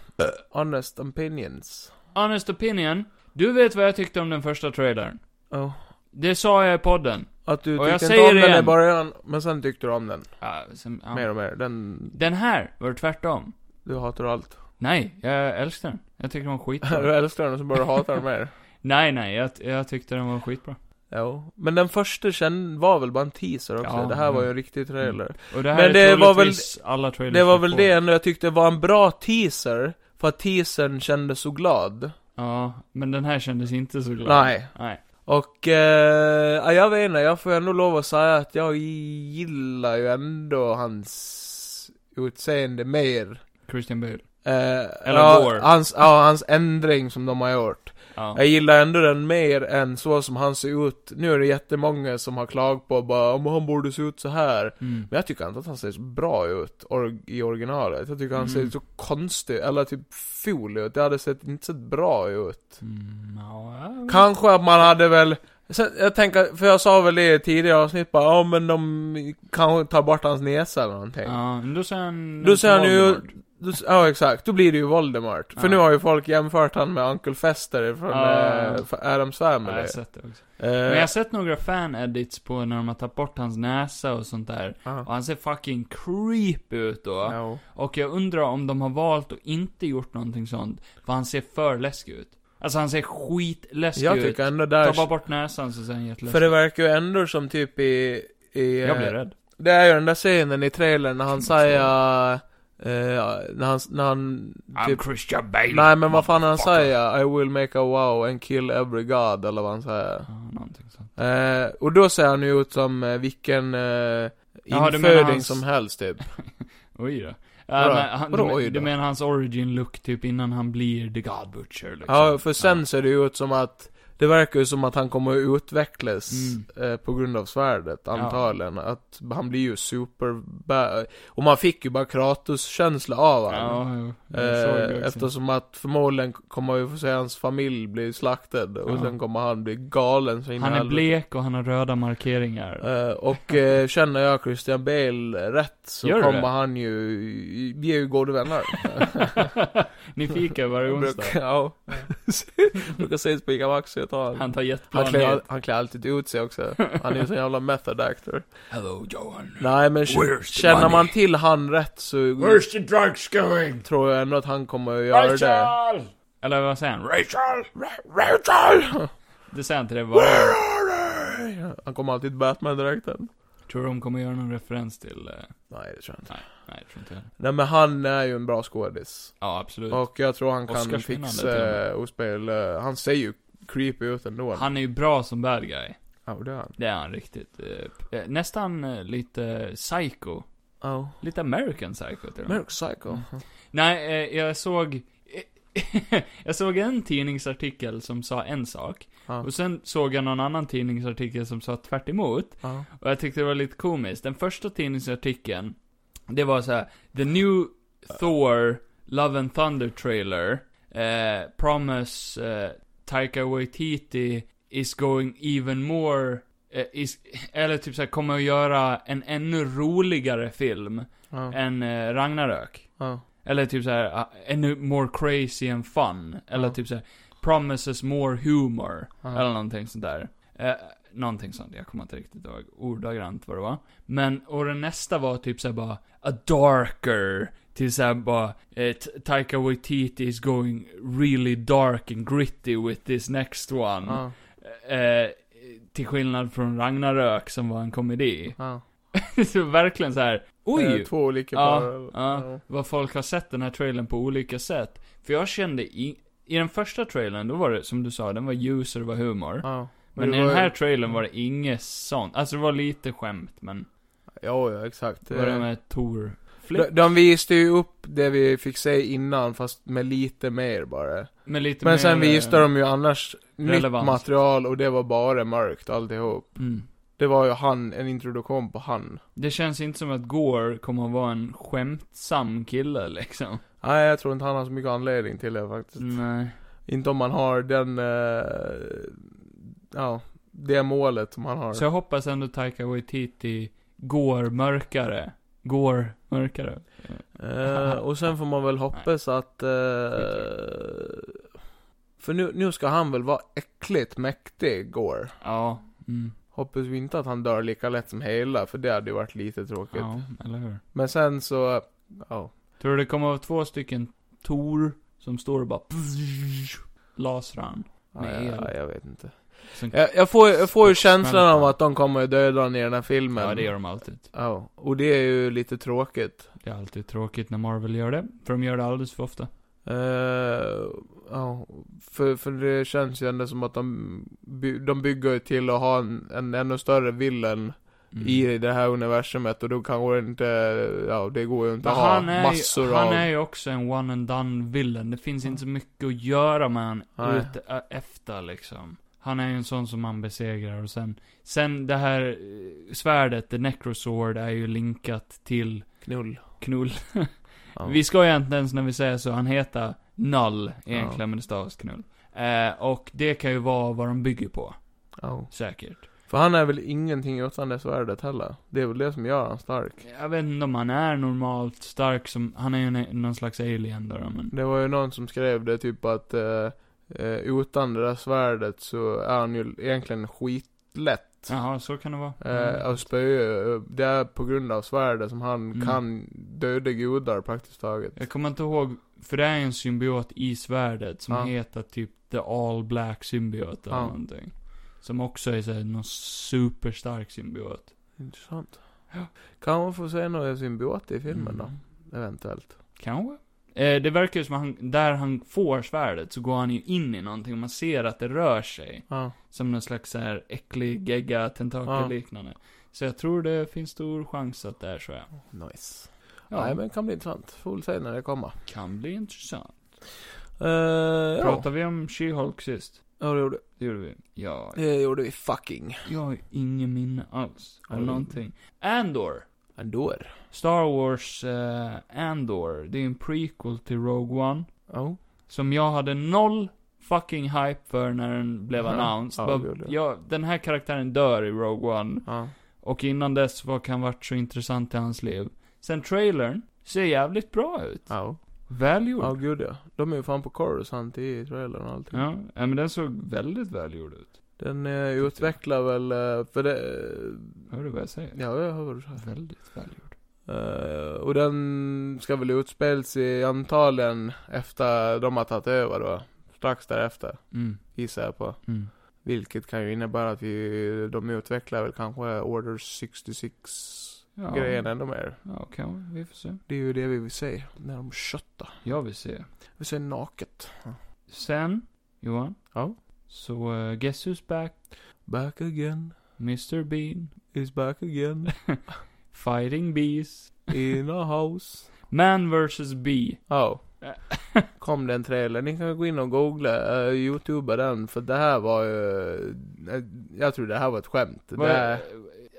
[SPEAKER 3] Honest opinions.
[SPEAKER 1] Honest opinion. Du vet vad jag tyckte om den första trailern.
[SPEAKER 3] Oh.
[SPEAKER 1] Det sa jag i podden.
[SPEAKER 3] Att du
[SPEAKER 1] Och
[SPEAKER 3] tyckte
[SPEAKER 1] jag
[SPEAKER 3] inte
[SPEAKER 1] säger
[SPEAKER 3] om
[SPEAKER 1] det
[SPEAKER 3] den i
[SPEAKER 1] igen.
[SPEAKER 3] början, men sen tyckte du om den.
[SPEAKER 1] Ja, sen, ja.
[SPEAKER 3] Mer och mer. Den,
[SPEAKER 1] Den här var tvärtom.
[SPEAKER 3] du hatar allt.
[SPEAKER 1] Nej, jag älskar den. Jag tyckte den var
[SPEAKER 3] du
[SPEAKER 1] skitbra.
[SPEAKER 3] älskar den och så börjar du hata den mer.
[SPEAKER 1] nej, nej, jag, jag tyckte den var skitbra.
[SPEAKER 3] Jo. Men den första känd var väl bara en teaser också?
[SPEAKER 1] Ja, Mm.
[SPEAKER 3] det här
[SPEAKER 1] men-
[SPEAKER 3] var ju en riktig trailer.
[SPEAKER 1] Och det här
[SPEAKER 3] Men
[SPEAKER 1] är
[SPEAKER 3] det var väl-
[SPEAKER 1] troligtvis alla trailers
[SPEAKER 3] Det var
[SPEAKER 1] vi
[SPEAKER 3] väl
[SPEAKER 1] får.
[SPEAKER 3] det ändå jag tyckte var en bra teaser. För att teasern kändes så glad.
[SPEAKER 1] Ja, men den här kändes inte så glad.
[SPEAKER 3] Nej.
[SPEAKER 1] Nej.
[SPEAKER 3] Och, eh, ja, jag vet inte, jag får ändå lov att säga att jag gillar ju ändå hans utseende mer.
[SPEAKER 1] Christian Bale.
[SPEAKER 3] Eh,
[SPEAKER 1] Eller
[SPEAKER 3] ja,
[SPEAKER 1] Gore.
[SPEAKER 3] hans, ja, hans ändring som de har gjort.
[SPEAKER 1] Ja.
[SPEAKER 3] Jag gillar ändå den mer än så som han ser ut. Nu är det jättemånga som har klag på bara om han borde se ut så här.
[SPEAKER 1] Mm.
[SPEAKER 3] Men jag tycker inte att han ser så bra ut or- i originalet. Jag tycker han
[SPEAKER 1] Mm.
[SPEAKER 3] ser så konstig, eller typ ful ut. Det hade sett, inte sett bra ut.
[SPEAKER 1] Mm, ja.
[SPEAKER 3] Kanske att man hade väl Sen, jag tänker, för jag sa väl det i tidigare avsnitt bara, ja men de kanske tar bort hans näsa eller någonting.
[SPEAKER 1] Ja, men då ser han...
[SPEAKER 3] Då ser han ju-
[SPEAKER 1] Voldemort.
[SPEAKER 3] Då s- Ja exakt, då blir det ju Voldemort. För
[SPEAKER 1] Ja.
[SPEAKER 3] nu har ju folk jämfört han med Uncle Fester från
[SPEAKER 1] Ja.
[SPEAKER 3] eh, F- Adams
[SPEAKER 1] Ja, jag
[SPEAKER 3] Family.
[SPEAKER 1] har sett det också.
[SPEAKER 3] Eh,
[SPEAKER 1] Men jag har sett några fan-edits på när de har tagit bort hans näsa och sånt där. Och
[SPEAKER 3] ja.
[SPEAKER 1] han ser fucking creep ut då.
[SPEAKER 3] Ja.
[SPEAKER 1] Och jag undrar om de har valt att inte gjort någonting sånt, för han ser för läskig ut. Alltså han ser skitläskig
[SPEAKER 3] Jag
[SPEAKER 1] ut.
[SPEAKER 3] tycker ändå
[SPEAKER 1] Ta
[SPEAKER 3] där...
[SPEAKER 1] bara bort näsan så ser han jätteläskig
[SPEAKER 3] För det verkar ju ändå som typ i... i
[SPEAKER 1] Jag blir
[SPEAKER 3] eh,
[SPEAKER 1] rädd.
[SPEAKER 3] Det är ju den där scenen i trailern när han säger... eh, när han, när han typ,
[SPEAKER 1] I'm Christian Bale.
[SPEAKER 3] Nej men vad fan han
[SPEAKER 1] motherfucker.
[SPEAKER 3] säger? I will make a wow and kill every god, eller vad han säger.
[SPEAKER 1] Ja, någonting sånt.
[SPEAKER 3] Eh, och då ser han ju ut som eh, vilken eh,
[SPEAKER 1] Jaha, du menar
[SPEAKER 3] inföding
[SPEAKER 1] hans- liksom.
[SPEAKER 3] som helst typ.
[SPEAKER 1] Oj då. Uh,
[SPEAKER 3] Vadå?
[SPEAKER 1] men, han,
[SPEAKER 3] Vadå,
[SPEAKER 1] du, men-
[SPEAKER 3] oj då?
[SPEAKER 1] du menar hans origin look typ innan han blir the God Butcher liksom?
[SPEAKER 3] Ja, för sen ser det ju ut som att det verkar ju som att han kommer att utvecklas
[SPEAKER 1] Mm.
[SPEAKER 3] eh, på grund av svärdet, antagligen. Att han blir ju super... Och man fick ju bara Kratos-känsla av
[SPEAKER 1] Ja,
[SPEAKER 3] honom.
[SPEAKER 1] ja, ja. Jag såg det liksom.
[SPEAKER 3] Eh,
[SPEAKER 1] också.
[SPEAKER 3] eftersom att förmodligen kommer vi få se hans familj bli slaktad och
[SPEAKER 1] Ja.
[SPEAKER 3] sen kommer han bli galen så in i
[SPEAKER 1] Han är
[SPEAKER 3] helvete.
[SPEAKER 1] blek och han har röda markeringar.
[SPEAKER 3] Eh, och eh, känner jag Christian Bale rätt så
[SPEAKER 1] Gör du
[SPEAKER 3] kommer
[SPEAKER 1] det?
[SPEAKER 3] han ju, vi är ju goda vänner.
[SPEAKER 1] Ni fikar varje
[SPEAKER 3] Jag
[SPEAKER 1] onsdag.
[SPEAKER 3] brukar, ja. brukar ses på Ica Maxi och ta en.
[SPEAKER 1] Han tar
[SPEAKER 3] Han
[SPEAKER 1] jetplan
[SPEAKER 3] klär,
[SPEAKER 1] ner.
[SPEAKER 3] al- han klär alltid ut sig också. Han är ju en sån jävla method actor.
[SPEAKER 1] Hello Johan.
[SPEAKER 3] Nej men
[SPEAKER 1] Where's the
[SPEAKER 3] k- känner man
[SPEAKER 1] money?
[SPEAKER 3] till han rätt så
[SPEAKER 1] the drugs going?
[SPEAKER 3] tror jag ändå att han kommer att göra det.
[SPEAKER 1] Eller vad säger han? Rachel!
[SPEAKER 3] Rachel!
[SPEAKER 1] Det säger han till dig varje
[SPEAKER 3] Han kommer alltid i Batman-dräkten.
[SPEAKER 1] Tror du de kommer göra någon referens till... eh,
[SPEAKER 3] Nej det tror jag inte.
[SPEAKER 1] Nej, jag tror inte det.
[SPEAKER 3] Nej men han är ju en bra skådis.
[SPEAKER 1] Ja, absolut.
[SPEAKER 3] Och jag tror han kan
[SPEAKER 1] Oscarsvinnande till och med.
[SPEAKER 3] fixa eh, och spela, han ser ju creepy ut ändå.
[SPEAKER 1] Han är ju bra som bad guy.
[SPEAKER 3] Ja det är han.
[SPEAKER 1] Det är han riktigt. eh, p- eh, Nästan eh, lite psycho.
[SPEAKER 3] Oh.
[SPEAKER 1] Lite American psycho till och med.
[SPEAKER 3] Mörk psycho.
[SPEAKER 1] Nej, eh, jag såg... jag såg en tidningsartikel som sa en sak.
[SPEAKER 3] Ja.
[SPEAKER 1] Och sen såg jag någon annan tidningsartikel som sa tvärt emot.
[SPEAKER 3] Ja.
[SPEAKER 1] Och jag tyckte det var lite komiskt. Den första tidningsartikeln, det var så här: The new Thor Love and Thunder trailer, eh, promise eh, Taika Waititi is going even more, eh, is, eller typ såhär, kommer att göra en ännu roligare film
[SPEAKER 3] Ja.
[SPEAKER 1] än eh, Ragnarök.
[SPEAKER 3] Ja.
[SPEAKER 1] Eller typ såhär, ah, ännu more crazy and fun. Eller
[SPEAKER 3] Ja.
[SPEAKER 1] typ såhär, promises more humor. Eller
[SPEAKER 3] Ja.
[SPEAKER 1] någonting sånt där. Eh, någonting sånt, jag kommer inte riktigt ihåg ordagrant vad det var. Men, och den nästa var typ såhär bara, a darker. Till såhär bara, eh, T- Taika Waititi is going really dark and gritty with this next one.
[SPEAKER 3] Ja.
[SPEAKER 1] Eh, till skillnad från Ragnarök som var en komedi.
[SPEAKER 3] Ja.
[SPEAKER 1] så verkligen så här.
[SPEAKER 3] Eh,
[SPEAKER 1] oj!
[SPEAKER 3] Två olika
[SPEAKER 1] Ja,
[SPEAKER 3] par.
[SPEAKER 1] ja. vad folk har sett den här trailern på olika sätt. För jag kände i, i den första trailern, då var det som du sa, den var ljus och det var humor.
[SPEAKER 3] Ja.
[SPEAKER 1] Men
[SPEAKER 3] det
[SPEAKER 1] i
[SPEAKER 3] var
[SPEAKER 1] den här
[SPEAKER 3] ju-
[SPEAKER 1] trailern var det inget sånt. Alltså det var lite skämt, men
[SPEAKER 3] Ja, ja exakt.
[SPEAKER 1] det var det
[SPEAKER 3] Eh,
[SPEAKER 1] med Tor
[SPEAKER 3] de,
[SPEAKER 1] Flip.
[SPEAKER 3] de visste ju upp det vi fick se innan fast med lite mer bara.
[SPEAKER 1] Men lite
[SPEAKER 3] Men
[SPEAKER 1] mer,
[SPEAKER 3] sen visade
[SPEAKER 1] eh,
[SPEAKER 3] de ju annars
[SPEAKER 1] relevans.
[SPEAKER 3] nytt material och det var bara mörkt alltihop.
[SPEAKER 1] Mm.
[SPEAKER 3] Det var ju han, en introduktion på han.
[SPEAKER 1] Det känns inte som att Gore kommer att vara en skämtsam kille liksom.
[SPEAKER 3] Nej, jag tror inte han har så mycket anledning till det faktiskt.
[SPEAKER 1] Nej.
[SPEAKER 3] Inte om man har den, eh, ja, det målet som han har.
[SPEAKER 1] Så jag hoppas ändå Taika Waititi går mörkare. Går mörkare.
[SPEAKER 3] Eh, och sen får man väl hoppas att, eh, för nu, nu ska han väl vara äckligt mäktig, går.
[SPEAKER 1] Ja. Mm.
[SPEAKER 3] Hoppas vi inte att han dör lika lätt som hela, för det hade ju varit lite tråkigt.
[SPEAKER 1] Ja, eller hur.
[SPEAKER 3] Men sen så, ah, ja.
[SPEAKER 1] Tror du det kommer att vara två stycken Tor som står och bara lasran.
[SPEAKER 3] Ja,
[SPEAKER 1] Med
[SPEAKER 3] ja,
[SPEAKER 1] el.
[SPEAKER 3] jag vet inte.
[SPEAKER 1] Sen,
[SPEAKER 3] Jag, jag, får, jag får ju känslan
[SPEAKER 1] Smälta.
[SPEAKER 3] av att de kommer att döda honom i den här filmen.
[SPEAKER 1] ja, det gör de alltid.
[SPEAKER 3] Ja, och det är ju lite tråkigt.
[SPEAKER 1] Det är alltid tråkigt när Marvel gör det, för de gör det alldeles för ofta.
[SPEAKER 3] Eh, ja, för, för det känns ju ändå som att de, by, de bygger ju till att ha en, en ännu större villen
[SPEAKER 1] Mm.
[SPEAKER 3] i det här universumet och då kanske det inte, ja det går ju inte
[SPEAKER 1] Men
[SPEAKER 3] att ha
[SPEAKER 1] han är,
[SPEAKER 3] massor
[SPEAKER 1] ju, han
[SPEAKER 3] av.
[SPEAKER 1] är ju också en one and done villain. Det finns inte så mycket att göra med han
[SPEAKER 3] Nej.
[SPEAKER 1] ute, ä, efter liksom. Han är ju en sån som man besegrar och sen, sen det här eh, svärdet, the necrosword, är ju linkat till
[SPEAKER 3] Knull.
[SPEAKER 1] knull.
[SPEAKER 3] Ja.
[SPEAKER 1] Vi ska ju inte ens när vi säger så, han heter Null egentligen, men det stavas knull. Eh, och det kan ju vara vad de bygger på,
[SPEAKER 3] Ja.
[SPEAKER 1] säkert.
[SPEAKER 3] För han är väl ingenting utan det svärdet heller. Det är väl det som gör honom stark.
[SPEAKER 1] Jag vet inte om han är normalt stark som, han är ju en- någon slags alien då, då, men.
[SPEAKER 3] Det var ju någon som skrev det typ att eh, eh, utan det där svärdet så är han ju egentligen skitlätt.
[SPEAKER 1] Jaha, så kan det vara.
[SPEAKER 3] Eh, att spöa, eh, det är på grund av svärdet som han
[SPEAKER 1] Mm.
[SPEAKER 3] kan döda gudar praktiskt taget.
[SPEAKER 1] Jag kommer inte ihåg, för det är en symbiot i svärdet som
[SPEAKER 3] Ja.
[SPEAKER 1] heter typ The All Black Symbiot eller
[SPEAKER 3] Ja.
[SPEAKER 1] någonting. Som också är såhär, någon superstark symbiot.
[SPEAKER 3] Intressant.
[SPEAKER 1] Ja.
[SPEAKER 3] Kan man få se några symbioter i filmen då?
[SPEAKER 1] Mm.
[SPEAKER 3] Eventuellt.
[SPEAKER 1] Kanske. Eh, det verkar ju som att han, där han får svärdet så går han ju in i någonting och man ser att det rör sig.
[SPEAKER 3] Ja.
[SPEAKER 1] Som någon slags så här äcklig gegga tentakelliknande. Så jag tror det finns stor chans att det är så. Ja.
[SPEAKER 3] Nice.
[SPEAKER 1] Ja,
[SPEAKER 3] Nej men kan bli intressant. Får väl se när det kommer.
[SPEAKER 1] kan bli intressant.
[SPEAKER 3] Uh, ja.
[SPEAKER 1] Pratade vi om She-Hulk sist?
[SPEAKER 3] ja, det gjorde,
[SPEAKER 1] Det gjorde vi. Ja,
[SPEAKER 3] det gjorde vi fucking.
[SPEAKER 1] jag har ingen minne alls av
[SPEAKER 3] Ja, det-
[SPEAKER 1] någonting. Andor.
[SPEAKER 3] Ändå.
[SPEAKER 1] Star Wars eh, Andor. Det är en prequel till Rogue One.
[SPEAKER 3] Ja.
[SPEAKER 1] Som jag hade noll fucking hype för när den blev
[SPEAKER 3] Ja.
[SPEAKER 1] announced.
[SPEAKER 3] Ja, det
[SPEAKER 1] Bara,
[SPEAKER 3] gjorde jag.
[SPEAKER 1] ja, den här karaktären dör i Rogue One.
[SPEAKER 3] Ja.
[SPEAKER 1] Och innan dess, vad kan varit så intressant i hans liv? Sen trailern ser jävligt bra ut.
[SPEAKER 3] Ja.
[SPEAKER 1] Välgjord.
[SPEAKER 3] Ja,
[SPEAKER 1] Ja.
[SPEAKER 3] gud ja. De är ju fan på Coruscant i trailern och allting.
[SPEAKER 1] Ja, men den såg väldigt välgjord ut.
[SPEAKER 3] Den eh, utvecklar väl, eh, för det, eh,
[SPEAKER 1] Hör du vad jag säger?
[SPEAKER 3] ja jag hör vad du säger.
[SPEAKER 1] Väldigt välgjord.
[SPEAKER 3] Eh, och den ska väl utspelas i antagligen efter de har tagit över då. Strax därefter,
[SPEAKER 1] Mm,
[SPEAKER 3] gissar jag på.
[SPEAKER 1] mm.
[SPEAKER 3] Vilket kan ju innebära att vi, de utvecklar väl kanske Order 66
[SPEAKER 1] Ja.
[SPEAKER 3] grejen ännu mer.
[SPEAKER 1] Ja, okej. vi får se.
[SPEAKER 3] Det är ju det vi vill se, när de köttar.
[SPEAKER 1] Jag vill se.
[SPEAKER 3] Vi ser naket.
[SPEAKER 1] Sen, Johan.
[SPEAKER 3] Ja.
[SPEAKER 1] Så, eh, guess who's back?
[SPEAKER 3] Back again,
[SPEAKER 1] Mr Bean.
[SPEAKER 3] is back again,
[SPEAKER 1] Fighting Bees.
[SPEAKER 3] in a house.
[SPEAKER 1] Man vs. Bee.
[SPEAKER 3] Ja. Kom den trailern. Ni kan ju gå in och googla, uh, youtuba den, för det här var ju... eh, jag tror det här var ett skämt.
[SPEAKER 1] Vad
[SPEAKER 3] Det här,
[SPEAKER 1] är,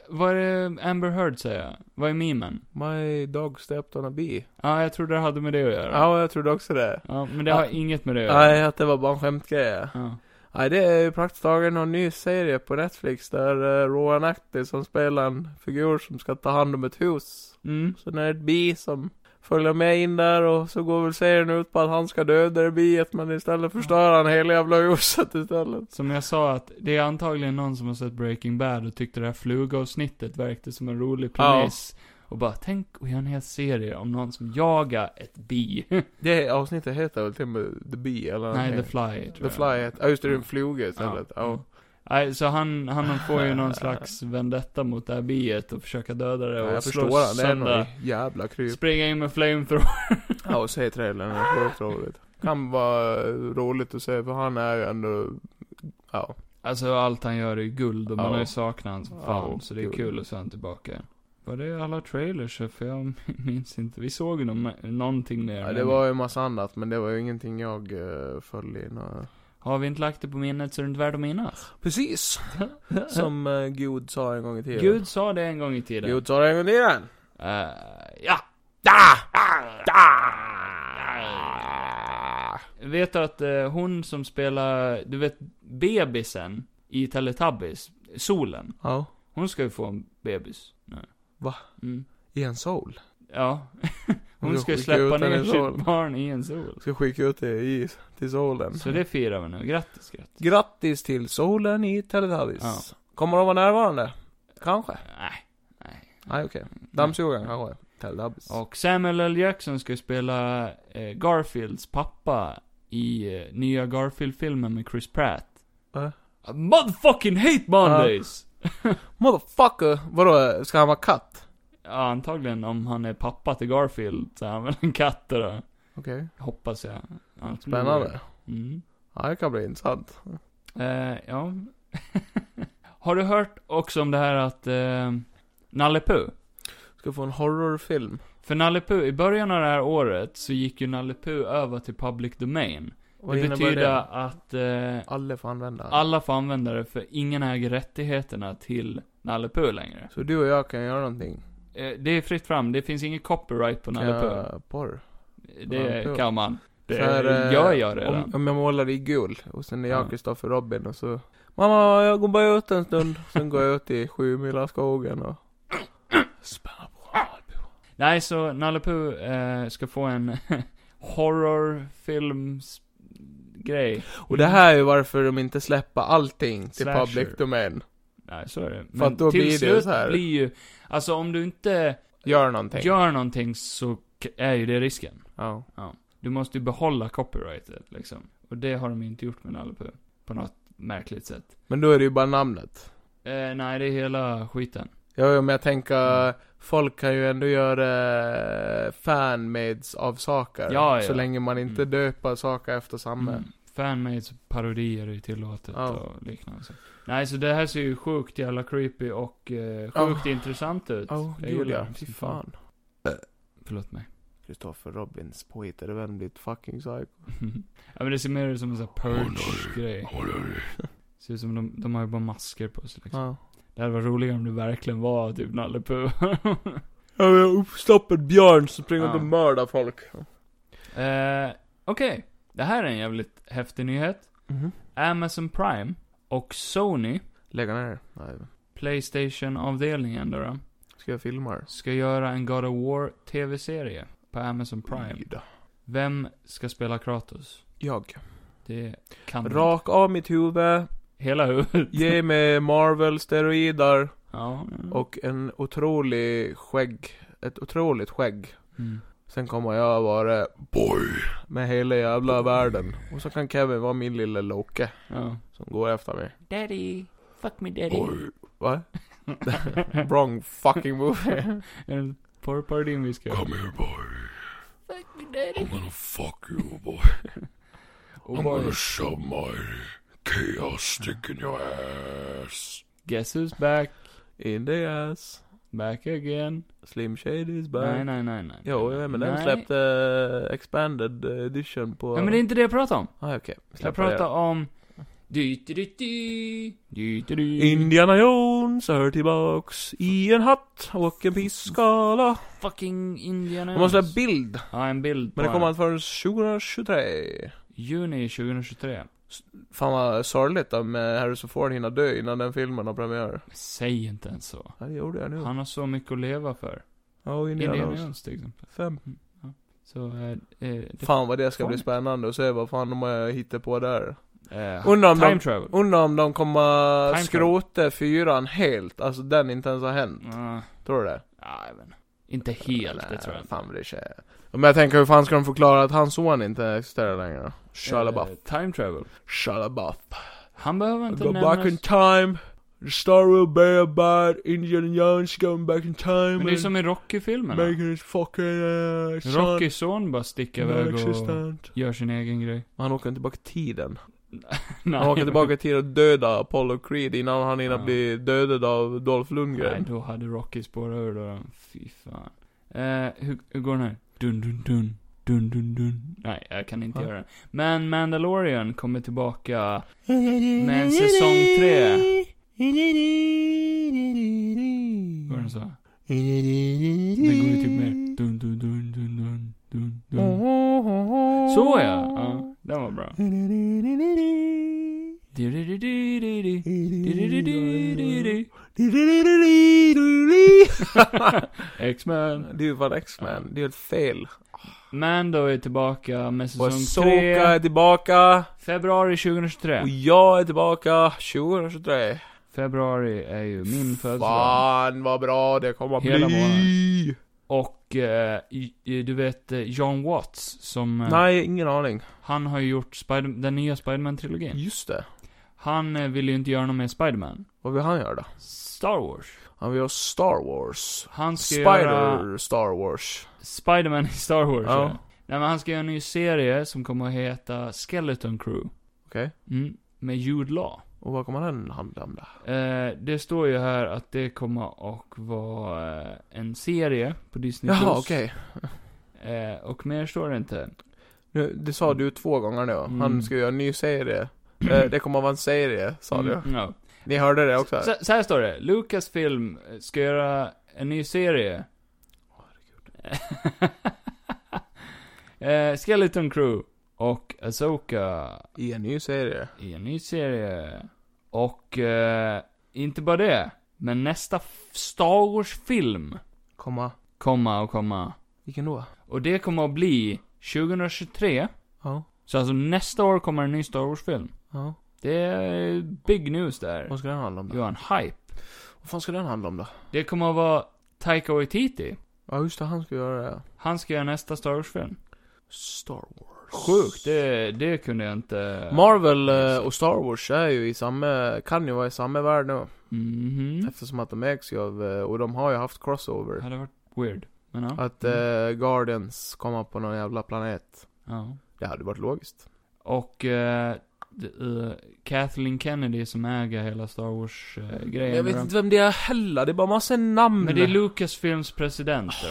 [SPEAKER 1] vad är det Amber Heard säger? Vad är memen?
[SPEAKER 3] My dog stepped on a bee.
[SPEAKER 1] Ja, jag tror det hade med det att göra.
[SPEAKER 3] Ja, jag trodde också det.
[SPEAKER 1] Ja, men det har
[SPEAKER 3] Ja.
[SPEAKER 1] inget med det att göra.
[SPEAKER 3] Nej, att det var bara en skämtgrej.
[SPEAKER 1] Ja.
[SPEAKER 3] Nej, det är ju praktiskt taget någon ny serie på Netflix där uh, Rowan Acty som spelar en figur som ska ta hand om ett hus.
[SPEAKER 1] Mm.
[SPEAKER 3] Sen är det ett bi som följer med in där och så går väl serien ut på att han ska döda det biet men istället förstör han hela jävla huset istället.
[SPEAKER 1] Som jag sa att det är antagligen någon som har sett Breaking Bad och tyckte det här flugavsnittet verkade som en rolig premiss. Och bara, tänk att göra en hel serie om någon som jagar ett bi.
[SPEAKER 3] Det avsnittet heter väl till och med The Bee eller
[SPEAKER 1] Nej, The
[SPEAKER 3] någonting.
[SPEAKER 1] Fly.
[SPEAKER 3] The Fly heter, ja just det, det är en fluga istället. Ja. Mm.
[SPEAKER 1] Nej, så han, han får ju någon slags vendetta mot det här biet och försöka döda det
[SPEAKER 3] Ja,
[SPEAKER 1] och
[SPEAKER 3] jag
[SPEAKER 1] slå
[SPEAKER 3] förstår han, det är
[SPEAKER 1] sönder.
[SPEAKER 3] någon jävla kryp.
[SPEAKER 1] Springa in med flamethrower.
[SPEAKER 3] Ja, och se trailern, det är sjukt roligt. Kan vara roligt att se för han är ju ändå, ja.
[SPEAKER 1] Alltså allt han gör är ju guld och man
[SPEAKER 3] Ja.
[SPEAKER 1] har ju saknat hans fan.
[SPEAKER 3] Ja,
[SPEAKER 1] så det är
[SPEAKER 3] guld.
[SPEAKER 1] kul att se honom tillbaka. Var det alla trailers? För jag minns inte. Vi såg ju någon, någonting mer.
[SPEAKER 3] ja. Det
[SPEAKER 1] men-
[SPEAKER 3] var ju en massa annat men det var ju ingenting jag uh, föll in och...
[SPEAKER 1] Har vi inte lagt det på minnet så är det inte värt att minnas.
[SPEAKER 3] Precis! Som uh, Gud sa en gång i tiden.
[SPEAKER 1] Gud sa det en gång i tiden.
[SPEAKER 3] Gud sa det en gång i tiden.
[SPEAKER 1] Eh, ja! Vet du att eh, hon som spelar, du vet, bebisen i Teletubbies, solen.
[SPEAKER 3] Ja.
[SPEAKER 1] Hon ska ju få en bebis. Nej.
[SPEAKER 3] Va?
[SPEAKER 1] Mm.
[SPEAKER 3] I en sol.
[SPEAKER 1] Ja. Hon
[SPEAKER 3] Hon
[SPEAKER 1] ska
[SPEAKER 3] ska
[SPEAKER 1] ju
[SPEAKER 3] skicka
[SPEAKER 1] släppa
[SPEAKER 3] ut henne
[SPEAKER 1] ner
[SPEAKER 3] i solen.
[SPEAKER 1] sitt barn i en sol.
[SPEAKER 3] Ska skicka ut det i, till solen.
[SPEAKER 1] Så det firar vi nu. Grattis, grattis.
[SPEAKER 3] Grattis till solen i Teletubbies.
[SPEAKER 1] Ja.
[SPEAKER 3] Kommer de vara närvarande? Kanske.
[SPEAKER 1] Nej. Nej.
[SPEAKER 3] Nej okej. Dammsugaren kanske. Teletubbies.
[SPEAKER 1] Mm. Och Samuel L. Jackson ska ju spela eh, Garfields pappa i eh, nya Garfield-filmen med Chris Pratt.
[SPEAKER 3] Va?
[SPEAKER 1] I motherfucking hate Mondays!
[SPEAKER 3] Motherfucker! Vadå, ska han vara katt?
[SPEAKER 1] Ja, antagligen om han är pappa till Garfield så är han väl en katt då.
[SPEAKER 3] Okej.
[SPEAKER 1] Hoppas jag. Annars blir det-
[SPEAKER 3] Spännande.
[SPEAKER 1] Mm.
[SPEAKER 3] Ja, det kan bli intressant.
[SPEAKER 1] Eh, ja. Har du hört också om det här att eh, Nalle Puh?
[SPEAKER 3] Ska få en horrorfilm.
[SPEAKER 1] För Nalle Puh, i början av det här året så gick ju Nalle Puh över till public domain.
[SPEAKER 3] Vad
[SPEAKER 1] det
[SPEAKER 3] innebär
[SPEAKER 1] betyder
[SPEAKER 3] det?
[SPEAKER 1] att eh,
[SPEAKER 3] Alla får använda den.
[SPEAKER 1] alla får använda det för ingen äger rättigheterna till Nalle Puh längre.
[SPEAKER 3] Så du och jag kan göra någonting.
[SPEAKER 1] Eh, det är fritt fram, det finns ingen copyright på Nalle Puh.
[SPEAKER 3] Ja, porr. Nalle
[SPEAKER 1] Det
[SPEAKER 3] Puh.
[SPEAKER 1] kan man. Det
[SPEAKER 3] Så här, eh,
[SPEAKER 1] gör jag redan.
[SPEAKER 3] Om, om jag målar i gul och sen är
[SPEAKER 1] Ja.
[SPEAKER 3] jag Kristoffer Robin och så Mamma, jag går bara ut en stund. Sen går jag ut i Sjumilaskogen och spänner på
[SPEAKER 1] Nej, så Nalle Puh, eh, ska få en horrorfilmsgrej.
[SPEAKER 3] Och det här är ju varför de inte släpper allting till
[SPEAKER 1] Slasher.
[SPEAKER 3] public domain.
[SPEAKER 1] Nej, så är det. Men
[SPEAKER 3] att då
[SPEAKER 1] till
[SPEAKER 3] blir det
[SPEAKER 1] slut
[SPEAKER 3] så här.
[SPEAKER 1] blir ju, alltså om du inte
[SPEAKER 3] Gör någonting.
[SPEAKER 1] gör någonting så k- är ju det risken.
[SPEAKER 3] Ja.
[SPEAKER 1] Du måste ju behålla copyrightet liksom. Och det har de ju inte gjort med Nalle Puh. På något märkligt sätt.
[SPEAKER 3] Men då är det ju bara namnet.
[SPEAKER 1] Eh, nej, det är hela skiten.
[SPEAKER 3] Ja, ja, men jag tänker, folk kan ju ändå göra eh, fanmades av saker.
[SPEAKER 1] Ja, ja.
[SPEAKER 3] Så länge man inte
[SPEAKER 1] Mm.
[SPEAKER 3] döper saker efter samma.
[SPEAKER 1] Mm. Fanmades parodier är ju tillåtet
[SPEAKER 3] Ja.
[SPEAKER 1] och liknande. Nej, så det här ser ju sjukt jävla creepy och eh, sjukt intressant ut.
[SPEAKER 3] Oh,
[SPEAKER 1] Jag gillar
[SPEAKER 3] Julia,
[SPEAKER 1] den
[SPEAKER 3] fy
[SPEAKER 1] som
[SPEAKER 3] fan.
[SPEAKER 1] Förlåt mig.
[SPEAKER 3] Kristoffer Robins påhittade vän blir ett fucking psycho.
[SPEAKER 1] ja, men det ser mer ut som en sån här purge-grej. Ser ut som de, de har ju bara masker på sig liksom.
[SPEAKER 3] Ja.
[SPEAKER 1] Det hade varit roligare om det verkligen var typ Nalle Puh.
[SPEAKER 3] Ja, vi har uppstoppad björn som springer
[SPEAKER 1] Ja.
[SPEAKER 3] och mördar folk.
[SPEAKER 1] eh, Okej. Det här är en jävligt häftig nyhet.
[SPEAKER 3] Mm-hmm.
[SPEAKER 1] Amazon Prime och Sony,
[SPEAKER 3] Lägga ner det. Nej.
[SPEAKER 1] Playstation-avdelningen då, då
[SPEAKER 3] Ska jag filma det?
[SPEAKER 1] ska göra en God of War TV-serie på Amazon Prime.
[SPEAKER 3] Oj då.
[SPEAKER 1] Vem ska spela Kratos?
[SPEAKER 3] Jag.
[SPEAKER 1] Det kan du inte.
[SPEAKER 3] Rak av mitt huvud.
[SPEAKER 1] Hela huvudet.
[SPEAKER 3] Ge mig Marvel-steroider.
[SPEAKER 1] Ja.
[SPEAKER 3] Och en otrolig skägg. Ett otroligt skägg.
[SPEAKER 1] Mm.
[SPEAKER 3] Sen kommer jag vara boy med hela jävla världen. Och så kan Kevin vara min lille Loke
[SPEAKER 1] ja.
[SPEAKER 3] som går efter mig.
[SPEAKER 1] Daddy. Fuck me daddy.
[SPEAKER 3] Va? Wrong fucking movie.
[SPEAKER 1] Är det porrparodin vi ska göra?
[SPEAKER 2] here boy,
[SPEAKER 1] Fuck me daddy.
[SPEAKER 2] gonna fuck you boy.
[SPEAKER 1] Oh boy.
[SPEAKER 2] shove my chaos stick in your ass.
[SPEAKER 1] Guess who's back?
[SPEAKER 3] In the ass.
[SPEAKER 1] Back again.
[SPEAKER 3] Slim Shady is back.
[SPEAKER 1] Nej, nej, nej, nej.
[SPEAKER 3] Jo, ja, men den
[SPEAKER 1] Nej.
[SPEAKER 3] släppte eh, expanded eh, edition på...
[SPEAKER 1] Nej, men det är inte det jag pratar om.
[SPEAKER 3] Ah, okej. Vi
[SPEAKER 1] Jag
[SPEAKER 3] släpper det.
[SPEAKER 1] pratar om... Du, du, du, du. Du, du, du.
[SPEAKER 3] Indiana Jones är tillbaks i en hatt och en piskala.
[SPEAKER 1] Fucking Indiana
[SPEAKER 3] De har
[SPEAKER 1] Jones.
[SPEAKER 3] släppt bild,
[SPEAKER 1] Ja, en bild
[SPEAKER 3] men det
[SPEAKER 1] på
[SPEAKER 3] kommer
[SPEAKER 1] den.
[SPEAKER 3] inte förrän 2023.
[SPEAKER 1] Juni 2023.
[SPEAKER 3] Fan vad sorgligt om eh, Harrison Ford hinner dö innan den filmen har premiär.
[SPEAKER 1] Säg inte ens så.
[SPEAKER 3] Ja, det gjorde jag nu.
[SPEAKER 1] Han har så mycket att leva för.
[SPEAKER 3] Ja, och Indiana,
[SPEAKER 1] Indiana
[SPEAKER 3] Jones.
[SPEAKER 1] Jones till exempel.
[SPEAKER 3] Fem.
[SPEAKER 1] Så, eh, eh, det,
[SPEAKER 3] Fan vad det ska bli
[SPEAKER 1] Fan.
[SPEAKER 3] spännande att se vad fan de eh, hittar på där.
[SPEAKER 1] eh,
[SPEAKER 3] Undrar om
[SPEAKER 1] time
[SPEAKER 3] de,
[SPEAKER 1] travel.
[SPEAKER 3] undrar om de kommer
[SPEAKER 1] Time
[SPEAKER 3] skrota fyran helt, alltså den inte ens har hänt.
[SPEAKER 1] Ah,
[SPEAKER 3] Tror du det?
[SPEAKER 1] ja, jag vet inte. Inte helt, det tror jag
[SPEAKER 3] Äh, Fan
[SPEAKER 1] inte.
[SPEAKER 3] vad det är Men jag tänker hur fan ska de förklara att hans son inte existerar längre? Shalabaff.
[SPEAKER 1] Eh, time travel.
[SPEAKER 3] Shalabaff.
[SPEAKER 1] Han behöver inte
[SPEAKER 3] Go back in
[SPEAKER 1] nämnas.
[SPEAKER 3] time. The star will be about Indiana Jones going back in time.
[SPEAKER 1] Men det är
[SPEAKER 3] and
[SPEAKER 1] som i Rocky-filmerna.
[SPEAKER 3] Making his fucking uh, son
[SPEAKER 1] Rockys son bara sticker iväg och
[SPEAKER 3] non-existent.
[SPEAKER 1] gör sin egen grej.
[SPEAKER 3] Han åker tillbaka i tiden.
[SPEAKER 1] Nej.
[SPEAKER 3] Han åker tillbaka i tiden och dödar Apollo Creed innan han hinner
[SPEAKER 1] Ja.
[SPEAKER 3] bli dödad av Dolph
[SPEAKER 1] Nej,
[SPEAKER 3] Lundgren.
[SPEAKER 1] då hade Rocky spårat ur då. Fy fan. Eh, hur, hur går den här? Dun, dun, dun. Dun, dun, dun. Nej, jag kan inte
[SPEAKER 3] Ja.
[SPEAKER 1] göra den. Men Mandalorian kommer tillbaka med en säsong tre. Går den så? Den går ju typ mer. Dun, dun, dun, dun, dun, dun, dun.
[SPEAKER 3] Mm.
[SPEAKER 1] Så ja! ja den var bra. Di-di-di-di-di-di. Di-di-di-di-di-di. X-Men.
[SPEAKER 3] Det är ju fan X-Men, det är ju ett fel.
[SPEAKER 1] Mando är tillbaka med
[SPEAKER 3] Och
[SPEAKER 1] säsong
[SPEAKER 3] Soka
[SPEAKER 1] 3.
[SPEAKER 3] är tillbaka,
[SPEAKER 1] Februari 2023.
[SPEAKER 3] och jag är tillbaka 2023.
[SPEAKER 1] Februari är ju min födelsedag.
[SPEAKER 3] Fan vad bra det kommer att bli.
[SPEAKER 1] Hela månaden. Och eh, i- i- du vet eh, John Watts som... eh,
[SPEAKER 3] Nej, ingen aning.
[SPEAKER 1] Han har ju gjort Spider den nya Spiderman-trilogin.
[SPEAKER 3] Just det.
[SPEAKER 1] Han eh, vill ju inte göra något med Spiderman.
[SPEAKER 3] Vad vill han göra då?
[SPEAKER 1] Star Wars.
[SPEAKER 3] Han vill göra Star Wars.
[SPEAKER 1] Han ska göra
[SPEAKER 3] Spider Star Wars.
[SPEAKER 1] Spiderman i Star Wars.
[SPEAKER 3] Ja.
[SPEAKER 1] Ja. Nej men han ska göra en ny serie som kommer att heta Skeleton Crew.
[SPEAKER 3] Okej.
[SPEAKER 1] Mm, med Jude Law.
[SPEAKER 3] Och vad kommer den handla om då?
[SPEAKER 1] Eh, det står ju här att det kommer att vara eh, en serie på Disney+.
[SPEAKER 3] Jaha, okej.
[SPEAKER 1] Eh, och mer står det inte.
[SPEAKER 3] Nu, Det sa du två gånger nu.
[SPEAKER 1] Mm.
[SPEAKER 3] Han ska göra en ny serie. Eh, Det kommer att vara en serie, sa du.
[SPEAKER 1] Mm, ja.
[SPEAKER 3] Ni hörde det också?
[SPEAKER 1] Så, så här står det. Lucasfilm ska göra en ny serie. eh, Skeleton Crew och Asoka
[SPEAKER 3] I en ny serie.
[SPEAKER 1] i en ny serie. Och eh, inte bara det, men nästa f- Star Wars-film
[SPEAKER 3] Komma.
[SPEAKER 1] komma och komma.
[SPEAKER 3] Vilken då?
[SPEAKER 1] Och det kommer att bli 2023.
[SPEAKER 3] Ja.
[SPEAKER 1] Så alltså nästa år kommer en ny Star Wars-film.
[SPEAKER 3] Ja.
[SPEAKER 1] Det är big news där.
[SPEAKER 3] Vad ska den handla om då?
[SPEAKER 1] Johan, hype.
[SPEAKER 3] Vad fan ska den handla om då?
[SPEAKER 1] Det kommer att vara Taika Waititi.
[SPEAKER 3] Ja, just det. Han ska göra det.
[SPEAKER 1] Han ska göra nästa Star Wars-film.
[SPEAKER 3] Star Wars.
[SPEAKER 1] Sjukt, det, det kunde jag inte...
[SPEAKER 3] Marvel eh, och Star Wars är ju i samma, kan ju vara i samma värld nu.
[SPEAKER 1] Mhm.
[SPEAKER 3] Eftersom att de ägs ju av, eh, och de har ju haft
[SPEAKER 1] Det
[SPEAKER 3] crossover.
[SPEAKER 1] hade varit weird. Men ja.
[SPEAKER 3] Att eh, Guardians kommer på någon jävla planet.
[SPEAKER 1] ja.
[SPEAKER 3] Det hade varit logiskt.
[SPEAKER 1] Och eh, det, eh, Kathleen Kennedy som äger hela Star
[SPEAKER 3] Men
[SPEAKER 1] Wars-grejen.
[SPEAKER 3] jag vet inte vem det är heller, det är bara massa namn.
[SPEAKER 1] Men det är Lucasfilms president då.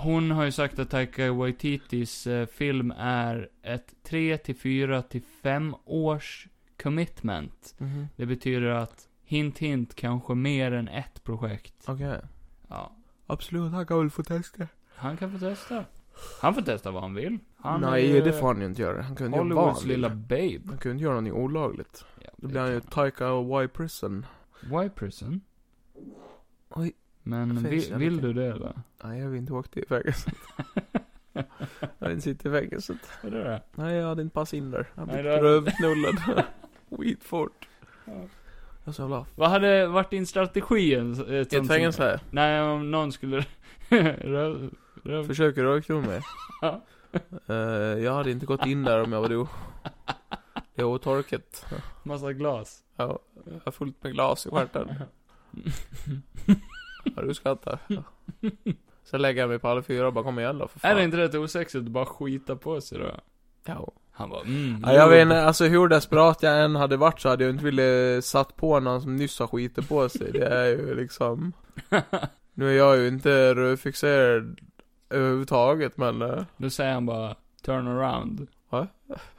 [SPEAKER 1] Hon har ju sagt att Taika Waititis eh, film är ett 3 till 4 till 5 års commitment.
[SPEAKER 3] Mhm.
[SPEAKER 1] Det betyder att, hint hint, kanske mer än ett projekt.
[SPEAKER 3] Okej.
[SPEAKER 1] Ja.
[SPEAKER 3] Absolut, han kan väl få testa.
[SPEAKER 1] Han kan få testa. Han får testa vad han vill. Han är
[SPEAKER 3] Nej,
[SPEAKER 1] ju
[SPEAKER 3] det får han ju inte göra. Han kan ju inte göra vad
[SPEAKER 1] Hollywoods
[SPEAKER 3] han vill.
[SPEAKER 1] lilla babe.
[SPEAKER 3] Han kan ju inte göra någonting olagligt.
[SPEAKER 1] Ja,
[SPEAKER 3] Då
[SPEAKER 1] det
[SPEAKER 3] blir han ju
[SPEAKER 1] kan
[SPEAKER 3] Taika och Y Prison.
[SPEAKER 1] han. Why prison?
[SPEAKER 3] Oj.
[SPEAKER 1] Men
[SPEAKER 3] Jag fick
[SPEAKER 1] vill,
[SPEAKER 3] känna
[SPEAKER 1] vill
[SPEAKER 3] lite.
[SPEAKER 1] du det eller?
[SPEAKER 3] Nej, jag vill inte åka till fängelset. jag vill inte sitta i fängelset.
[SPEAKER 1] Är det det?
[SPEAKER 3] Nej, jag hade inte passat in där. Jag
[SPEAKER 1] Nej,
[SPEAKER 3] blev
[SPEAKER 1] det-
[SPEAKER 3] rövknullad. Skitfort.
[SPEAKER 1] Ja.
[SPEAKER 3] Jag är så jävla...
[SPEAKER 1] Vad hade varit din strategi? i en- Ett,
[SPEAKER 3] I ett
[SPEAKER 1] sånt
[SPEAKER 3] fängelse här.
[SPEAKER 1] Nej, om någon skulle... röv, röv.
[SPEAKER 3] Försöker rövknulla mig.
[SPEAKER 1] Ja.
[SPEAKER 3] Eh, jag hade inte gått in där om jag var du. Det är otorkat.
[SPEAKER 1] Massa glas.
[SPEAKER 3] Ja, jag har fullt med glas i stjärten. Ja, du skrattar. Sen lägger jag mig på alla fyra och bara kom igen då för fan.
[SPEAKER 1] Är det inte rätt osexigt att bara skita på sig då?
[SPEAKER 3] Ja.
[SPEAKER 1] Han bara mm,
[SPEAKER 3] Ja, jag
[SPEAKER 1] jo.
[SPEAKER 3] vet inte, alltså hur desperat jag än hade varit så hade jag inte velat satt på någon som nyss har skitit på sig. Det är ju liksom... Nu är jag ju inte rödfixerad överhuvudtaget men... Uh,
[SPEAKER 1] Då säger han bara turn around.
[SPEAKER 3] Va?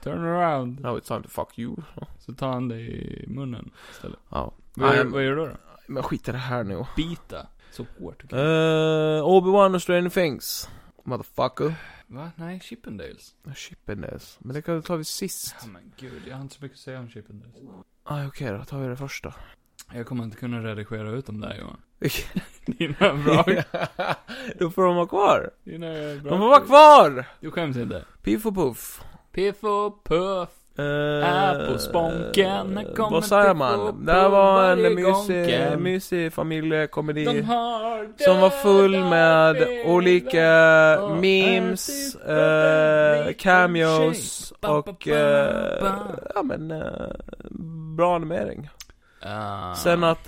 [SPEAKER 1] Turn around.
[SPEAKER 3] now it's time to fuck you.
[SPEAKER 1] Så tar han dig i munnen istället.
[SPEAKER 3] Ja.
[SPEAKER 1] Vad,
[SPEAKER 3] Nej,
[SPEAKER 1] gör, vad gör du då?
[SPEAKER 3] men skit i det här nu.
[SPEAKER 1] Bita. Så hårt. okej.
[SPEAKER 3] Uh, Obi-Wan och Stranger Things. Motherfucker.
[SPEAKER 1] Va? Nej, Chippendales.
[SPEAKER 3] Chippendales. Men det kan vi ta vid sist.
[SPEAKER 1] Ja, men gud, jag har inte så mycket att säga om Chippendales.
[SPEAKER 3] Ah, Okej då, tar vi det första.
[SPEAKER 1] Jag kommer inte kunna redigera ut dem där Johan. Dina bra.
[SPEAKER 3] Då får de vara kvar.
[SPEAKER 1] Dina bra.
[SPEAKER 3] De får vara kvar!
[SPEAKER 1] Du skäms inte.
[SPEAKER 3] Piff och Puff.
[SPEAKER 1] Piff och Puff.
[SPEAKER 3] Eh,
[SPEAKER 1] Äpplesponken kommer
[SPEAKER 3] Vad säger
[SPEAKER 1] Piff och
[SPEAKER 3] man?
[SPEAKER 1] Puff
[SPEAKER 3] Det här var en
[SPEAKER 1] varje
[SPEAKER 3] mysig,
[SPEAKER 1] gången.
[SPEAKER 3] mysig familjekomedi.
[SPEAKER 1] De har
[SPEAKER 3] Som var full
[SPEAKER 1] dödat
[SPEAKER 3] med
[SPEAKER 1] bilar.
[SPEAKER 3] olika
[SPEAKER 1] och
[SPEAKER 3] memes,
[SPEAKER 1] ätit
[SPEAKER 3] eh,
[SPEAKER 1] upp en
[SPEAKER 3] cameos
[SPEAKER 1] milkshake. Ba, ba,
[SPEAKER 3] och...
[SPEAKER 1] ba,
[SPEAKER 3] eh,
[SPEAKER 1] ba.
[SPEAKER 3] ja men, eh, bra animering.
[SPEAKER 1] Ah. Mm.
[SPEAKER 3] Sen att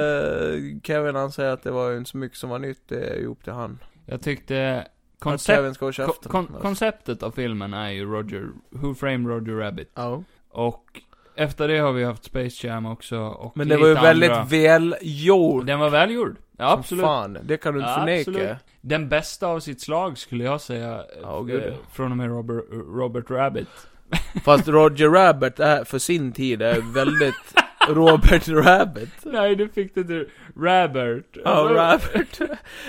[SPEAKER 3] eh, Kevin han säger att det var ju inte så mycket som var nytt, det är ju upp till han.
[SPEAKER 1] Jag tyckte
[SPEAKER 3] Att
[SPEAKER 1] koncept,
[SPEAKER 3] Kevin ska ha
[SPEAKER 1] kon,
[SPEAKER 3] käften.
[SPEAKER 1] kon, konceptet av filmen är ju Roger, Who Framed Roger Rabbit.
[SPEAKER 3] Ja.
[SPEAKER 1] Och efter det har vi haft Space Jam också och
[SPEAKER 3] Men det
[SPEAKER 1] lite
[SPEAKER 3] var ju
[SPEAKER 1] andra.
[SPEAKER 3] väldigt välgjord.
[SPEAKER 1] Den var välgjord. Ja, absolut.
[SPEAKER 3] Fan, det kan du inte
[SPEAKER 1] Absolut.
[SPEAKER 3] förneka.
[SPEAKER 1] Den bästa av sitt slag skulle jag säga. eh,
[SPEAKER 3] Ja, gud.
[SPEAKER 1] eh, Från och med Robert, Robert Rabbit.
[SPEAKER 3] Fast Roger Rabbit är för sin tid är väldigt Robert Rabbit.
[SPEAKER 1] Nej, det fick det du. Rabbit.
[SPEAKER 3] Ja, Rabbit.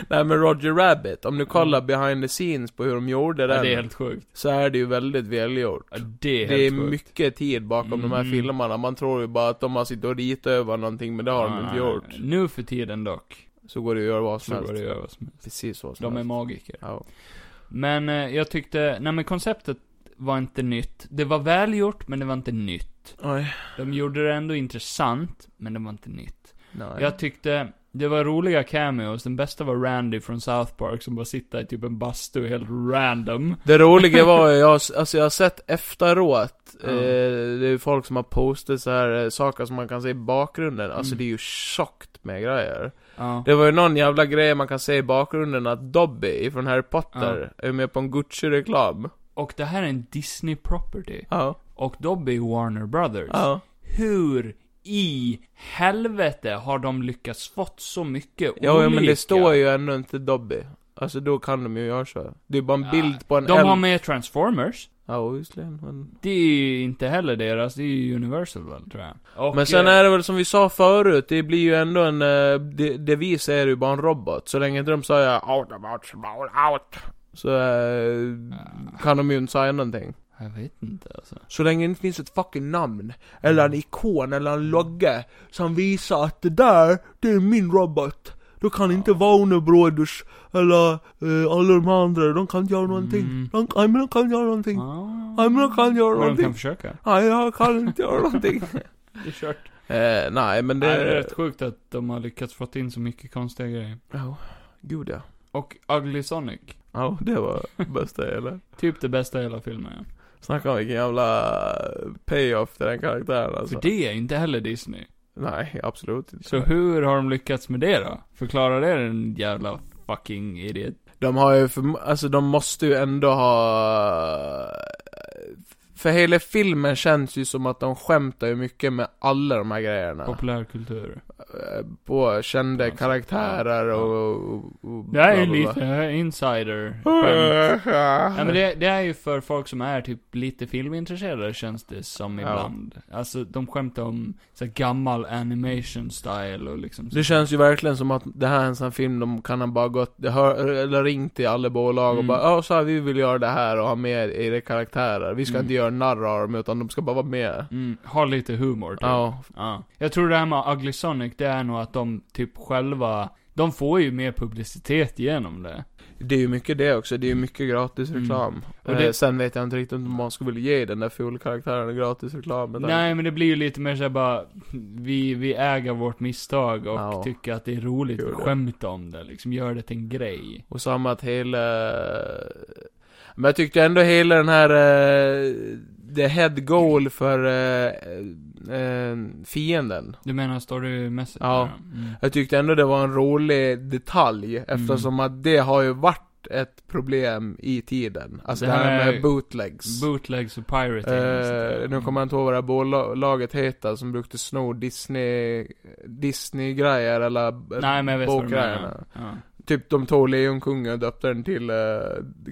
[SPEAKER 3] Nej men Roger Rabbit, om du kollar behind the scenes på hur de gjorde
[SPEAKER 1] Mm. Ja, det är
[SPEAKER 3] den,
[SPEAKER 1] helt sjukt.
[SPEAKER 3] så är det ju väldigt välgjort.
[SPEAKER 1] Ja, det är helt
[SPEAKER 3] Det är
[SPEAKER 1] sjukt.
[SPEAKER 3] mycket tid bakom de här
[SPEAKER 1] Mm.
[SPEAKER 3] filmerna, man tror ju bara att de har suttit och ritat över någonting, men det har de inte gjort.
[SPEAKER 1] Nu för tiden dock.
[SPEAKER 3] Så går det att göra vad
[SPEAKER 1] Så
[SPEAKER 3] som
[SPEAKER 1] går det
[SPEAKER 3] helst.
[SPEAKER 1] att göra vad som helst.
[SPEAKER 3] Precis vad som
[SPEAKER 1] De är
[SPEAKER 3] helst.
[SPEAKER 1] magiker.
[SPEAKER 3] Ja.
[SPEAKER 1] Men eh, jag tyckte, nej men konceptet var inte nytt. Det var välgjort, men det var inte nytt.
[SPEAKER 3] Oj.
[SPEAKER 1] De gjorde det ändå intressant, men det var inte nytt.
[SPEAKER 3] Nej.
[SPEAKER 1] Jag tyckte, det var roliga cameos. Den bästa var Randy från South Park som bara sitter i typ en bastu helt random.
[SPEAKER 3] Det roliga var ju, jag, alltså jag har sett efteråt,
[SPEAKER 1] Ja.
[SPEAKER 3] eh, det är ju folk som har postat så här eh, saker som man kan se i bakgrunden, alltså
[SPEAKER 1] Mm.
[SPEAKER 3] det är ju tjockt med grejer.
[SPEAKER 1] Ja.
[SPEAKER 3] Det var ju någon jävla grej man kan se i bakgrunden att Dobby från Harry Potter är med på en Gucci-reklam.
[SPEAKER 1] Och det här är en Disney property.
[SPEAKER 3] Ja.
[SPEAKER 1] Och Dobby Warner Brothers.
[SPEAKER 3] Ja.
[SPEAKER 1] Hur i helvete har de lyckats fått så mycket olika?
[SPEAKER 3] Ja, ja, men det står ju ännu inte Dobby. Alltså då kan de ju göra så. Det är bara en
[SPEAKER 1] Ja,
[SPEAKER 3] bild på en
[SPEAKER 1] De
[SPEAKER 3] eld.
[SPEAKER 1] har med Transformers.
[SPEAKER 3] Ja, visserligen. Men...
[SPEAKER 1] Det är ju inte heller deras, det är ju Universal väl, tror jag. Och,
[SPEAKER 3] men sen
[SPEAKER 1] eh,
[SPEAKER 3] är det väl som vi sa förut, det blir ju ändå en... eh, Det, det vi säger är ju bara en robot. Så länge inte de säger out, out, out, out. Så eh, kan de ju inte säga någonting.
[SPEAKER 1] Jag vet inte alltså.
[SPEAKER 3] Så länge det inte finns ett fucking namn, eller en ikon, eller en logga som visar att det där, det är min robot. Då kan inte Warner Brothers, eller eh, alla de andra, de kan inte göra någonting.
[SPEAKER 1] Mm.
[SPEAKER 3] De, nej men de kan inte göra någonting.
[SPEAKER 1] Ah.
[SPEAKER 3] Nej men de kan inte göra
[SPEAKER 1] Men de kan
[SPEAKER 3] någonting.
[SPEAKER 1] försöka.
[SPEAKER 3] Nej jag kan inte göra någonting.
[SPEAKER 1] Det är kört.
[SPEAKER 3] eh, nej men
[SPEAKER 1] Det
[SPEAKER 3] det...
[SPEAKER 1] är rätt sjukt att de har lyckats få in så mycket konstiga grejer.
[SPEAKER 3] Ja, gud ja.
[SPEAKER 1] Och Ugly Sonic.
[SPEAKER 3] Ja, det var bästa eller?
[SPEAKER 1] Typ det bästa i hela filmen, ja.
[SPEAKER 3] Snacka om vilken jävla payoff till den karaktären alltså.
[SPEAKER 1] För det är ju inte heller Disney.
[SPEAKER 3] Nej, absolut inte.
[SPEAKER 1] Så hur har de lyckats med det då? Förklara det den jävla fucking idiot.
[SPEAKER 3] De har ju för, alltså de måste ju ändå ha... För hela filmen känns ju som att de skämtar ju mycket med alla de här grejerna.
[SPEAKER 1] Populärkultur.
[SPEAKER 3] Eh, På kända karaktärer och... och, och
[SPEAKER 1] Det är ju
[SPEAKER 3] bla, bla, bla.
[SPEAKER 1] lite eh, insider Ja men det, det är ju för folk som är typ lite filmintresserade känns det som
[SPEAKER 3] Ja.
[SPEAKER 1] ibland. Alltså de skämtar om så här, gammal animation style och liksom
[SPEAKER 3] Det känns ju verkligen som att det här är en sån här film de kan ha bara gått, det hör, eller ringt till alla bolag och
[SPEAKER 1] Mm.
[SPEAKER 3] bara ja så här, vi vill göra det här och ha med era karaktärer. Vi ska
[SPEAKER 1] Mm.
[SPEAKER 3] inte göra narr av dem utan de ska bara vara med.
[SPEAKER 1] Mm, har lite humor typ.
[SPEAKER 3] Ja,
[SPEAKER 1] Ja. Jag tror det här med Ugly Sonic, det är nog att de typ själva, de får ju mer publicitet genom det.
[SPEAKER 3] Det är ju mycket det också, det är ju mycket gratis
[SPEAKER 1] Mm.
[SPEAKER 3] reklam.
[SPEAKER 1] Och det-
[SPEAKER 3] Eh, sen vet jag inte riktigt om man skulle vilja ge den där fulkaraktären gratis reklam. men-
[SPEAKER 1] Nej men det blir ju lite mer såhär bara, vi, vi äger vårt misstag och
[SPEAKER 3] Ja.
[SPEAKER 1] tycker att det är roligt
[SPEAKER 3] Gör
[SPEAKER 1] att
[SPEAKER 3] det.
[SPEAKER 1] skämta om det liksom, gör det till en grej.
[SPEAKER 3] Och samma att hela... Men jag tyckte ändå hela den här... eh, the head goal för eh, eh, fienden.
[SPEAKER 1] Du menar storymässigt?
[SPEAKER 3] Ja.
[SPEAKER 1] där, Mm.
[SPEAKER 3] Jag tyckte ändå det var en rolig detalj eftersom att det har ju varit ett problem i tiden. Alltså det,
[SPEAKER 1] Det
[SPEAKER 3] här
[SPEAKER 1] här
[SPEAKER 3] med
[SPEAKER 1] är-
[SPEAKER 3] bootlegs.
[SPEAKER 1] Bootlegs och pirating. och sånt där.
[SPEAKER 3] Eh, nu kommer jag inte ihåg vad det här bolaget heter som brukade sno Disney, Disney-grejer eller eh,
[SPEAKER 1] Mm. Nej men jag vet vad du menar.
[SPEAKER 3] bokgrejerna.
[SPEAKER 1] Ja.
[SPEAKER 3] Typ de tog Lejonkungen och döpte den till eh,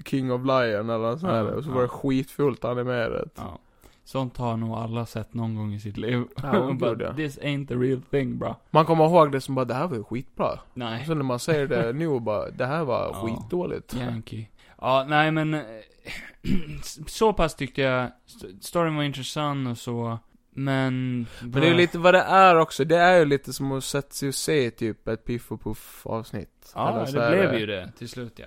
[SPEAKER 3] King of Lion eller nåt sånt här.
[SPEAKER 1] Ja,
[SPEAKER 3] och så
[SPEAKER 1] ja.
[SPEAKER 3] var det skitfullt animerat.
[SPEAKER 1] ja. Sånt har nog alla sett någon gång i sitt liv.
[SPEAKER 3] Ja,
[SPEAKER 1] Och bara,
[SPEAKER 3] gud, ja.
[SPEAKER 1] This ain't the real thing bra.
[SPEAKER 3] Man kommer ihåg det som bara, det här var ju skitbra.
[SPEAKER 1] Nej.
[SPEAKER 3] Så när man säger det nu och bara, det här var
[SPEAKER 1] Ja.
[SPEAKER 3] skitdåligt.
[SPEAKER 1] Yankee. Ja, nej men. eh, s- så pass tyckte jag. st- Storyn var intressant och så. Men.
[SPEAKER 3] Men det är ju lite vad det är också, det är ju lite som att sätta sig och se typ ett Piff och Puff avsnitt.
[SPEAKER 1] Ja,
[SPEAKER 3] Eller så
[SPEAKER 1] det
[SPEAKER 3] är
[SPEAKER 1] blev ju det till slut ja.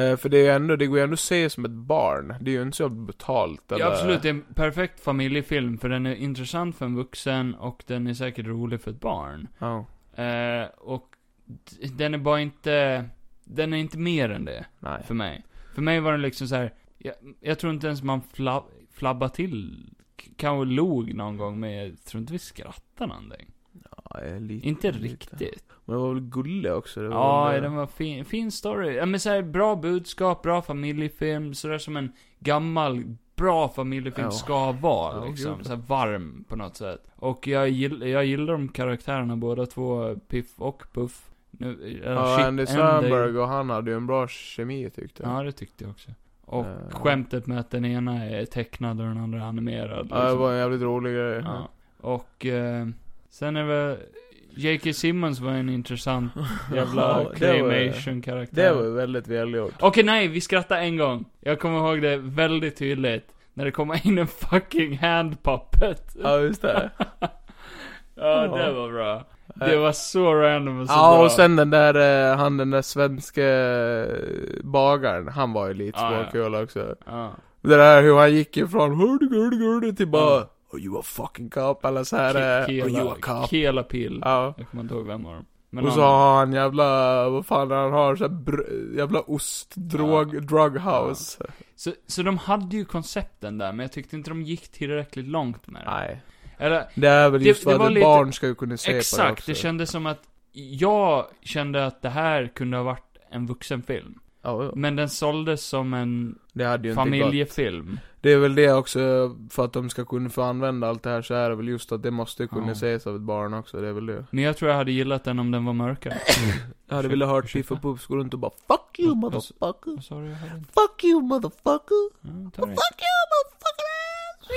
[SPEAKER 3] Eh, för det är ju ändå, det går ju ändå att se som ett barn. Det är ju inte så brutalt eller...
[SPEAKER 1] Ja, absolut. Det är en perfekt familjefilm. För den är intressant för en vuxen och den är säkert rolig för ett barn.
[SPEAKER 3] Ja,
[SPEAKER 1] Eh, och d- den är bara inte, den är inte mer än det
[SPEAKER 3] nej.
[SPEAKER 1] för mig. För mig var den liksom så här. Jag, jag tror inte ens man fla, flabbar till, k- kanske log någon gång, men jag tror inte vi skrattar någonting.
[SPEAKER 3] Ja, eh, lite,
[SPEAKER 1] Inte
[SPEAKER 3] lite.
[SPEAKER 1] riktigt.
[SPEAKER 3] Men det var väl gullig också? Det var
[SPEAKER 1] Ja,
[SPEAKER 3] väl,
[SPEAKER 1] den var fin, fin story. Ja men så här, bra budskap, bra familjefilm, sådär som en gammal, bra familjefilm
[SPEAKER 3] Ja.
[SPEAKER 1] ska vara
[SPEAKER 3] Ja,
[SPEAKER 1] liksom.
[SPEAKER 3] gud.
[SPEAKER 1] Så här varm på något sätt. Och jag, gill, jag gillar de karaktärerna båda två, Piff och Puff. Nu, eller
[SPEAKER 3] Ja,
[SPEAKER 1] shit,
[SPEAKER 3] Andy
[SPEAKER 1] Andy.
[SPEAKER 3] Samberg och han hade ju en bra kemi tyckte jag.
[SPEAKER 1] Ja, det tyckte jag också. Och
[SPEAKER 3] Eh.
[SPEAKER 1] skämtet med att den ena är tecknad och den andra är animerad. liksom.
[SPEAKER 3] Ja, det var en jävligt rolig grej.
[SPEAKER 1] ja. Och eh, sen är väl... J.K. Simmons var en intressant
[SPEAKER 3] Ja,
[SPEAKER 1] jävla
[SPEAKER 3] det var- Det
[SPEAKER 1] claymation-karaktär.
[SPEAKER 3] var väldigt välgjort.
[SPEAKER 1] Okej, nej, vi skrattade en gång. Jag kommer ihåg det väldigt tydligt. När det kom in en fucking hand puppet.
[SPEAKER 3] Ja, just det.
[SPEAKER 1] ja,
[SPEAKER 3] Ja.
[SPEAKER 1] det var bra. Det var så random och så bra.
[SPEAKER 3] Ja, och sen den där, eh, han den där svenske eh, bagaren, han var ju lite
[SPEAKER 1] Ja, ja.
[SPEAKER 3] småkul också.
[SPEAKER 1] Ja.
[SPEAKER 3] Det där hur han gick ifrån hurdy gurdy gurdy till bara Are you a fucking cop? Eller så här eh, Are you a
[SPEAKER 1] Kela,
[SPEAKER 3] cop?
[SPEAKER 1] Kela Pil.
[SPEAKER 3] Ja.
[SPEAKER 1] Jag kommer inte ihåg vem av dem. Men
[SPEAKER 3] Och så
[SPEAKER 1] han-
[SPEAKER 3] har han jävla, vad fan han har, så här br- jävla ost, drog,
[SPEAKER 1] Ja.
[SPEAKER 3] drug house.
[SPEAKER 1] Så, så de hade ju koncepten där, men jag tyckte inte de gick tillräckligt långt med det.
[SPEAKER 3] Nej.
[SPEAKER 1] Eller,
[SPEAKER 3] Det är väl
[SPEAKER 1] Det-
[SPEAKER 3] just
[SPEAKER 1] det
[SPEAKER 3] vad
[SPEAKER 1] var
[SPEAKER 3] ett
[SPEAKER 1] lite-
[SPEAKER 3] barn ska ju kunna se på det
[SPEAKER 1] exakt,
[SPEAKER 3] också.
[SPEAKER 1] det, kändes som att jag kände att det här kunde ha varit en vuxenfilm.
[SPEAKER 3] Ja, ja.
[SPEAKER 1] Men den såldes som en
[SPEAKER 3] det hade ju inte gått.
[SPEAKER 1] familjefilm.
[SPEAKER 3] Det är väl det också, för att de ska kunna få använda allt det här så är det väl just att det måste kunna
[SPEAKER 1] Ja.
[SPEAKER 3] ses av ett barn också, det är väl det.
[SPEAKER 1] Men jag tror jag hade gillat den om den var mörkare.
[SPEAKER 3] Jag hade velat hört Piff och Puff gå runt och bara 'Fuck you motherfucker!
[SPEAKER 1] Vad sa du? Jag hörde inte.
[SPEAKER 2] Fuck you motherfucker.
[SPEAKER 1] Ja, ta det.
[SPEAKER 2] Fuck you motherfucker ass.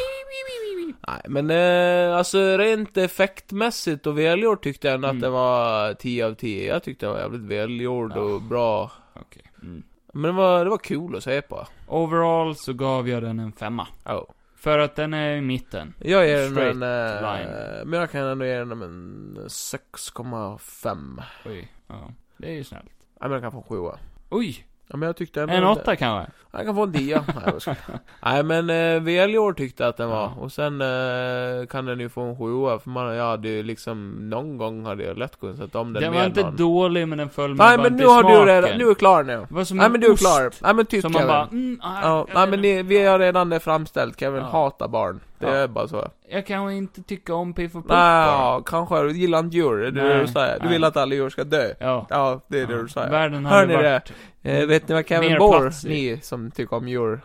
[SPEAKER 3] Nej men eh, alltså rent effektmässigt och välgjord tyckte jag ändå att
[SPEAKER 1] Mm.
[SPEAKER 3] den var 10 av 10. Jag tyckte den var jävligt välgjord
[SPEAKER 1] Ja.
[SPEAKER 3] och bra.
[SPEAKER 1] Okej. Mm.
[SPEAKER 3] Men det var, det var kul att se på.
[SPEAKER 1] Overall så gav jag den en femma.
[SPEAKER 3] Ja.
[SPEAKER 1] För att den är i mitten.
[SPEAKER 3] Jag ger
[SPEAKER 1] Straight
[SPEAKER 3] den en... Eh,
[SPEAKER 1] line.
[SPEAKER 3] men jag kan ändå ge den en 6,5.
[SPEAKER 1] Oj. Ja. Det är ju snällt.
[SPEAKER 3] Nej men jag kan få en 7
[SPEAKER 1] Oj!
[SPEAKER 3] Ja, men jag tyckte ändå
[SPEAKER 1] En
[SPEAKER 3] att-
[SPEAKER 1] åtta kanske?
[SPEAKER 3] Han kan få en dia. Nej, jag skojar. Nej men eh, Veljor tyckte att den var.
[SPEAKER 1] Ja.
[SPEAKER 3] Och sen eh, kan den ju få en sjua. För man, jag hade ju liksom, någon gång hade jag lätt kunnat sätta om den,
[SPEAKER 1] Den
[SPEAKER 3] med
[SPEAKER 1] var inte
[SPEAKER 3] någon.
[SPEAKER 1] dålig men den föll mig
[SPEAKER 3] Nej
[SPEAKER 1] bara
[SPEAKER 3] men
[SPEAKER 1] inte
[SPEAKER 3] nu
[SPEAKER 1] i
[SPEAKER 3] har du
[SPEAKER 1] smaken.
[SPEAKER 3] redan, nu är klar nu.
[SPEAKER 1] Det var som
[SPEAKER 3] Nej
[SPEAKER 1] en
[SPEAKER 3] men du är
[SPEAKER 1] ost
[SPEAKER 3] klar. Nej men tyst
[SPEAKER 1] Som
[SPEAKER 3] Kevin.
[SPEAKER 1] man bara, mm, ah,
[SPEAKER 3] Ja,
[SPEAKER 1] jag
[SPEAKER 3] nej
[SPEAKER 1] vet
[SPEAKER 3] men
[SPEAKER 1] inte.
[SPEAKER 3] ni, vi har redan det framställt, Kevin
[SPEAKER 1] Ja.
[SPEAKER 3] hatar barn. Det
[SPEAKER 1] Ja.
[SPEAKER 3] är bara så.
[SPEAKER 1] Jag kanske inte tycker om Piff och Puff
[SPEAKER 3] Nej,
[SPEAKER 1] bara.
[SPEAKER 3] ja, kanske, du gillar inte djur, det är det
[SPEAKER 1] Nej,
[SPEAKER 3] du säger. Du
[SPEAKER 1] nej.
[SPEAKER 3] vill att alla djur ska dö.
[SPEAKER 1] Ja.
[SPEAKER 3] Ja, det är det du säger.
[SPEAKER 1] Världen
[SPEAKER 3] Hör
[SPEAKER 1] hade
[SPEAKER 3] ni
[SPEAKER 1] varit...
[SPEAKER 3] det? Eh, vet ni vad Kevin
[SPEAKER 1] Mer plats
[SPEAKER 3] Borr,
[SPEAKER 1] i-
[SPEAKER 3] ni som tycker om djur,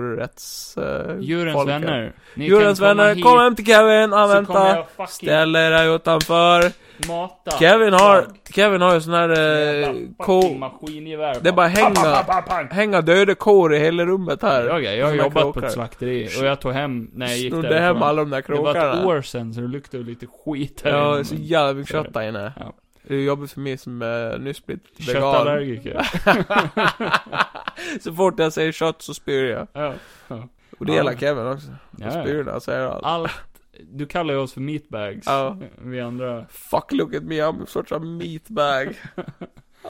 [SPEAKER 3] djurrätts... Eh,
[SPEAKER 1] Djurens
[SPEAKER 3] folket.
[SPEAKER 1] vänner. Ni
[SPEAKER 3] Djurens
[SPEAKER 1] kan komma
[SPEAKER 3] vänner,
[SPEAKER 1] hit,
[SPEAKER 3] kom hem till Kevin, han
[SPEAKER 1] så kommer
[SPEAKER 3] väntar.
[SPEAKER 1] jag fucking
[SPEAKER 3] Ställ er här utanför.
[SPEAKER 1] mata.
[SPEAKER 3] Kevin har,
[SPEAKER 1] Jag.
[SPEAKER 3] Kevin har ju sån här eh,
[SPEAKER 1] Jävla fucking
[SPEAKER 3] ko...
[SPEAKER 1] maskingevär.
[SPEAKER 3] Det är bara hänga, hänga döda kor i hela rummet här.
[SPEAKER 1] Jag, jag har
[SPEAKER 3] Såna
[SPEAKER 1] jobbat
[SPEAKER 3] kråkor.
[SPEAKER 1] på ett slakteri och jag tog hem när jag gick
[SPEAKER 3] Snodde hem alla de där
[SPEAKER 1] Det var
[SPEAKER 3] krokarna.
[SPEAKER 1] ett år sedan så det luktade lite skit här
[SPEAKER 3] Ja, det är
[SPEAKER 1] inne.
[SPEAKER 3] så jävla mycket kött där inne.
[SPEAKER 1] Ja.
[SPEAKER 3] Det är jobbigt för mig som eh, nyss blivit vegan.
[SPEAKER 1] Köttallergiker.
[SPEAKER 3] så fort jag säger kött så spyr jag.
[SPEAKER 1] ja.
[SPEAKER 3] Och det
[SPEAKER 1] Ja.
[SPEAKER 3] gillar Kevin också. Han
[SPEAKER 1] Ja.
[SPEAKER 3] spyr när han säger allt.
[SPEAKER 1] Allt. Du kallar ju oss för meatbags.
[SPEAKER 3] Ja.
[SPEAKER 1] Vi andra.
[SPEAKER 3] Fuck look at me, I'm a sorts of meatbag.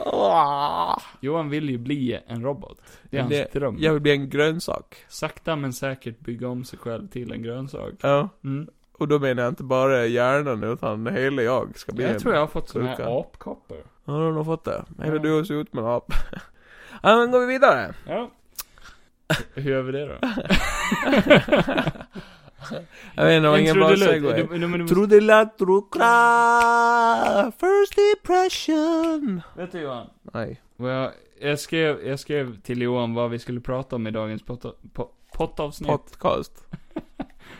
[SPEAKER 3] Ah.
[SPEAKER 1] Johan vill ju bli en robot. Det är hans
[SPEAKER 3] Det-
[SPEAKER 1] dröm.
[SPEAKER 3] jag vill bli en grönsak.
[SPEAKER 1] Sakta men säkert bygga om sig själv till en grönsak.
[SPEAKER 3] Ja.
[SPEAKER 1] Mm.
[SPEAKER 3] Och då menar jag inte bara hjärnan utan hela jag ska bli en...
[SPEAKER 1] Jag tror jag har fått såna
[SPEAKER 3] kruka.
[SPEAKER 1] här apkoppor.
[SPEAKER 3] Ja, du har nog fått det. Hela
[SPEAKER 1] Ja.
[SPEAKER 3] du ser ut med en ap. ja, men går vi vidare.
[SPEAKER 1] Ja. Hur gör vi det då?
[SPEAKER 3] Jag vet inte, det var ingen bra segway.
[SPEAKER 1] segway.
[SPEAKER 3] Trudelutt-trukra, first depression.
[SPEAKER 1] Vet du Johan?
[SPEAKER 3] Nej.
[SPEAKER 1] Och Jag, jag, skrev, jag skrev till Johan vad vi skulle prata om i dagens potta- po- pottavsnitt.
[SPEAKER 3] Podcast.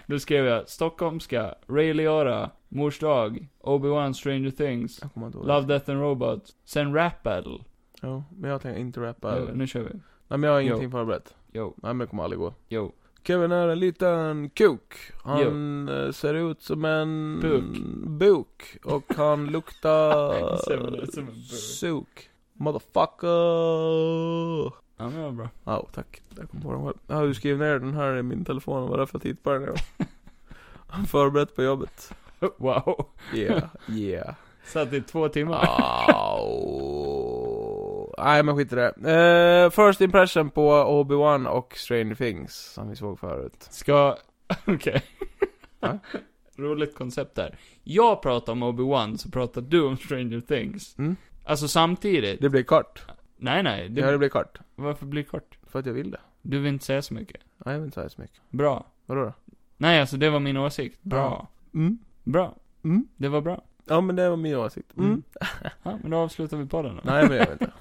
[SPEAKER 1] Då skrev jag Stockholmska, Ray Liotta, Mors dag, Obi-Wan, Stranger Things,
[SPEAKER 3] Jag kommer inte ihåg.
[SPEAKER 1] Love, Death and Robots, sen Rap Battle.
[SPEAKER 3] Ja, men jag tänker inte rappa.
[SPEAKER 1] Nu, nu kör vi.
[SPEAKER 3] Nej men jag har ingenting förberett.
[SPEAKER 1] Jo,
[SPEAKER 3] Nej men det kommer aldrig gå.
[SPEAKER 1] jo.
[SPEAKER 3] Kevin är en liten kuk. Han eh, ser ut som en...
[SPEAKER 1] Buk.
[SPEAKER 3] Buk. Och han luktar...
[SPEAKER 1] Ser väl ut som en buk.
[SPEAKER 3] Suk. Motherfucker.
[SPEAKER 1] Ja men vad bra.
[SPEAKER 3] Ja, tack. Jag kom på den själv. Jag har ju skrivit ner den här i min telefon. Vad är det för tid på den? här? Förberett på jobbet.
[SPEAKER 1] Wow.
[SPEAKER 3] Yeah, yeah.
[SPEAKER 1] Satt i två timmar.
[SPEAKER 3] Au. Nej men skit i det. Eh, first impression på Obi-Wan och Stranger Things, som vi såg förut.
[SPEAKER 1] Ska... Okej.
[SPEAKER 3] Ja.
[SPEAKER 1] Roligt koncept där. Jag pratar om Obi-Wan, så pratar du om Stranger Things.
[SPEAKER 3] Mm.
[SPEAKER 1] Alltså samtidigt.
[SPEAKER 3] Det blir kort.
[SPEAKER 1] Nej, nej. Det...
[SPEAKER 3] Det... Ja, det blir kort.
[SPEAKER 1] Varför blir det kort?
[SPEAKER 3] För att jag vill det.
[SPEAKER 1] Du vill inte säga så mycket.
[SPEAKER 3] Nej, jag vill inte säga så mycket.
[SPEAKER 1] Bra.
[SPEAKER 3] Vadå då?
[SPEAKER 1] Nej, alltså det var min åsikt. Bra.
[SPEAKER 3] Mm.
[SPEAKER 1] Bra.
[SPEAKER 3] Mm.
[SPEAKER 1] Det var bra.
[SPEAKER 3] Ja men det var min åsikt. Mm.
[SPEAKER 1] Mm. Ja, men då avslutar vi podden då.
[SPEAKER 3] Nej men jag vet inte.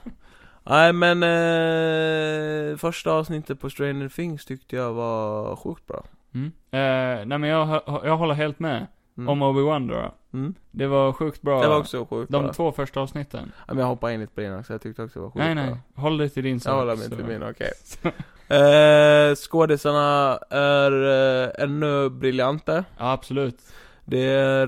[SPEAKER 3] Nej men, eh, första avsnittet på Stranger Things tyckte jag var sjukt bra.
[SPEAKER 1] Mm. Eh, nej men jag, hö- jag håller helt med.
[SPEAKER 3] Mm.
[SPEAKER 1] Om Obi-Wan då, då.
[SPEAKER 3] Mm.
[SPEAKER 1] Det var sjukt bra.
[SPEAKER 3] Det var också sjukt
[SPEAKER 1] De
[SPEAKER 3] bra.
[SPEAKER 1] två första avsnitten.
[SPEAKER 3] Ja, men jag hoppade in lite på din också, jag tyckte också det var sjukt
[SPEAKER 1] nej,
[SPEAKER 3] bra.
[SPEAKER 1] nej. Håll dig till din sak.
[SPEAKER 3] Jag håller mig
[SPEAKER 1] så.
[SPEAKER 3] till min, okej. Eh, skådisarna är eh, ännu briljanta.
[SPEAKER 1] Ja, absolut.
[SPEAKER 3] Det är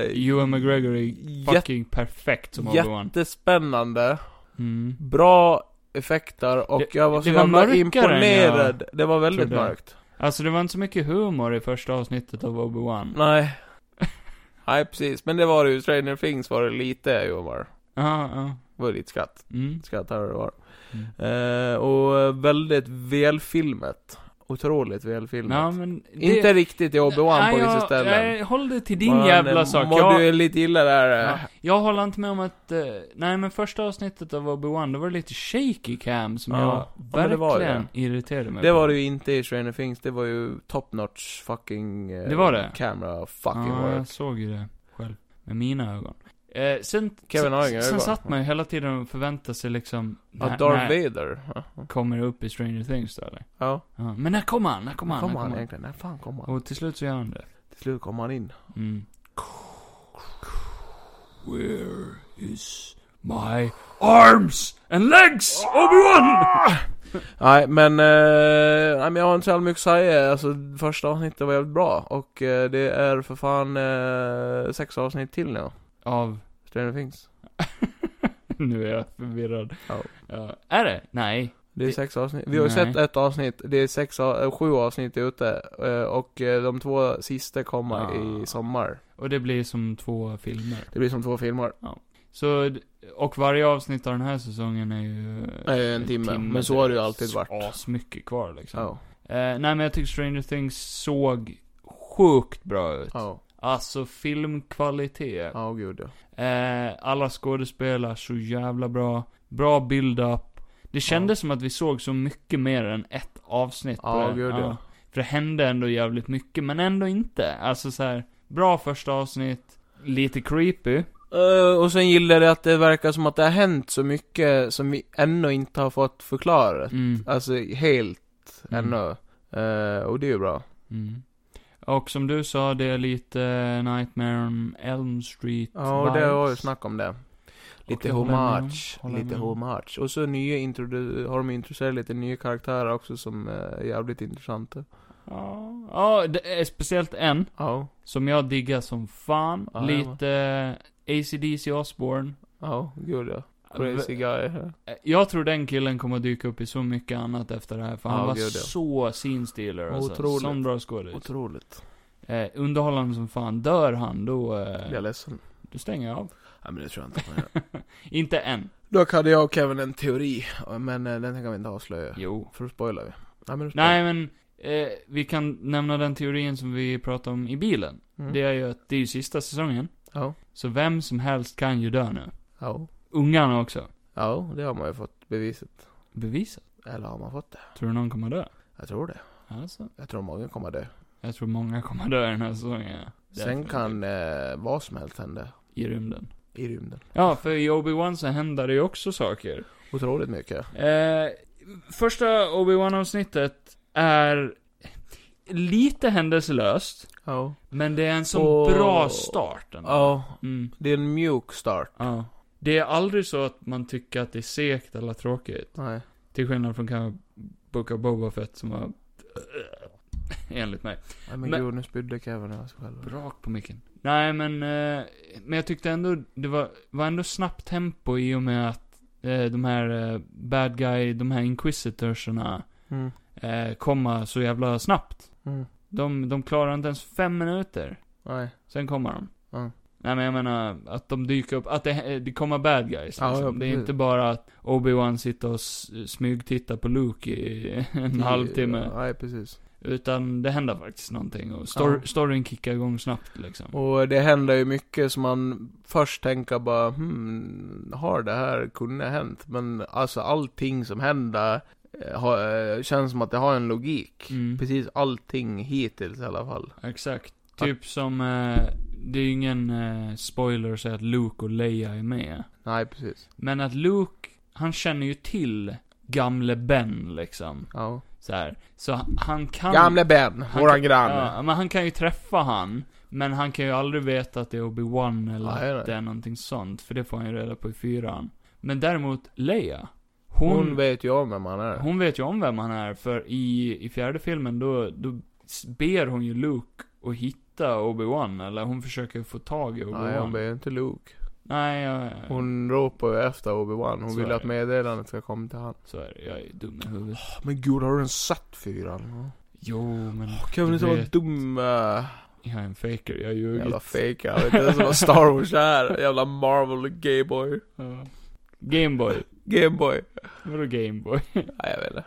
[SPEAKER 3] eh,
[SPEAKER 1] Ewan McGregor är fucking perfekt som Obi-Wan.
[SPEAKER 3] jättespännande.
[SPEAKER 1] Mm.
[SPEAKER 3] Bra effekter och
[SPEAKER 1] Det-
[SPEAKER 3] jag var så
[SPEAKER 1] det var
[SPEAKER 3] jävla
[SPEAKER 1] mörkare än
[SPEAKER 3] imponerad. Det var väldigt
[SPEAKER 1] trodde.
[SPEAKER 3] mörkt.
[SPEAKER 1] Alltså det var inte så mycket humor i första avsnittet av Obi-Wan.
[SPEAKER 3] Nej. Nej, precis. Men det var det ju. Stranger Things var det lite humor.
[SPEAKER 1] Ja, ja.
[SPEAKER 3] Det var lite skratt.
[SPEAKER 1] Mm.
[SPEAKER 3] Skratt här och det var.
[SPEAKER 1] Mm.
[SPEAKER 3] Eh, och väldigt välfilmet. Otroligt välfilmet.
[SPEAKER 1] Ja, men det...
[SPEAKER 3] Inte riktigt i Obi-Wan
[SPEAKER 1] Nej,
[SPEAKER 3] på vissa
[SPEAKER 1] jag-
[SPEAKER 3] ställen.
[SPEAKER 1] Nej, håll dig till din
[SPEAKER 3] Man, eh,
[SPEAKER 1] jävla sak.
[SPEAKER 3] Mår
[SPEAKER 1] Jag,
[SPEAKER 3] du lite illa där?
[SPEAKER 1] ja,
[SPEAKER 3] eh?
[SPEAKER 1] jag håller inte med om att... Eh, nej, men första avsnittet av Obi-Wan, då var det lite shaky cam som
[SPEAKER 3] Ja,
[SPEAKER 1] jag
[SPEAKER 3] men det
[SPEAKER 1] verkligen
[SPEAKER 3] var det.
[SPEAKER 1] irriterade mig
[SPEAKER 3] Det
[SPEAKER 1] på.
[SPEAKER 3] var det ju inte i Stranger Things, det var ju top notch fucking... eh,
[SPEAKER 1] Det var det?
[SPEAKER 3] Camera fucking
[SPEAKER 1] Ja, jag
[SPEAKER 3] work.
[SPEAKER 1] såg ju det själv. Med mina ögon. Eh, sen,
[SPEAKER 3] Kevin har inga
[SPEAKER 1] sen, sen
[SPEAKER 3] ögon.
[SPEAKER 1] satt man ju hela tiden och förväntade sig liksom...
[SPEAKER 3] Ja,
[SPEAKER 1] när-
[SPEAKER 3] Darth
[SPEAKER 1] när
[SPEAKER 3] Vader. Ja, ja.
[SPEAKER 1] Kommer det upp i Stranger Things då eller?
[SPEAKER 3] Ja.
[SPEAKER 1] Ja, men när kommer han? När kommer
[SPEAKER 3] När
[SPEAKER 1] han?
[SPEAKER 3] kom han egentligen? När fan kom han?
[SPEAKER 1] Och till slut så gör han det.
[SPEAKER 3] Till slut kom han in.
[SPEAKER 1] Mm. Where is my arms and legs, Obi-Wan?
[SPEAKER 3] Nej, men... Eh, nej, men jag har inte så jävla mycket att säga. Alltså, första avsnittet var jävligt bra. Och eh, det är för fan eh, sex avsnitt till nu.
[SPEAKER 1] Av...
[SPEAKER 3] Stranger Things.
[SPEAKER 1] nu är jag förvirrad.
[SPEAKER 3] Ja.
[SPEAKER 1] Ja. Är det? Nej.
[SPEAKER 3] Det är
[SPEAKER 1] Det-
[SPEAKER 3] sex avsnitt. Vi har ju
[SPEAKER 1] Nej.
[SPEAKER 3] sett ett avsnitt, det är sex, av- eh, sju avsnitt ute. eh, Och eh, de två sista kommer
[SPEAKER 1] Ah.
[SPEAKER 3] i sommar.
[SPEAKER 1] Och det blir som två filmer.
[SPEAKER 3] Det blir som två filmer.
[SPEAKER 1] Så, och varje avsnitt av den här säsongen är ju...
[SPEAKER 3] Är ju en timme, men så har det ju alltid varit.
[SPEAKER 1] Asmycket kvar liksom.
[SPEAKER 3] Ja.
[SPEAKER 1] Eh, nej men jag tycker Stranger Things såg sjukt bra ut.
[SPEAKER 3] Ja.
[SPEAKER 1] Alltså filmkvalitet.
[SPEAKER 3] Ja, gud ja.
[SPEAKER 1] Eh, alla skådespelare så jävla bra. Bra build-up. Det kändes som att vi såg så mycket mer än ett avsnitt
[SPEAKER 3] Ja,
[SPEAKER 1] på det.
[SPEAKER 3] gud, ja.
[SPEAKER 1] För det hände ändå jävligt mycket, men ändå inte. Alltså så här, bra första avsnitt. Lite creepy.
[SPEAKER 3] Eh, och sen gillar jag att det verkar som att det har hänt så mycket som vi ännu inte har fått förklarat.
[SPEAKER 1] Mm.
[SPEAKER 3] Alltså helt
[SPEAKER 1] Mm.
[SPEAKER 3] ännu. Eh, och det är ju bra.
[SPEAKER 1] Mm. Och som du sa, det är lite eh, Nightmare on Elm Street
[SPEAKER 3] Ja, och det
[SPEAKER 1] vibes.
[SPEAKER 3] var ju snack om det. Lite
[SPEAKER 1] det håller jag med om.
[SPEAKER 3] homage.
[SPEAKER 1] Håller jag
[SPEAKER 3] Lite
[SPEAKER 1] med om.
[SPEAKER 3] homage. Och så nya introdu- har de introducerat lite nya karaktärer också som eh, är jävligt intressanta.
[SPEAKER 1] Ja, ja det är speciellt en.
[SPEAKER 3] Ja.
[SPEAKER 1] Som jag diggar som fan.
[SPEAKER 3] Ja,
[SPEAKER 1] lite eh, ACDC Osbourne.
[SPEAKER 3] Ja, gud ja. Crazy guy.
[SPEAKER 1] Eh, Jag tror den killen kommer att dyka upp i så mycket annat efter det här, för
[SPEAKER 3] Ja,
[SPEAKER 1] han var
[SPEAKER 3] gud, ja.
[SPEAKER 1] så scene stealer alltså.
[SPEAKER 3] Otroligt.
[SPEAKER 1] Sån bra skådis.
[SPEAKER 3] Otroligt.
[SPEAKER 1] Eh, underhållande som fan. Dör han, då,
[SPEAKER 3] Jag är
[SPEAKER 1] eh,
[SPEAKER 3] ledsen.
[SPEAKER 1] då stänger jag av.
[SPEAKER 3] Nej men det tror jag inte att man gör.
[SPEAKER 1] Inte än.
[SPEAKER 3] Dock hade jag och Kevin en teori, men eh, den kan vi inte avslöja.
[SPEAKER 1] Jo.
[SPEAKER 3] För då spoilar vi. Nej men då spoilar
[SPEAKER 1] Nej men, eh, vi kan nämna den teorin som vi pratade om i bilen.
[SPEAKER 3] vi. Mm.
[SPEAKER 1] Det är ju att det är ju sista säsongen.
[SPEAKER 3] Ja.
[SPEAKER 1] Så vem som helst kan ju dö nu.
[SPEAKER 3] Ja.
[SPEAKER 1] Ungarna också.
[SPEAKER 3] Ja, det har man ju fått beviset.
[SPEAKER 1] Bevisat.
[SPEAKER 3] Eller har man fått det?
[SPEAKER 1] Tror du någon kommer dö?
[SPEAKER 3] Jag tror det.
[SPEAKER 1] Alltså,
[SPEAKER 3] Jag tror många kommer dö.
[SPEAKER 1] jag tror många kommer dö den här säsongen. ja.
[SPEAKER 3] Sen
[SPEAKER 1] Definitivt.
[SPEAKER 3] kan eh, vad som helst hända
[SPEAKER 1] I rymden.
[SPEAKER 3] i rymden.
[SPEAKER 1] Ja, för i Obi-Wan så händer det ju också saker.
[SPEAKER 3] Otroligt mycket.
[SPEAKER 1] Eh, första Obi-Wan-avsnittet är lite händelselöst,
[SPEAKER 3] Ja.
[SPEAKER 1] men det är en sån
[SPEAKER 3] Och-
[SPEAKER 1] bra start. ändå.
[SPEAKER 3] Ja,
[SPEAKER 1] Mm,
[SPEAKER 3] det är en mjuk start.
[SPEAKER 1] ja. Det är aldrig så att man tycker att det är segt eller tråkigt.
[SPEAKER 3] Nej.
[SPEAKER 1] Till skillnad från kanske Book of Boba Fett som var... Enligt mig.
[SPEAKER 3] Nej men,
[SPEAKER 1] Men-
[SPEAKER 3] gud, nu spydde Kevin över sig själv.
[SPEAKER 1] Rakt på micken. Nej men, eh, men jag tyckte ändå, det var, var ändå snabbt tempo i och med att eh, de här eh, bad guy, de här inquisitorserna
[SPEAKER 3] Mm.
[SPEAKER 1] eh, komma så jävla snabbt.
[SPEAKER 3] Mm.
[SPEAKER 1] De, de klarar inte ens fem minuter.
[SPEAKER 3] Nej.
[SPEAKER 1] Sen kommer de.
[SPEAKER 3] Ja.
[SPEAKER 1] Nej men jag menar, att de dyker upp, att det, det kommer bad guys
[SPEAKER 3] Ja,
[SPEAKER 1] liksom.
[SPEAKER 3] ja,
[SPEAKER 1] Det är
[SPEAKER 3] precis.
[SPEAKER 1] inte bara att Obi-Wan sitter och s- smygtittar på Luke i en halvtimme.
[SPEAKER 3] Nej, precis.
[SPEAKER 1] Utan det händer faktiskt någonting och stor,
[SPEAKER 3] Ja.
[SPEAKER 1] storyn kickar igång snabbt liksom.
[SPEAKER 3] Och det händer ju mycket som man först tänker bara, hmm, har det här kunnat hänt? Men alltså allting som händer eh, har, eh, känns som att det har en logik.
[SPEAKER 1] Mm.
[SPEAKER 3] Precis allting hittills i alla fall.
[SPEAKER 1] Exakt. Typ som, eh, det är ju ingen eh, spoiler att säga att Luke och Leia är med.
[SPEAKER 3] Nej, precis.
[SPEAKER 1] Men att Luke, han känner ju till gamle Ben liksom.
[SPEAKER 3] Ja.
[SPEAKER 1] Så här. Så han- han kan...
[SPEAKER 3] Gamle Ben,
[SPEAKER 1] han
[SPEAKER 3] våran
[SPEAKER 1] kan-
[SPEAKER 3] granne.
[SPEAKER 1] Ja, men han kan ju träffa han. Men han kan ju aldrig veta att det är Obi-Wan eller
[SPEAKER 3] Nej, nej.
[SPEAKER 1] att det är någonting sånt. För det får han ju reda på i fyran. Men däremot Leia.
[SPEAKER 3] Hon,
[SPEAKER 1] Hon, hon, vet.
[SPEAKER 3] vet ju om vem han är.
[SPEAKER 1] hon vet ju om vem han är. För i, i fjärde filmen då, då s- ber hon ju Luke att hitta Obi-Wan. Eller hon försöker få tag i
[SPEAKER 3] Nej, hon
[SPEAKER 1] Obi-Wan.
[SPEAKER 3] ber ju inte Luke.
[SPEAKER 1] Nej, jag,
[SPEAKER 3] Hon ropar ju efter Obi-Wan. Hon
[SPEAKER 1] Så
[SPEAKER 3] vill
[SPEAKER 1] är
[SPEAKER 3] att
[SPEAKER 1] det.
[SPEAKER 3] meddelandet ska komma till han.
[SPEAKER 1] så är det. Jag är dum i huvudet.
[SPEAKER 3] Men gud, har du ens sett fyran?
[SPEAKER 1] Jo, men
[SPEAKER 3] Kan
[SPEAKER 1] Du
[SPEAKER 3] väl inte vara
[SPEAKER 1] vet.
[SPEAKER 3] dum? eh,
[SPEAKER 1] jag är en faker. Jag ljuger.
[SPEAKER 3] Jävla fake, jag vet inte ens vad Star Wars är. Jävla Marvel Gayboy.
[SPEAKER 1] Ja. Gameboy.
[SPEAKER 3] Gameboy.
[SPEAKER 1] Vadå Gameboy?
[SPEAKER 3] Nej, jag vet inte.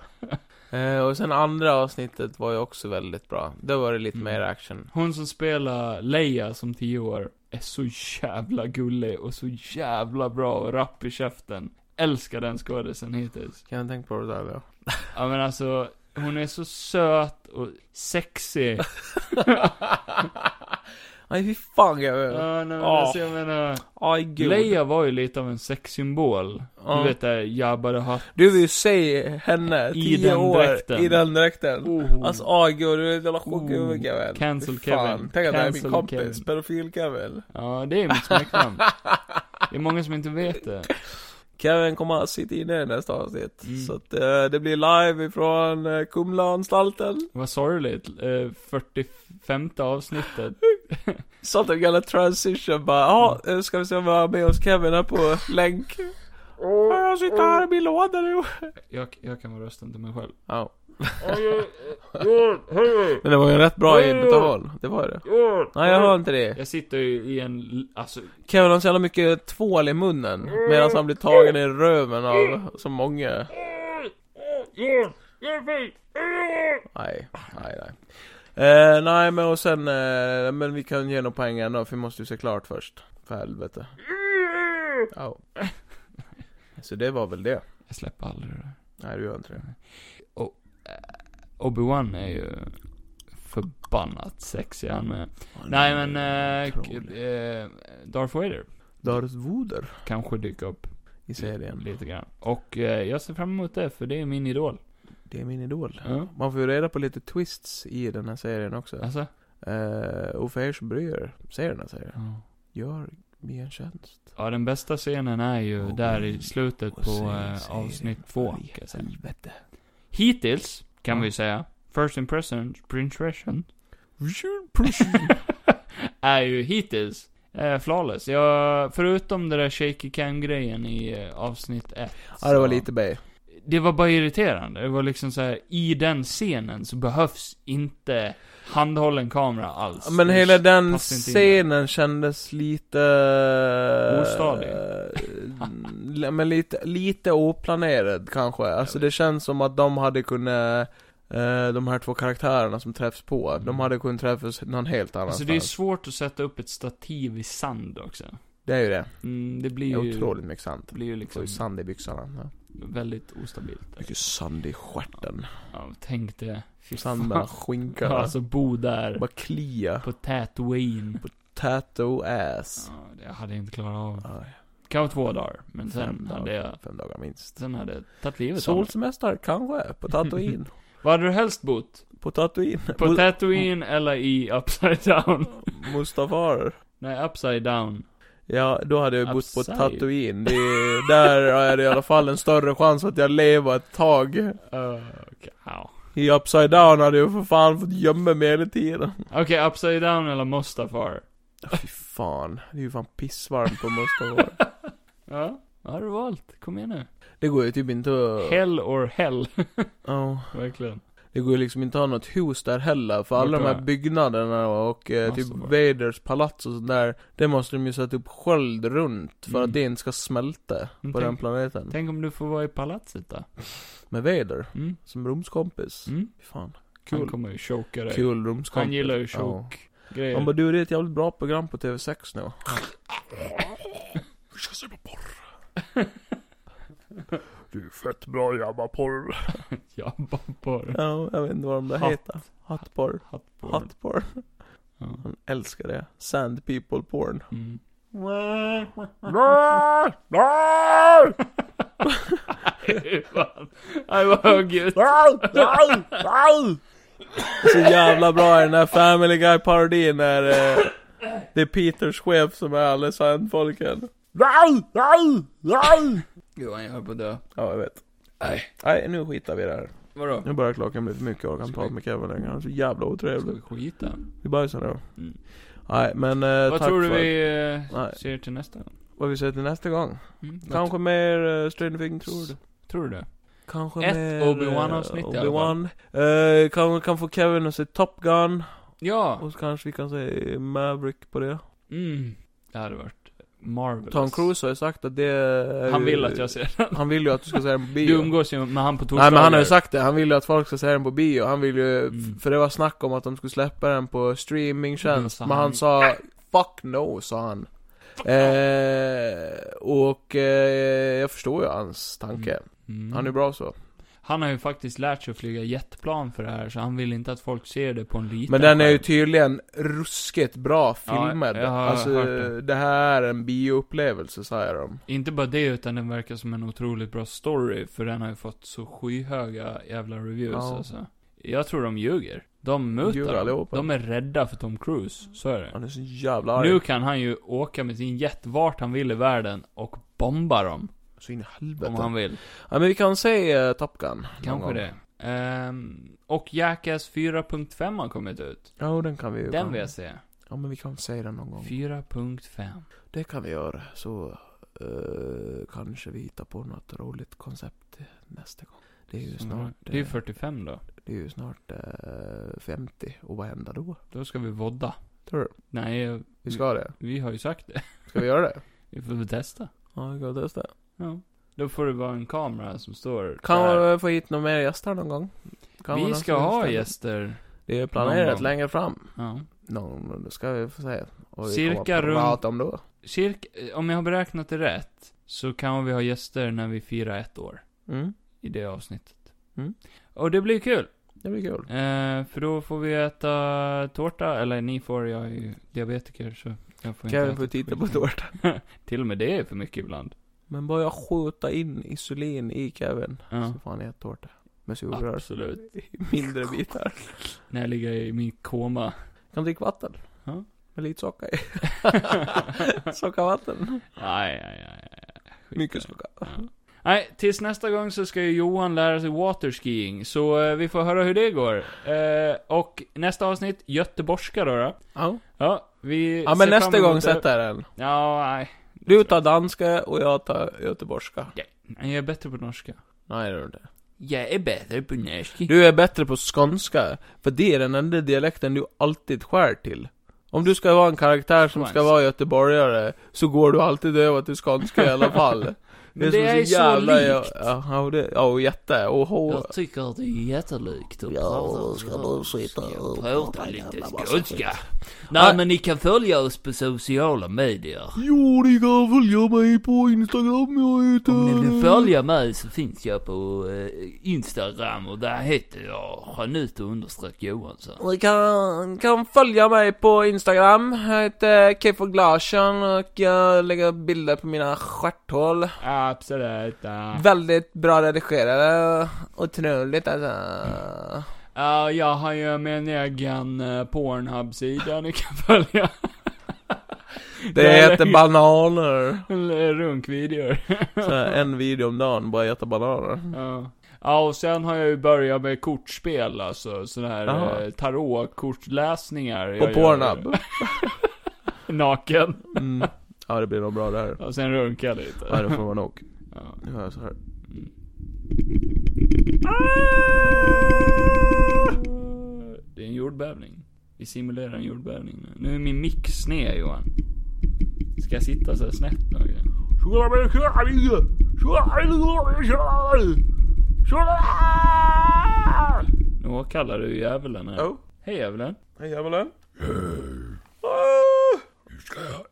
[SPEAKER 3] Eh, och sen andra avsnittet var ju också väldigt bra. Där var det lite
[SPEAKER 1] Mm.
[SPEAKER 3] mer action.
[SPEAKER 1] Hon som spelar Leia som 10 år är så jävla gullig och så jävla bra och rapp i käften. Älskar den skådisen hittills.
[SPEAKER 3] Kan jag tänka på det där då?
[SPEAKER 1] Ja men alltså, hon är så söt och sexig.
[SPEAKER 3] Nej fy fan Gabriel.
[SPEAKER 1] Ja, nej, men
[SPEAKER 3] Åh.
[SPEAKER 1] alltså, jag menar,
[SPEAKER 3] Aj gud.
[SPEAKER 1] Leia var ju lite av en sexsymbol.
[SPEAKER 3] Ja.
[SPEAKER 1] Du vet det här Jabba the Hutt.
[SPEAKER 3] Du vill ju se henne,
[SPEAKER 1] I
[SPEAKER 3] 10
[SPEAKER 1] den
[SPEAKER 3] år,
[SPEAKER 1] dräkten.
[SPEAKER 3] i den dräkten.
[SPEAKER 1] Oh.
[SPEAKER 3] Alltså aj gud, du är en jävla chock i
[SPEAKER 1] Oh.
[SPEAKER 3] huvudet Gabriel.
[SPEAKER 1] Cancel
[SPEAKER 3] Fy fan.
[SPEAKER 1] Kevin.
[SPEAKER 3] Tänk att det här är min
[SPEAKER 1] Cancel
[SPEAKER 3] kompis,
[SPEAKER 1] Kevin.
[SPEAKER 3] pedofil-Kevin.
[SPEAKER 1] Ja, det är mitt smeknamn. Det är många som inte vet det.
[SPEAKER 3] Kevin kommer att sitta inne i nästa avsnitt.
[SPEAKER 1] Mm.
[SPEAKER 3] Så att eh, det blir live ifrån eh, Kumlaanstalten.
[SPEAKER 1] Vad sorgligt. Eh, 45 avsnittet.
[SPEAKER 3] Sånt där jävla transition bara, ja, eh, ska vi se om vi har med oss Kevin här på länk. Jag sitter här i min låda nu.
[SPEAKER 1] Jag, jag kan vara rösten till mig själv.
[SPEAKER 3] Ja. Men det var ju en rätt bra inbetal. Det var ju det. Nej, jag hör inte det.
[SPEAKER 1] Jag sitter ju i en, l- alltså,
[SPEAKER 3] Kevin har så jävla mycket tvål i munnen. Medan han blir tagen i röven av så många. Nej, nej, nej. Eh, nej men och sen, eh, men vi kan ge några poäng ändå, för vi måste ju se klart först. För helvete. Ja. Så det var väl det.
[SPEAKER 1] jag släpper aldrig det där.
[SPEAKER 3] Nej du gör inte det.
[SPEAKER 1] Obi-Wan är ju förbannat sexig han med. Nej men, eh, k-
[SPEAKER 3] Otrolig.
[SPEAKER 1] eh, Darth Vader
[SPEAKER 3] Darth Vader
[SPEAKER 1] kanske dyker upp
[SPEAKER 3] i serien.
[SPEAKER 1] lite grann. Och eh, jag ser fram emot det, för det är min idol.
[SPEAKER 3] Det är min idol.
[SPEAKER 1] Ja.
[SPEAKER 3] Man får ju reda på lite twists i den här serien också.
[SPEAKER 1] Alltså,
[SPEAKER 3] Eh, och för er som bryr ser den här serien,
[SPEAKER 1] ja.
[SPEAKER 3] gör mig en tjänst.
[SPEAKER 1] ja, den bästa scenen är ju
[SPEAKER 3] Och-
[SPEAKER 1] där i slutet
[SPEAKER 3] och se
[SPEAKER 1] på eh,
[SPEAKER 3] serien
[SPEAKER 1] avsnitt två,
[SPEAKER 3] för
[SPEAKER 1] kan jag säga.
[SPEAKER 3] Helvete.
[SPEAKER 1] Hittills, kan
[SPEAKER 3] Ja.
[SPEAKER 1] vi säga, First Impression, Impression är ju hittills eh, flawless. Jag, förutom den där shaky cam-grejen i eh, avsnitt ett.
[SPEAKER 3] Ja det var
[SPEAKER 1] så-
[SPEAKER 3] lite bej.
[SPEAKER 1] Det var bara irriterande. Det var liksom så här, i den scenen så behövs inte handhållen kamera alls.
[SPEAKER 3] Men
[SPEAKER 1] Det
[SPEAKER 3] hela den
[SPEAKER 1] passar inte in där.
[SPEAKER 3] scenen kändes lite...
[SPEAKER 1] Ostadig.
[SPEAKER 3] Eh, Men lite, lite oplanerad kanske. Alltså det känns som att de hade kunnat, eh, de här två karaktärerna som träffs på, de hade kunnat träffas någon helt
[SPEAKER 1] Mm. Alltså
[SPEAKER 3] annanstans.
[SPEAKER 1] det är svårt att sätta upp ett stativ i sand också.
[SPEAKER 3] det är ju det.
[SPEAKER 1] Mm, det blir
[SPEAKER 3] Det är
[SPEAKER 1] ju...
[SPEAKER 3] otroligt mycket sant.
[SPEAKER 1] Det blir ju
[SPEAKER 3] Får
[SPEAKER 1] liksom
[SPEAKER 3] ju sand i byxorna. Ja.
[SPEAKER 1] väldigt ostabilt.
[SPEAKER 3] Mycket sand i stjärten.
[SPEAKER 1] Ja, tänk det. Fy
[SPEAKER 3] Sand
[SPEAKER 1] fan.
[SPEAKER 3] mellan
[SPEAKER 1] Ja,
[SPEAKER 3] skinkorna.
[SPEAKER 1] alltså bo där.
[SPEAKER 3] Bara klia.
[SPEAKER 1] På Tatooine.
[SPEAKER 3] Tattoo ass.
[SPEAKER 1] Ja, det hade jag inte klarat av.
[SPEAKER 3] Aj,
[SPEAKER 1] Kanske två dagar. Men
[SPEAKER 3] fem,
[SPEAKER 1] sen hade jag...
[SPEAKER 3] dagar, fem dagar minst.
[SPEAKER 1] Sen hade jag tagit livet av mig.
[SPEAKER 3] Solsemestrar kanske, på Tatooine.
[SPEAKER 1] Vad hade du helst bott?
[SPEAKER 3] på Tatooine.
[SPEAKER 1] På
[SPEAKER 3] Mu-
[SPEAKER 1] Tatooine
[SPEAKER 3] Mm.
[SPEAKER 1] eller i Upside Down?
[SPEAKER 3] Mustafar.
[SPEAKER 1] Nej, Upside Down.
[SPEAKER 3] Ja, då hade jag ju bott på
[SPEAKER 1] Upside.
[SPEAKER 3] Tatooine. Det, är- där är det i alla fall en större chans att jag lever ett tag.
[SPEAKER 1] Uh, Okej, Au.
[SPEAKER 3] I Upside Down hade jag för fan fått gömma mig hela tiden.
[SPEAKER 1] Okej, Upside Down eller Mustafar?
[SPEAKER 3] Fy fan, det är ju fan pissvarmt på Mustafar.
[SPEAKER 1] Ja, vad har du valt? Kom igen nu.
[SPEAKER 3] Det går ju typ inte att...
[SPEAKER 1] Hell or hell.
[SPEAKER 3] Ja.
[SPEAKER 1] Verkligen.
[SPEAKER 3] Det går ju liksom inte att ha något hus där heller, för alla
[SPEAKER 1] Vart
[SPEAKER 3] de
[SPEAKER 1] då?
[SPEAKER 3] här byggnaderna och eh, typ
[SPEAKER 1] Massor.
[SPEAKER 3] Vaders palats och sånt där Det måste de ju sätta upp sköld runt för
[SPEAKER 1] Mm.
[SPEAKER 3] att det inte ska smälta
[SPEAKER 1] Men
[SPEAKER 3] på
[SPEAKER 1] tänk-
[SPEAKER 3] den planeten
[SPEAKER 1] Tänk om du får vara i palatset då?
[SPEAKER 3] Med Vader,
[SPEAKER 1] Mm?
[SPEAKER 3] som rumskompis
[SPEAKER 1] Mm?
[SPEAKER 3] Fan,
[SPEAKER 1] Han
[SPEAKER 3] kul,
[SPEAKER 1] kommer ju choka dig.
[SPEAKER 3] kul rumskompis
[SPEAKER 1] Han gillar ju
[SPEAKER 3] ja.
[SPEAKER 1] choke-grejer.
[SPEAKER 3] Han bara du det är ett jävligt bra program på TV6 nu Vi ska se på porr Det är fett bra jävla porr
[SPEAKER 1] Ja, bara på det.
[SPEAKER 3] Ja, jag vet inte vad de där
[SPEAKER 1] Hatt.
[SPEAKER 3] heter Hattporr,
[SPEAKER 1] Hatt på det.
[SPEAKER 3] hattporr
[SPEAKER 1] Ja.
[SPEAKER 3] Han älskar det. Sand people porn.
[SPEAKER 1] Mm. Fan. Nej, vad högljutt.
[SPEAKER 3] Så jävla bra i den där Family Guy-parodin när eh, det är Peters chef som är alla sandfolken.
[SPEAKER 1] Johan, jag höll på att dö.
[SPEAKER 3] Ja, jag vet.
[SPEAKER 1] Nej.
[SPEAKER 3] Nej, nu skitar vi i det här.
[SPEAKER 1] Vadå?
[SPEAKER 3] Nu börjar klockan bli för mycket och jag kan prata med Kevin längre. Han är så jävla
[SPEAKER 1] Ska
[SPEAKER 3] otrevlig.
[SPEAKER 1] vi skita?
[SPEAKER 3] Vi bajsar nu.
[SPEAKER 1] Mm.
[SPEAKER 3] Nej, men eh,
[SPEAKER 1] Vad
[SPEAKER 3] tack
[SPEAKER 1] tror du
[SPEAKER 3] för
[SPEAKER 1] vi eh,
[SPEAKER 3] Nej.
[SPEAKER 1] ser till nästa gång?
[SPEAKER 3] vad vi säger till nästa gång.
[SPEAKER 1] Mm. vad
[SPEAKER 3] Kanske mer uh, Stranger Things tror du?
[SPEAKER 1] Tror du det?
[SPEAKER 3] Kanske
[SPEAKER 1] Ett
[SPEAKER 3] mer...
[SPEAKER 1] Obi-Wan-avsnitt i alla fall.
[SPEAKER 3] Obi-Wan. Eh, kan, kan få Kevin att se Top Gun.
[SPEAKER 1] Ja!
[SPEAKER 3] Och så kanske vi kan se Maverick på det.
[SPEAKER 1] Mm. Det hade varit marvelous.
[SPEAKER 3] Tom Cruise har ju sagt att det är
[SPEAKER 1] Han
[SPEAKER 3] ju-
[SPEAKER 1] vill att jag ser den.
[SPEAKER 3] Han vill ju att du ska se den på bio.
[SPEAKER 1] Du umgås ju med han på torsdagar.
[SPEAKER 3] Nej men han har ju sagt det, han vill ju att folk ska se den på bio. Han vill ju...
[SPEAKER 1] Mm.
[SPEAKER 3] För det var snack om att de skulle släppa den på streamingtjänst.
[SPEAKER 1] Då sa
[SPEAKER 3] Men han
[SPEAKER 1] han-
[SPEAKER 3] sa 'Fuck no' sa han. Eh, och eh, jag förstår ju hans tanke.
[SPEAKER 1] Mm.
[SPEAKER 3] Han är bra så.
[SPEAKER 1] Han har ju faktiskt lärt sig att flyga jetplan för det här, så han vill inte att folk ser det på en liten
[SPEAKER 3] Men den är ju
[SPEAKER 1] skärm.
[SPEAKER 3] tydligen ruskigt bra filmad.
[SPEAKER 1] jag har
[SPEAKER 3] alltså,
[SPEAKER 1] hört det.
[SPEAKER 3] det. här är en bioupplevelse säger de.
[SPEAKER 1] Inte bara det, utan den verkar som en otroligt bra story, för den har ju fått så skyhöga jävla reviews
[SPEAKER 3] Ja.
[SPEAKER 1] alltså. Jag tror de ljuger. De
[SPEAKER 3] Ljuger
[SPEAKER 1] mutar dem.
[SPEAKER 3] allihopa.
[SPEAKER 1] De är rädda för Tom Cruise, så är det.
[SPEAKER 3] Han är så jävla arg.
[SPEAKER 1] Nu kan han ju åka med sin jet vart han vill i världen och bomba dem.
[SPEAKER 3] Så in i
[SPEAKER 1] Om
[SPEAKER 3] helvete.
[SPEAKER 1] han vill.
[SPEAKER 3] Ja men vi kan se uh, Top Gun. någon
[SPEAKER 1] Kanske
[SPEAKER 3] gång.
[SPEAKER 1] det. Ehm, och Jackass 4.5 har kommit ut.
[SPEAKER 3] Ja och den kan vi ju.
[SPEAKER 1] Den
[SPEAKER 3] kan-
[SPEAKER 1] vill jag se.
[SPEAKER 3] Ja men vi kan se den någon gång.
[SPEAKER 1] 4.5.
[SPEAKER 3] Det kan vi göra. Så Eh, kanske vi hittar på något roligt koncept nästa gång. Det är ju
[SPEAKER 1] Snart,
[SPEAKER 3] snart,
[SPEAKER 1] det är ju
[SPEAKER 3] eh,
[SPEAKER 1] 45 då.
[SPEAKER 3] det är ju snart eh, 50 och vad händer då?
[SPEAKER 1] Då ska vi vodda.
[SPEAKER 3] Tror du?
[SPEAKER 1] Nej,
[SPEAKER 3] Vi ska ha det.
[SPEAKER 1] vi har ju sagt det.
[SPEAKER 3] Ska vi göra det?
[SPEAKER 1] Vi får väl testa.
[SPEAKER 3] Ja, vi kan testa.
[SPEAKER 1] Ja. Då får det vara en kamera som står
[SPEAKER 3] Kan
[SPEAKER 1] där.
[SPEAKER 3] man eh, få hit några mer gäster någon gång? Kan man
[SPEAKER 1] Vi
[SPEAKER 3] ha
[SPEAKER 1] ska
[SPEAKER 3] fler
[SPEAKER 1] ha
[SPEAKER 3] gäster?
[SPEAKER 1] gäster.
[SPEAKER 3] Det är
[SPEAKER 1] Någon
[SPEAKER 3] planerat
[SPEAKER 1] gång.
[SPEAKER 3] längre fram.
[SPEAKER 1] Ja.
[SPEAKER 3] Någon, gång, det ska vi få se. Och vi
[SPEAKER 1] Cirka
[SPEAKER 3] kommer att
[SPEAKER 1] runt-
[SPEAKER 3] prata om då.
[SPEAKER 1] Cirk, eh, om jag har beräknat det rätt, så kan vi ha gäster när vi firar ett år.
[SPEAKER 3] Mm.
[SPEAKER 1] I det avsnittet.
[SPEAKER 3] Mm.
[SPEAKER 1] Och det blir kul.
[SPEAKER 3] Det blir kul.
[SPEAKER 1] Eh, för då får vi äta tårta, eller ni får, jag är ju diabetiker så jag får
[SPEAKER 3] Kevin
[SPEAKER 1] inte
[SPEAKER 3] får
[SPEAKER 1] äta
[SPEAKER 3] titta på
[SPEAKER 1] skit.
[SPEAKER 3] tårtan.
[SPEAKER 1] Till och med det är för mycket ibland.
[SPEAKER 3] Men bara jag skjuta in isolin i Kevin.
[SPEAKER 1] Ja.
[SPEAKER 3] Så får han äta tårta. Med sugrör.
[SPEAKER 1] Absolut.
[SPEAKER 3] I mindre bitar.
[SPEAKER 1] När jag ligger i min koma.
[SPEAKER 3] Kan dricka vatten.
[SPEAKER 1] Ja.
[SPEAKER 3] Med lite socker i. Sockervatten.
[SPEAKER 1] Nej, nej, nej. nej. Skit i
[SPEAKER 3] Mycket
[SPEAKER 1] det.
[SPEAKER 3] socker.
[SPEAKER 1] Ja. Nej, tills nästa gång så ska ju Johan lära sig waterskiing, så eh, vi får höra hur det går. Eh, och nästa avsnitt, göteborgska då. då.
[SPEAKER 3] Ja.
[SPEAKER 1] Ja, vi
[SPEAKER 3] Ja men
[SPEAKER 1] ser
[SPEAKER 3] nästa
[SPEAKER 1] fram emot
[SPEAKER 3] gång
[SPEAKER 1] det.
[SPEAKER 3] sätter jag den.
[SPEAKER 1] Ja, nej.
[SPEAKER 3] Du tar danska och jag tar göteborgska.
[SPEAKER 1] Jag är bättre på norska.
[SPEAKER 3] Nej det är du inte.
[SPEAKER 1] Jag är bättre på norska.
[SPEAKER 3] Du är bättre på skånska, för det är den enda dialekten du alltid skär till. Om du ska vara en karaktär som ska
[SPEAKER 1] Skånsk.
[SPEAKER 3] vara göteborgare, så går du alltid över till skånska i alla fall.
[SPEAKER 1] Men det är ju så
[SPEAKER 3] ja,
[SPEAKER 1] likt.
[SPEAKER 3] ja, och det, ja, och jätte, och hår.
[SPEAKER 1] Jag tycker att det är jättelikt att
[SPEAKER 2] Ja,
[SPEAKER 1] prata-
[SPEAKER 2] ska du sitta och
[SPEAKER 1] prata
[SPEAKER 2] en
[SPEAKER 1] lite
[SPEAKER 2] jävla massa skit?
[SPEAKER 1] skånska. Nej, men ni kan följa oss på sociala medier.
[SPEAKER 2] Jo, ni kan följa mig på Instagram, jag heter...
[SPEAKER 1] Om ni
[SPEAKER 3] Mm.
[SPEAKER 1] vill följa mig så finns jag på eh, Instagram och där heter jag Janito understreck Johansson.
[SPEAKER 3] Ni kan, kan följa mig på Instagram, jag heter Kefo Glashan och jag lägger bilder på mina stjärthål.
[SPEAKER 1] Absolut.
[SPEAKER 3] Väldigt bra redigerade, otroligt alltså.
[SPEAKER 1] Ja, jag har ju min egen uh, Pornhub-sida ni kan följa.
[SPEAKER 3] Det heter bananer.
[SPEAKER 1] Runkvideor.
[SPEAKER 3] Så här, en video om dagen, bara äta bananer.
[SPEAKER 1] Ja. Ja, och sen har jag ju börjat med kortspel, alltså sådana här
[SPEAKER 3] Jaha.
[SPEAKER 1] eh, tarotkortläsningar.
[SPEAKER 3] På
[SPEAKER 1] jag gör.
[SPEAKER 3] Pornhub.
[SPEAKER 1] Naken.
[SPEAKER 3] Mm. Ja, det blir nog bra det här.
[SPEAKER 1] Och sen runkar jag lite.
[SPEAKER 3] Ja, det får vara nog.
[SPEAKER 1] Ja.
[SPEAKER 3] Nu hör jag så här.
[SPEAKER 1] Det är en jordbävning. Vi simulerar en jordbävning nu. Nu är min mick sned Johan. Ska jag sitta så här snett någon gång? Nu åkallar du djävulen här.
[SPEAKER 3] Oh,
[SPEAKER 1] Hej djävulen.
[SPEAKER 3] hej djävulen. Ah!
[SPEAKER 2] Nu ska jag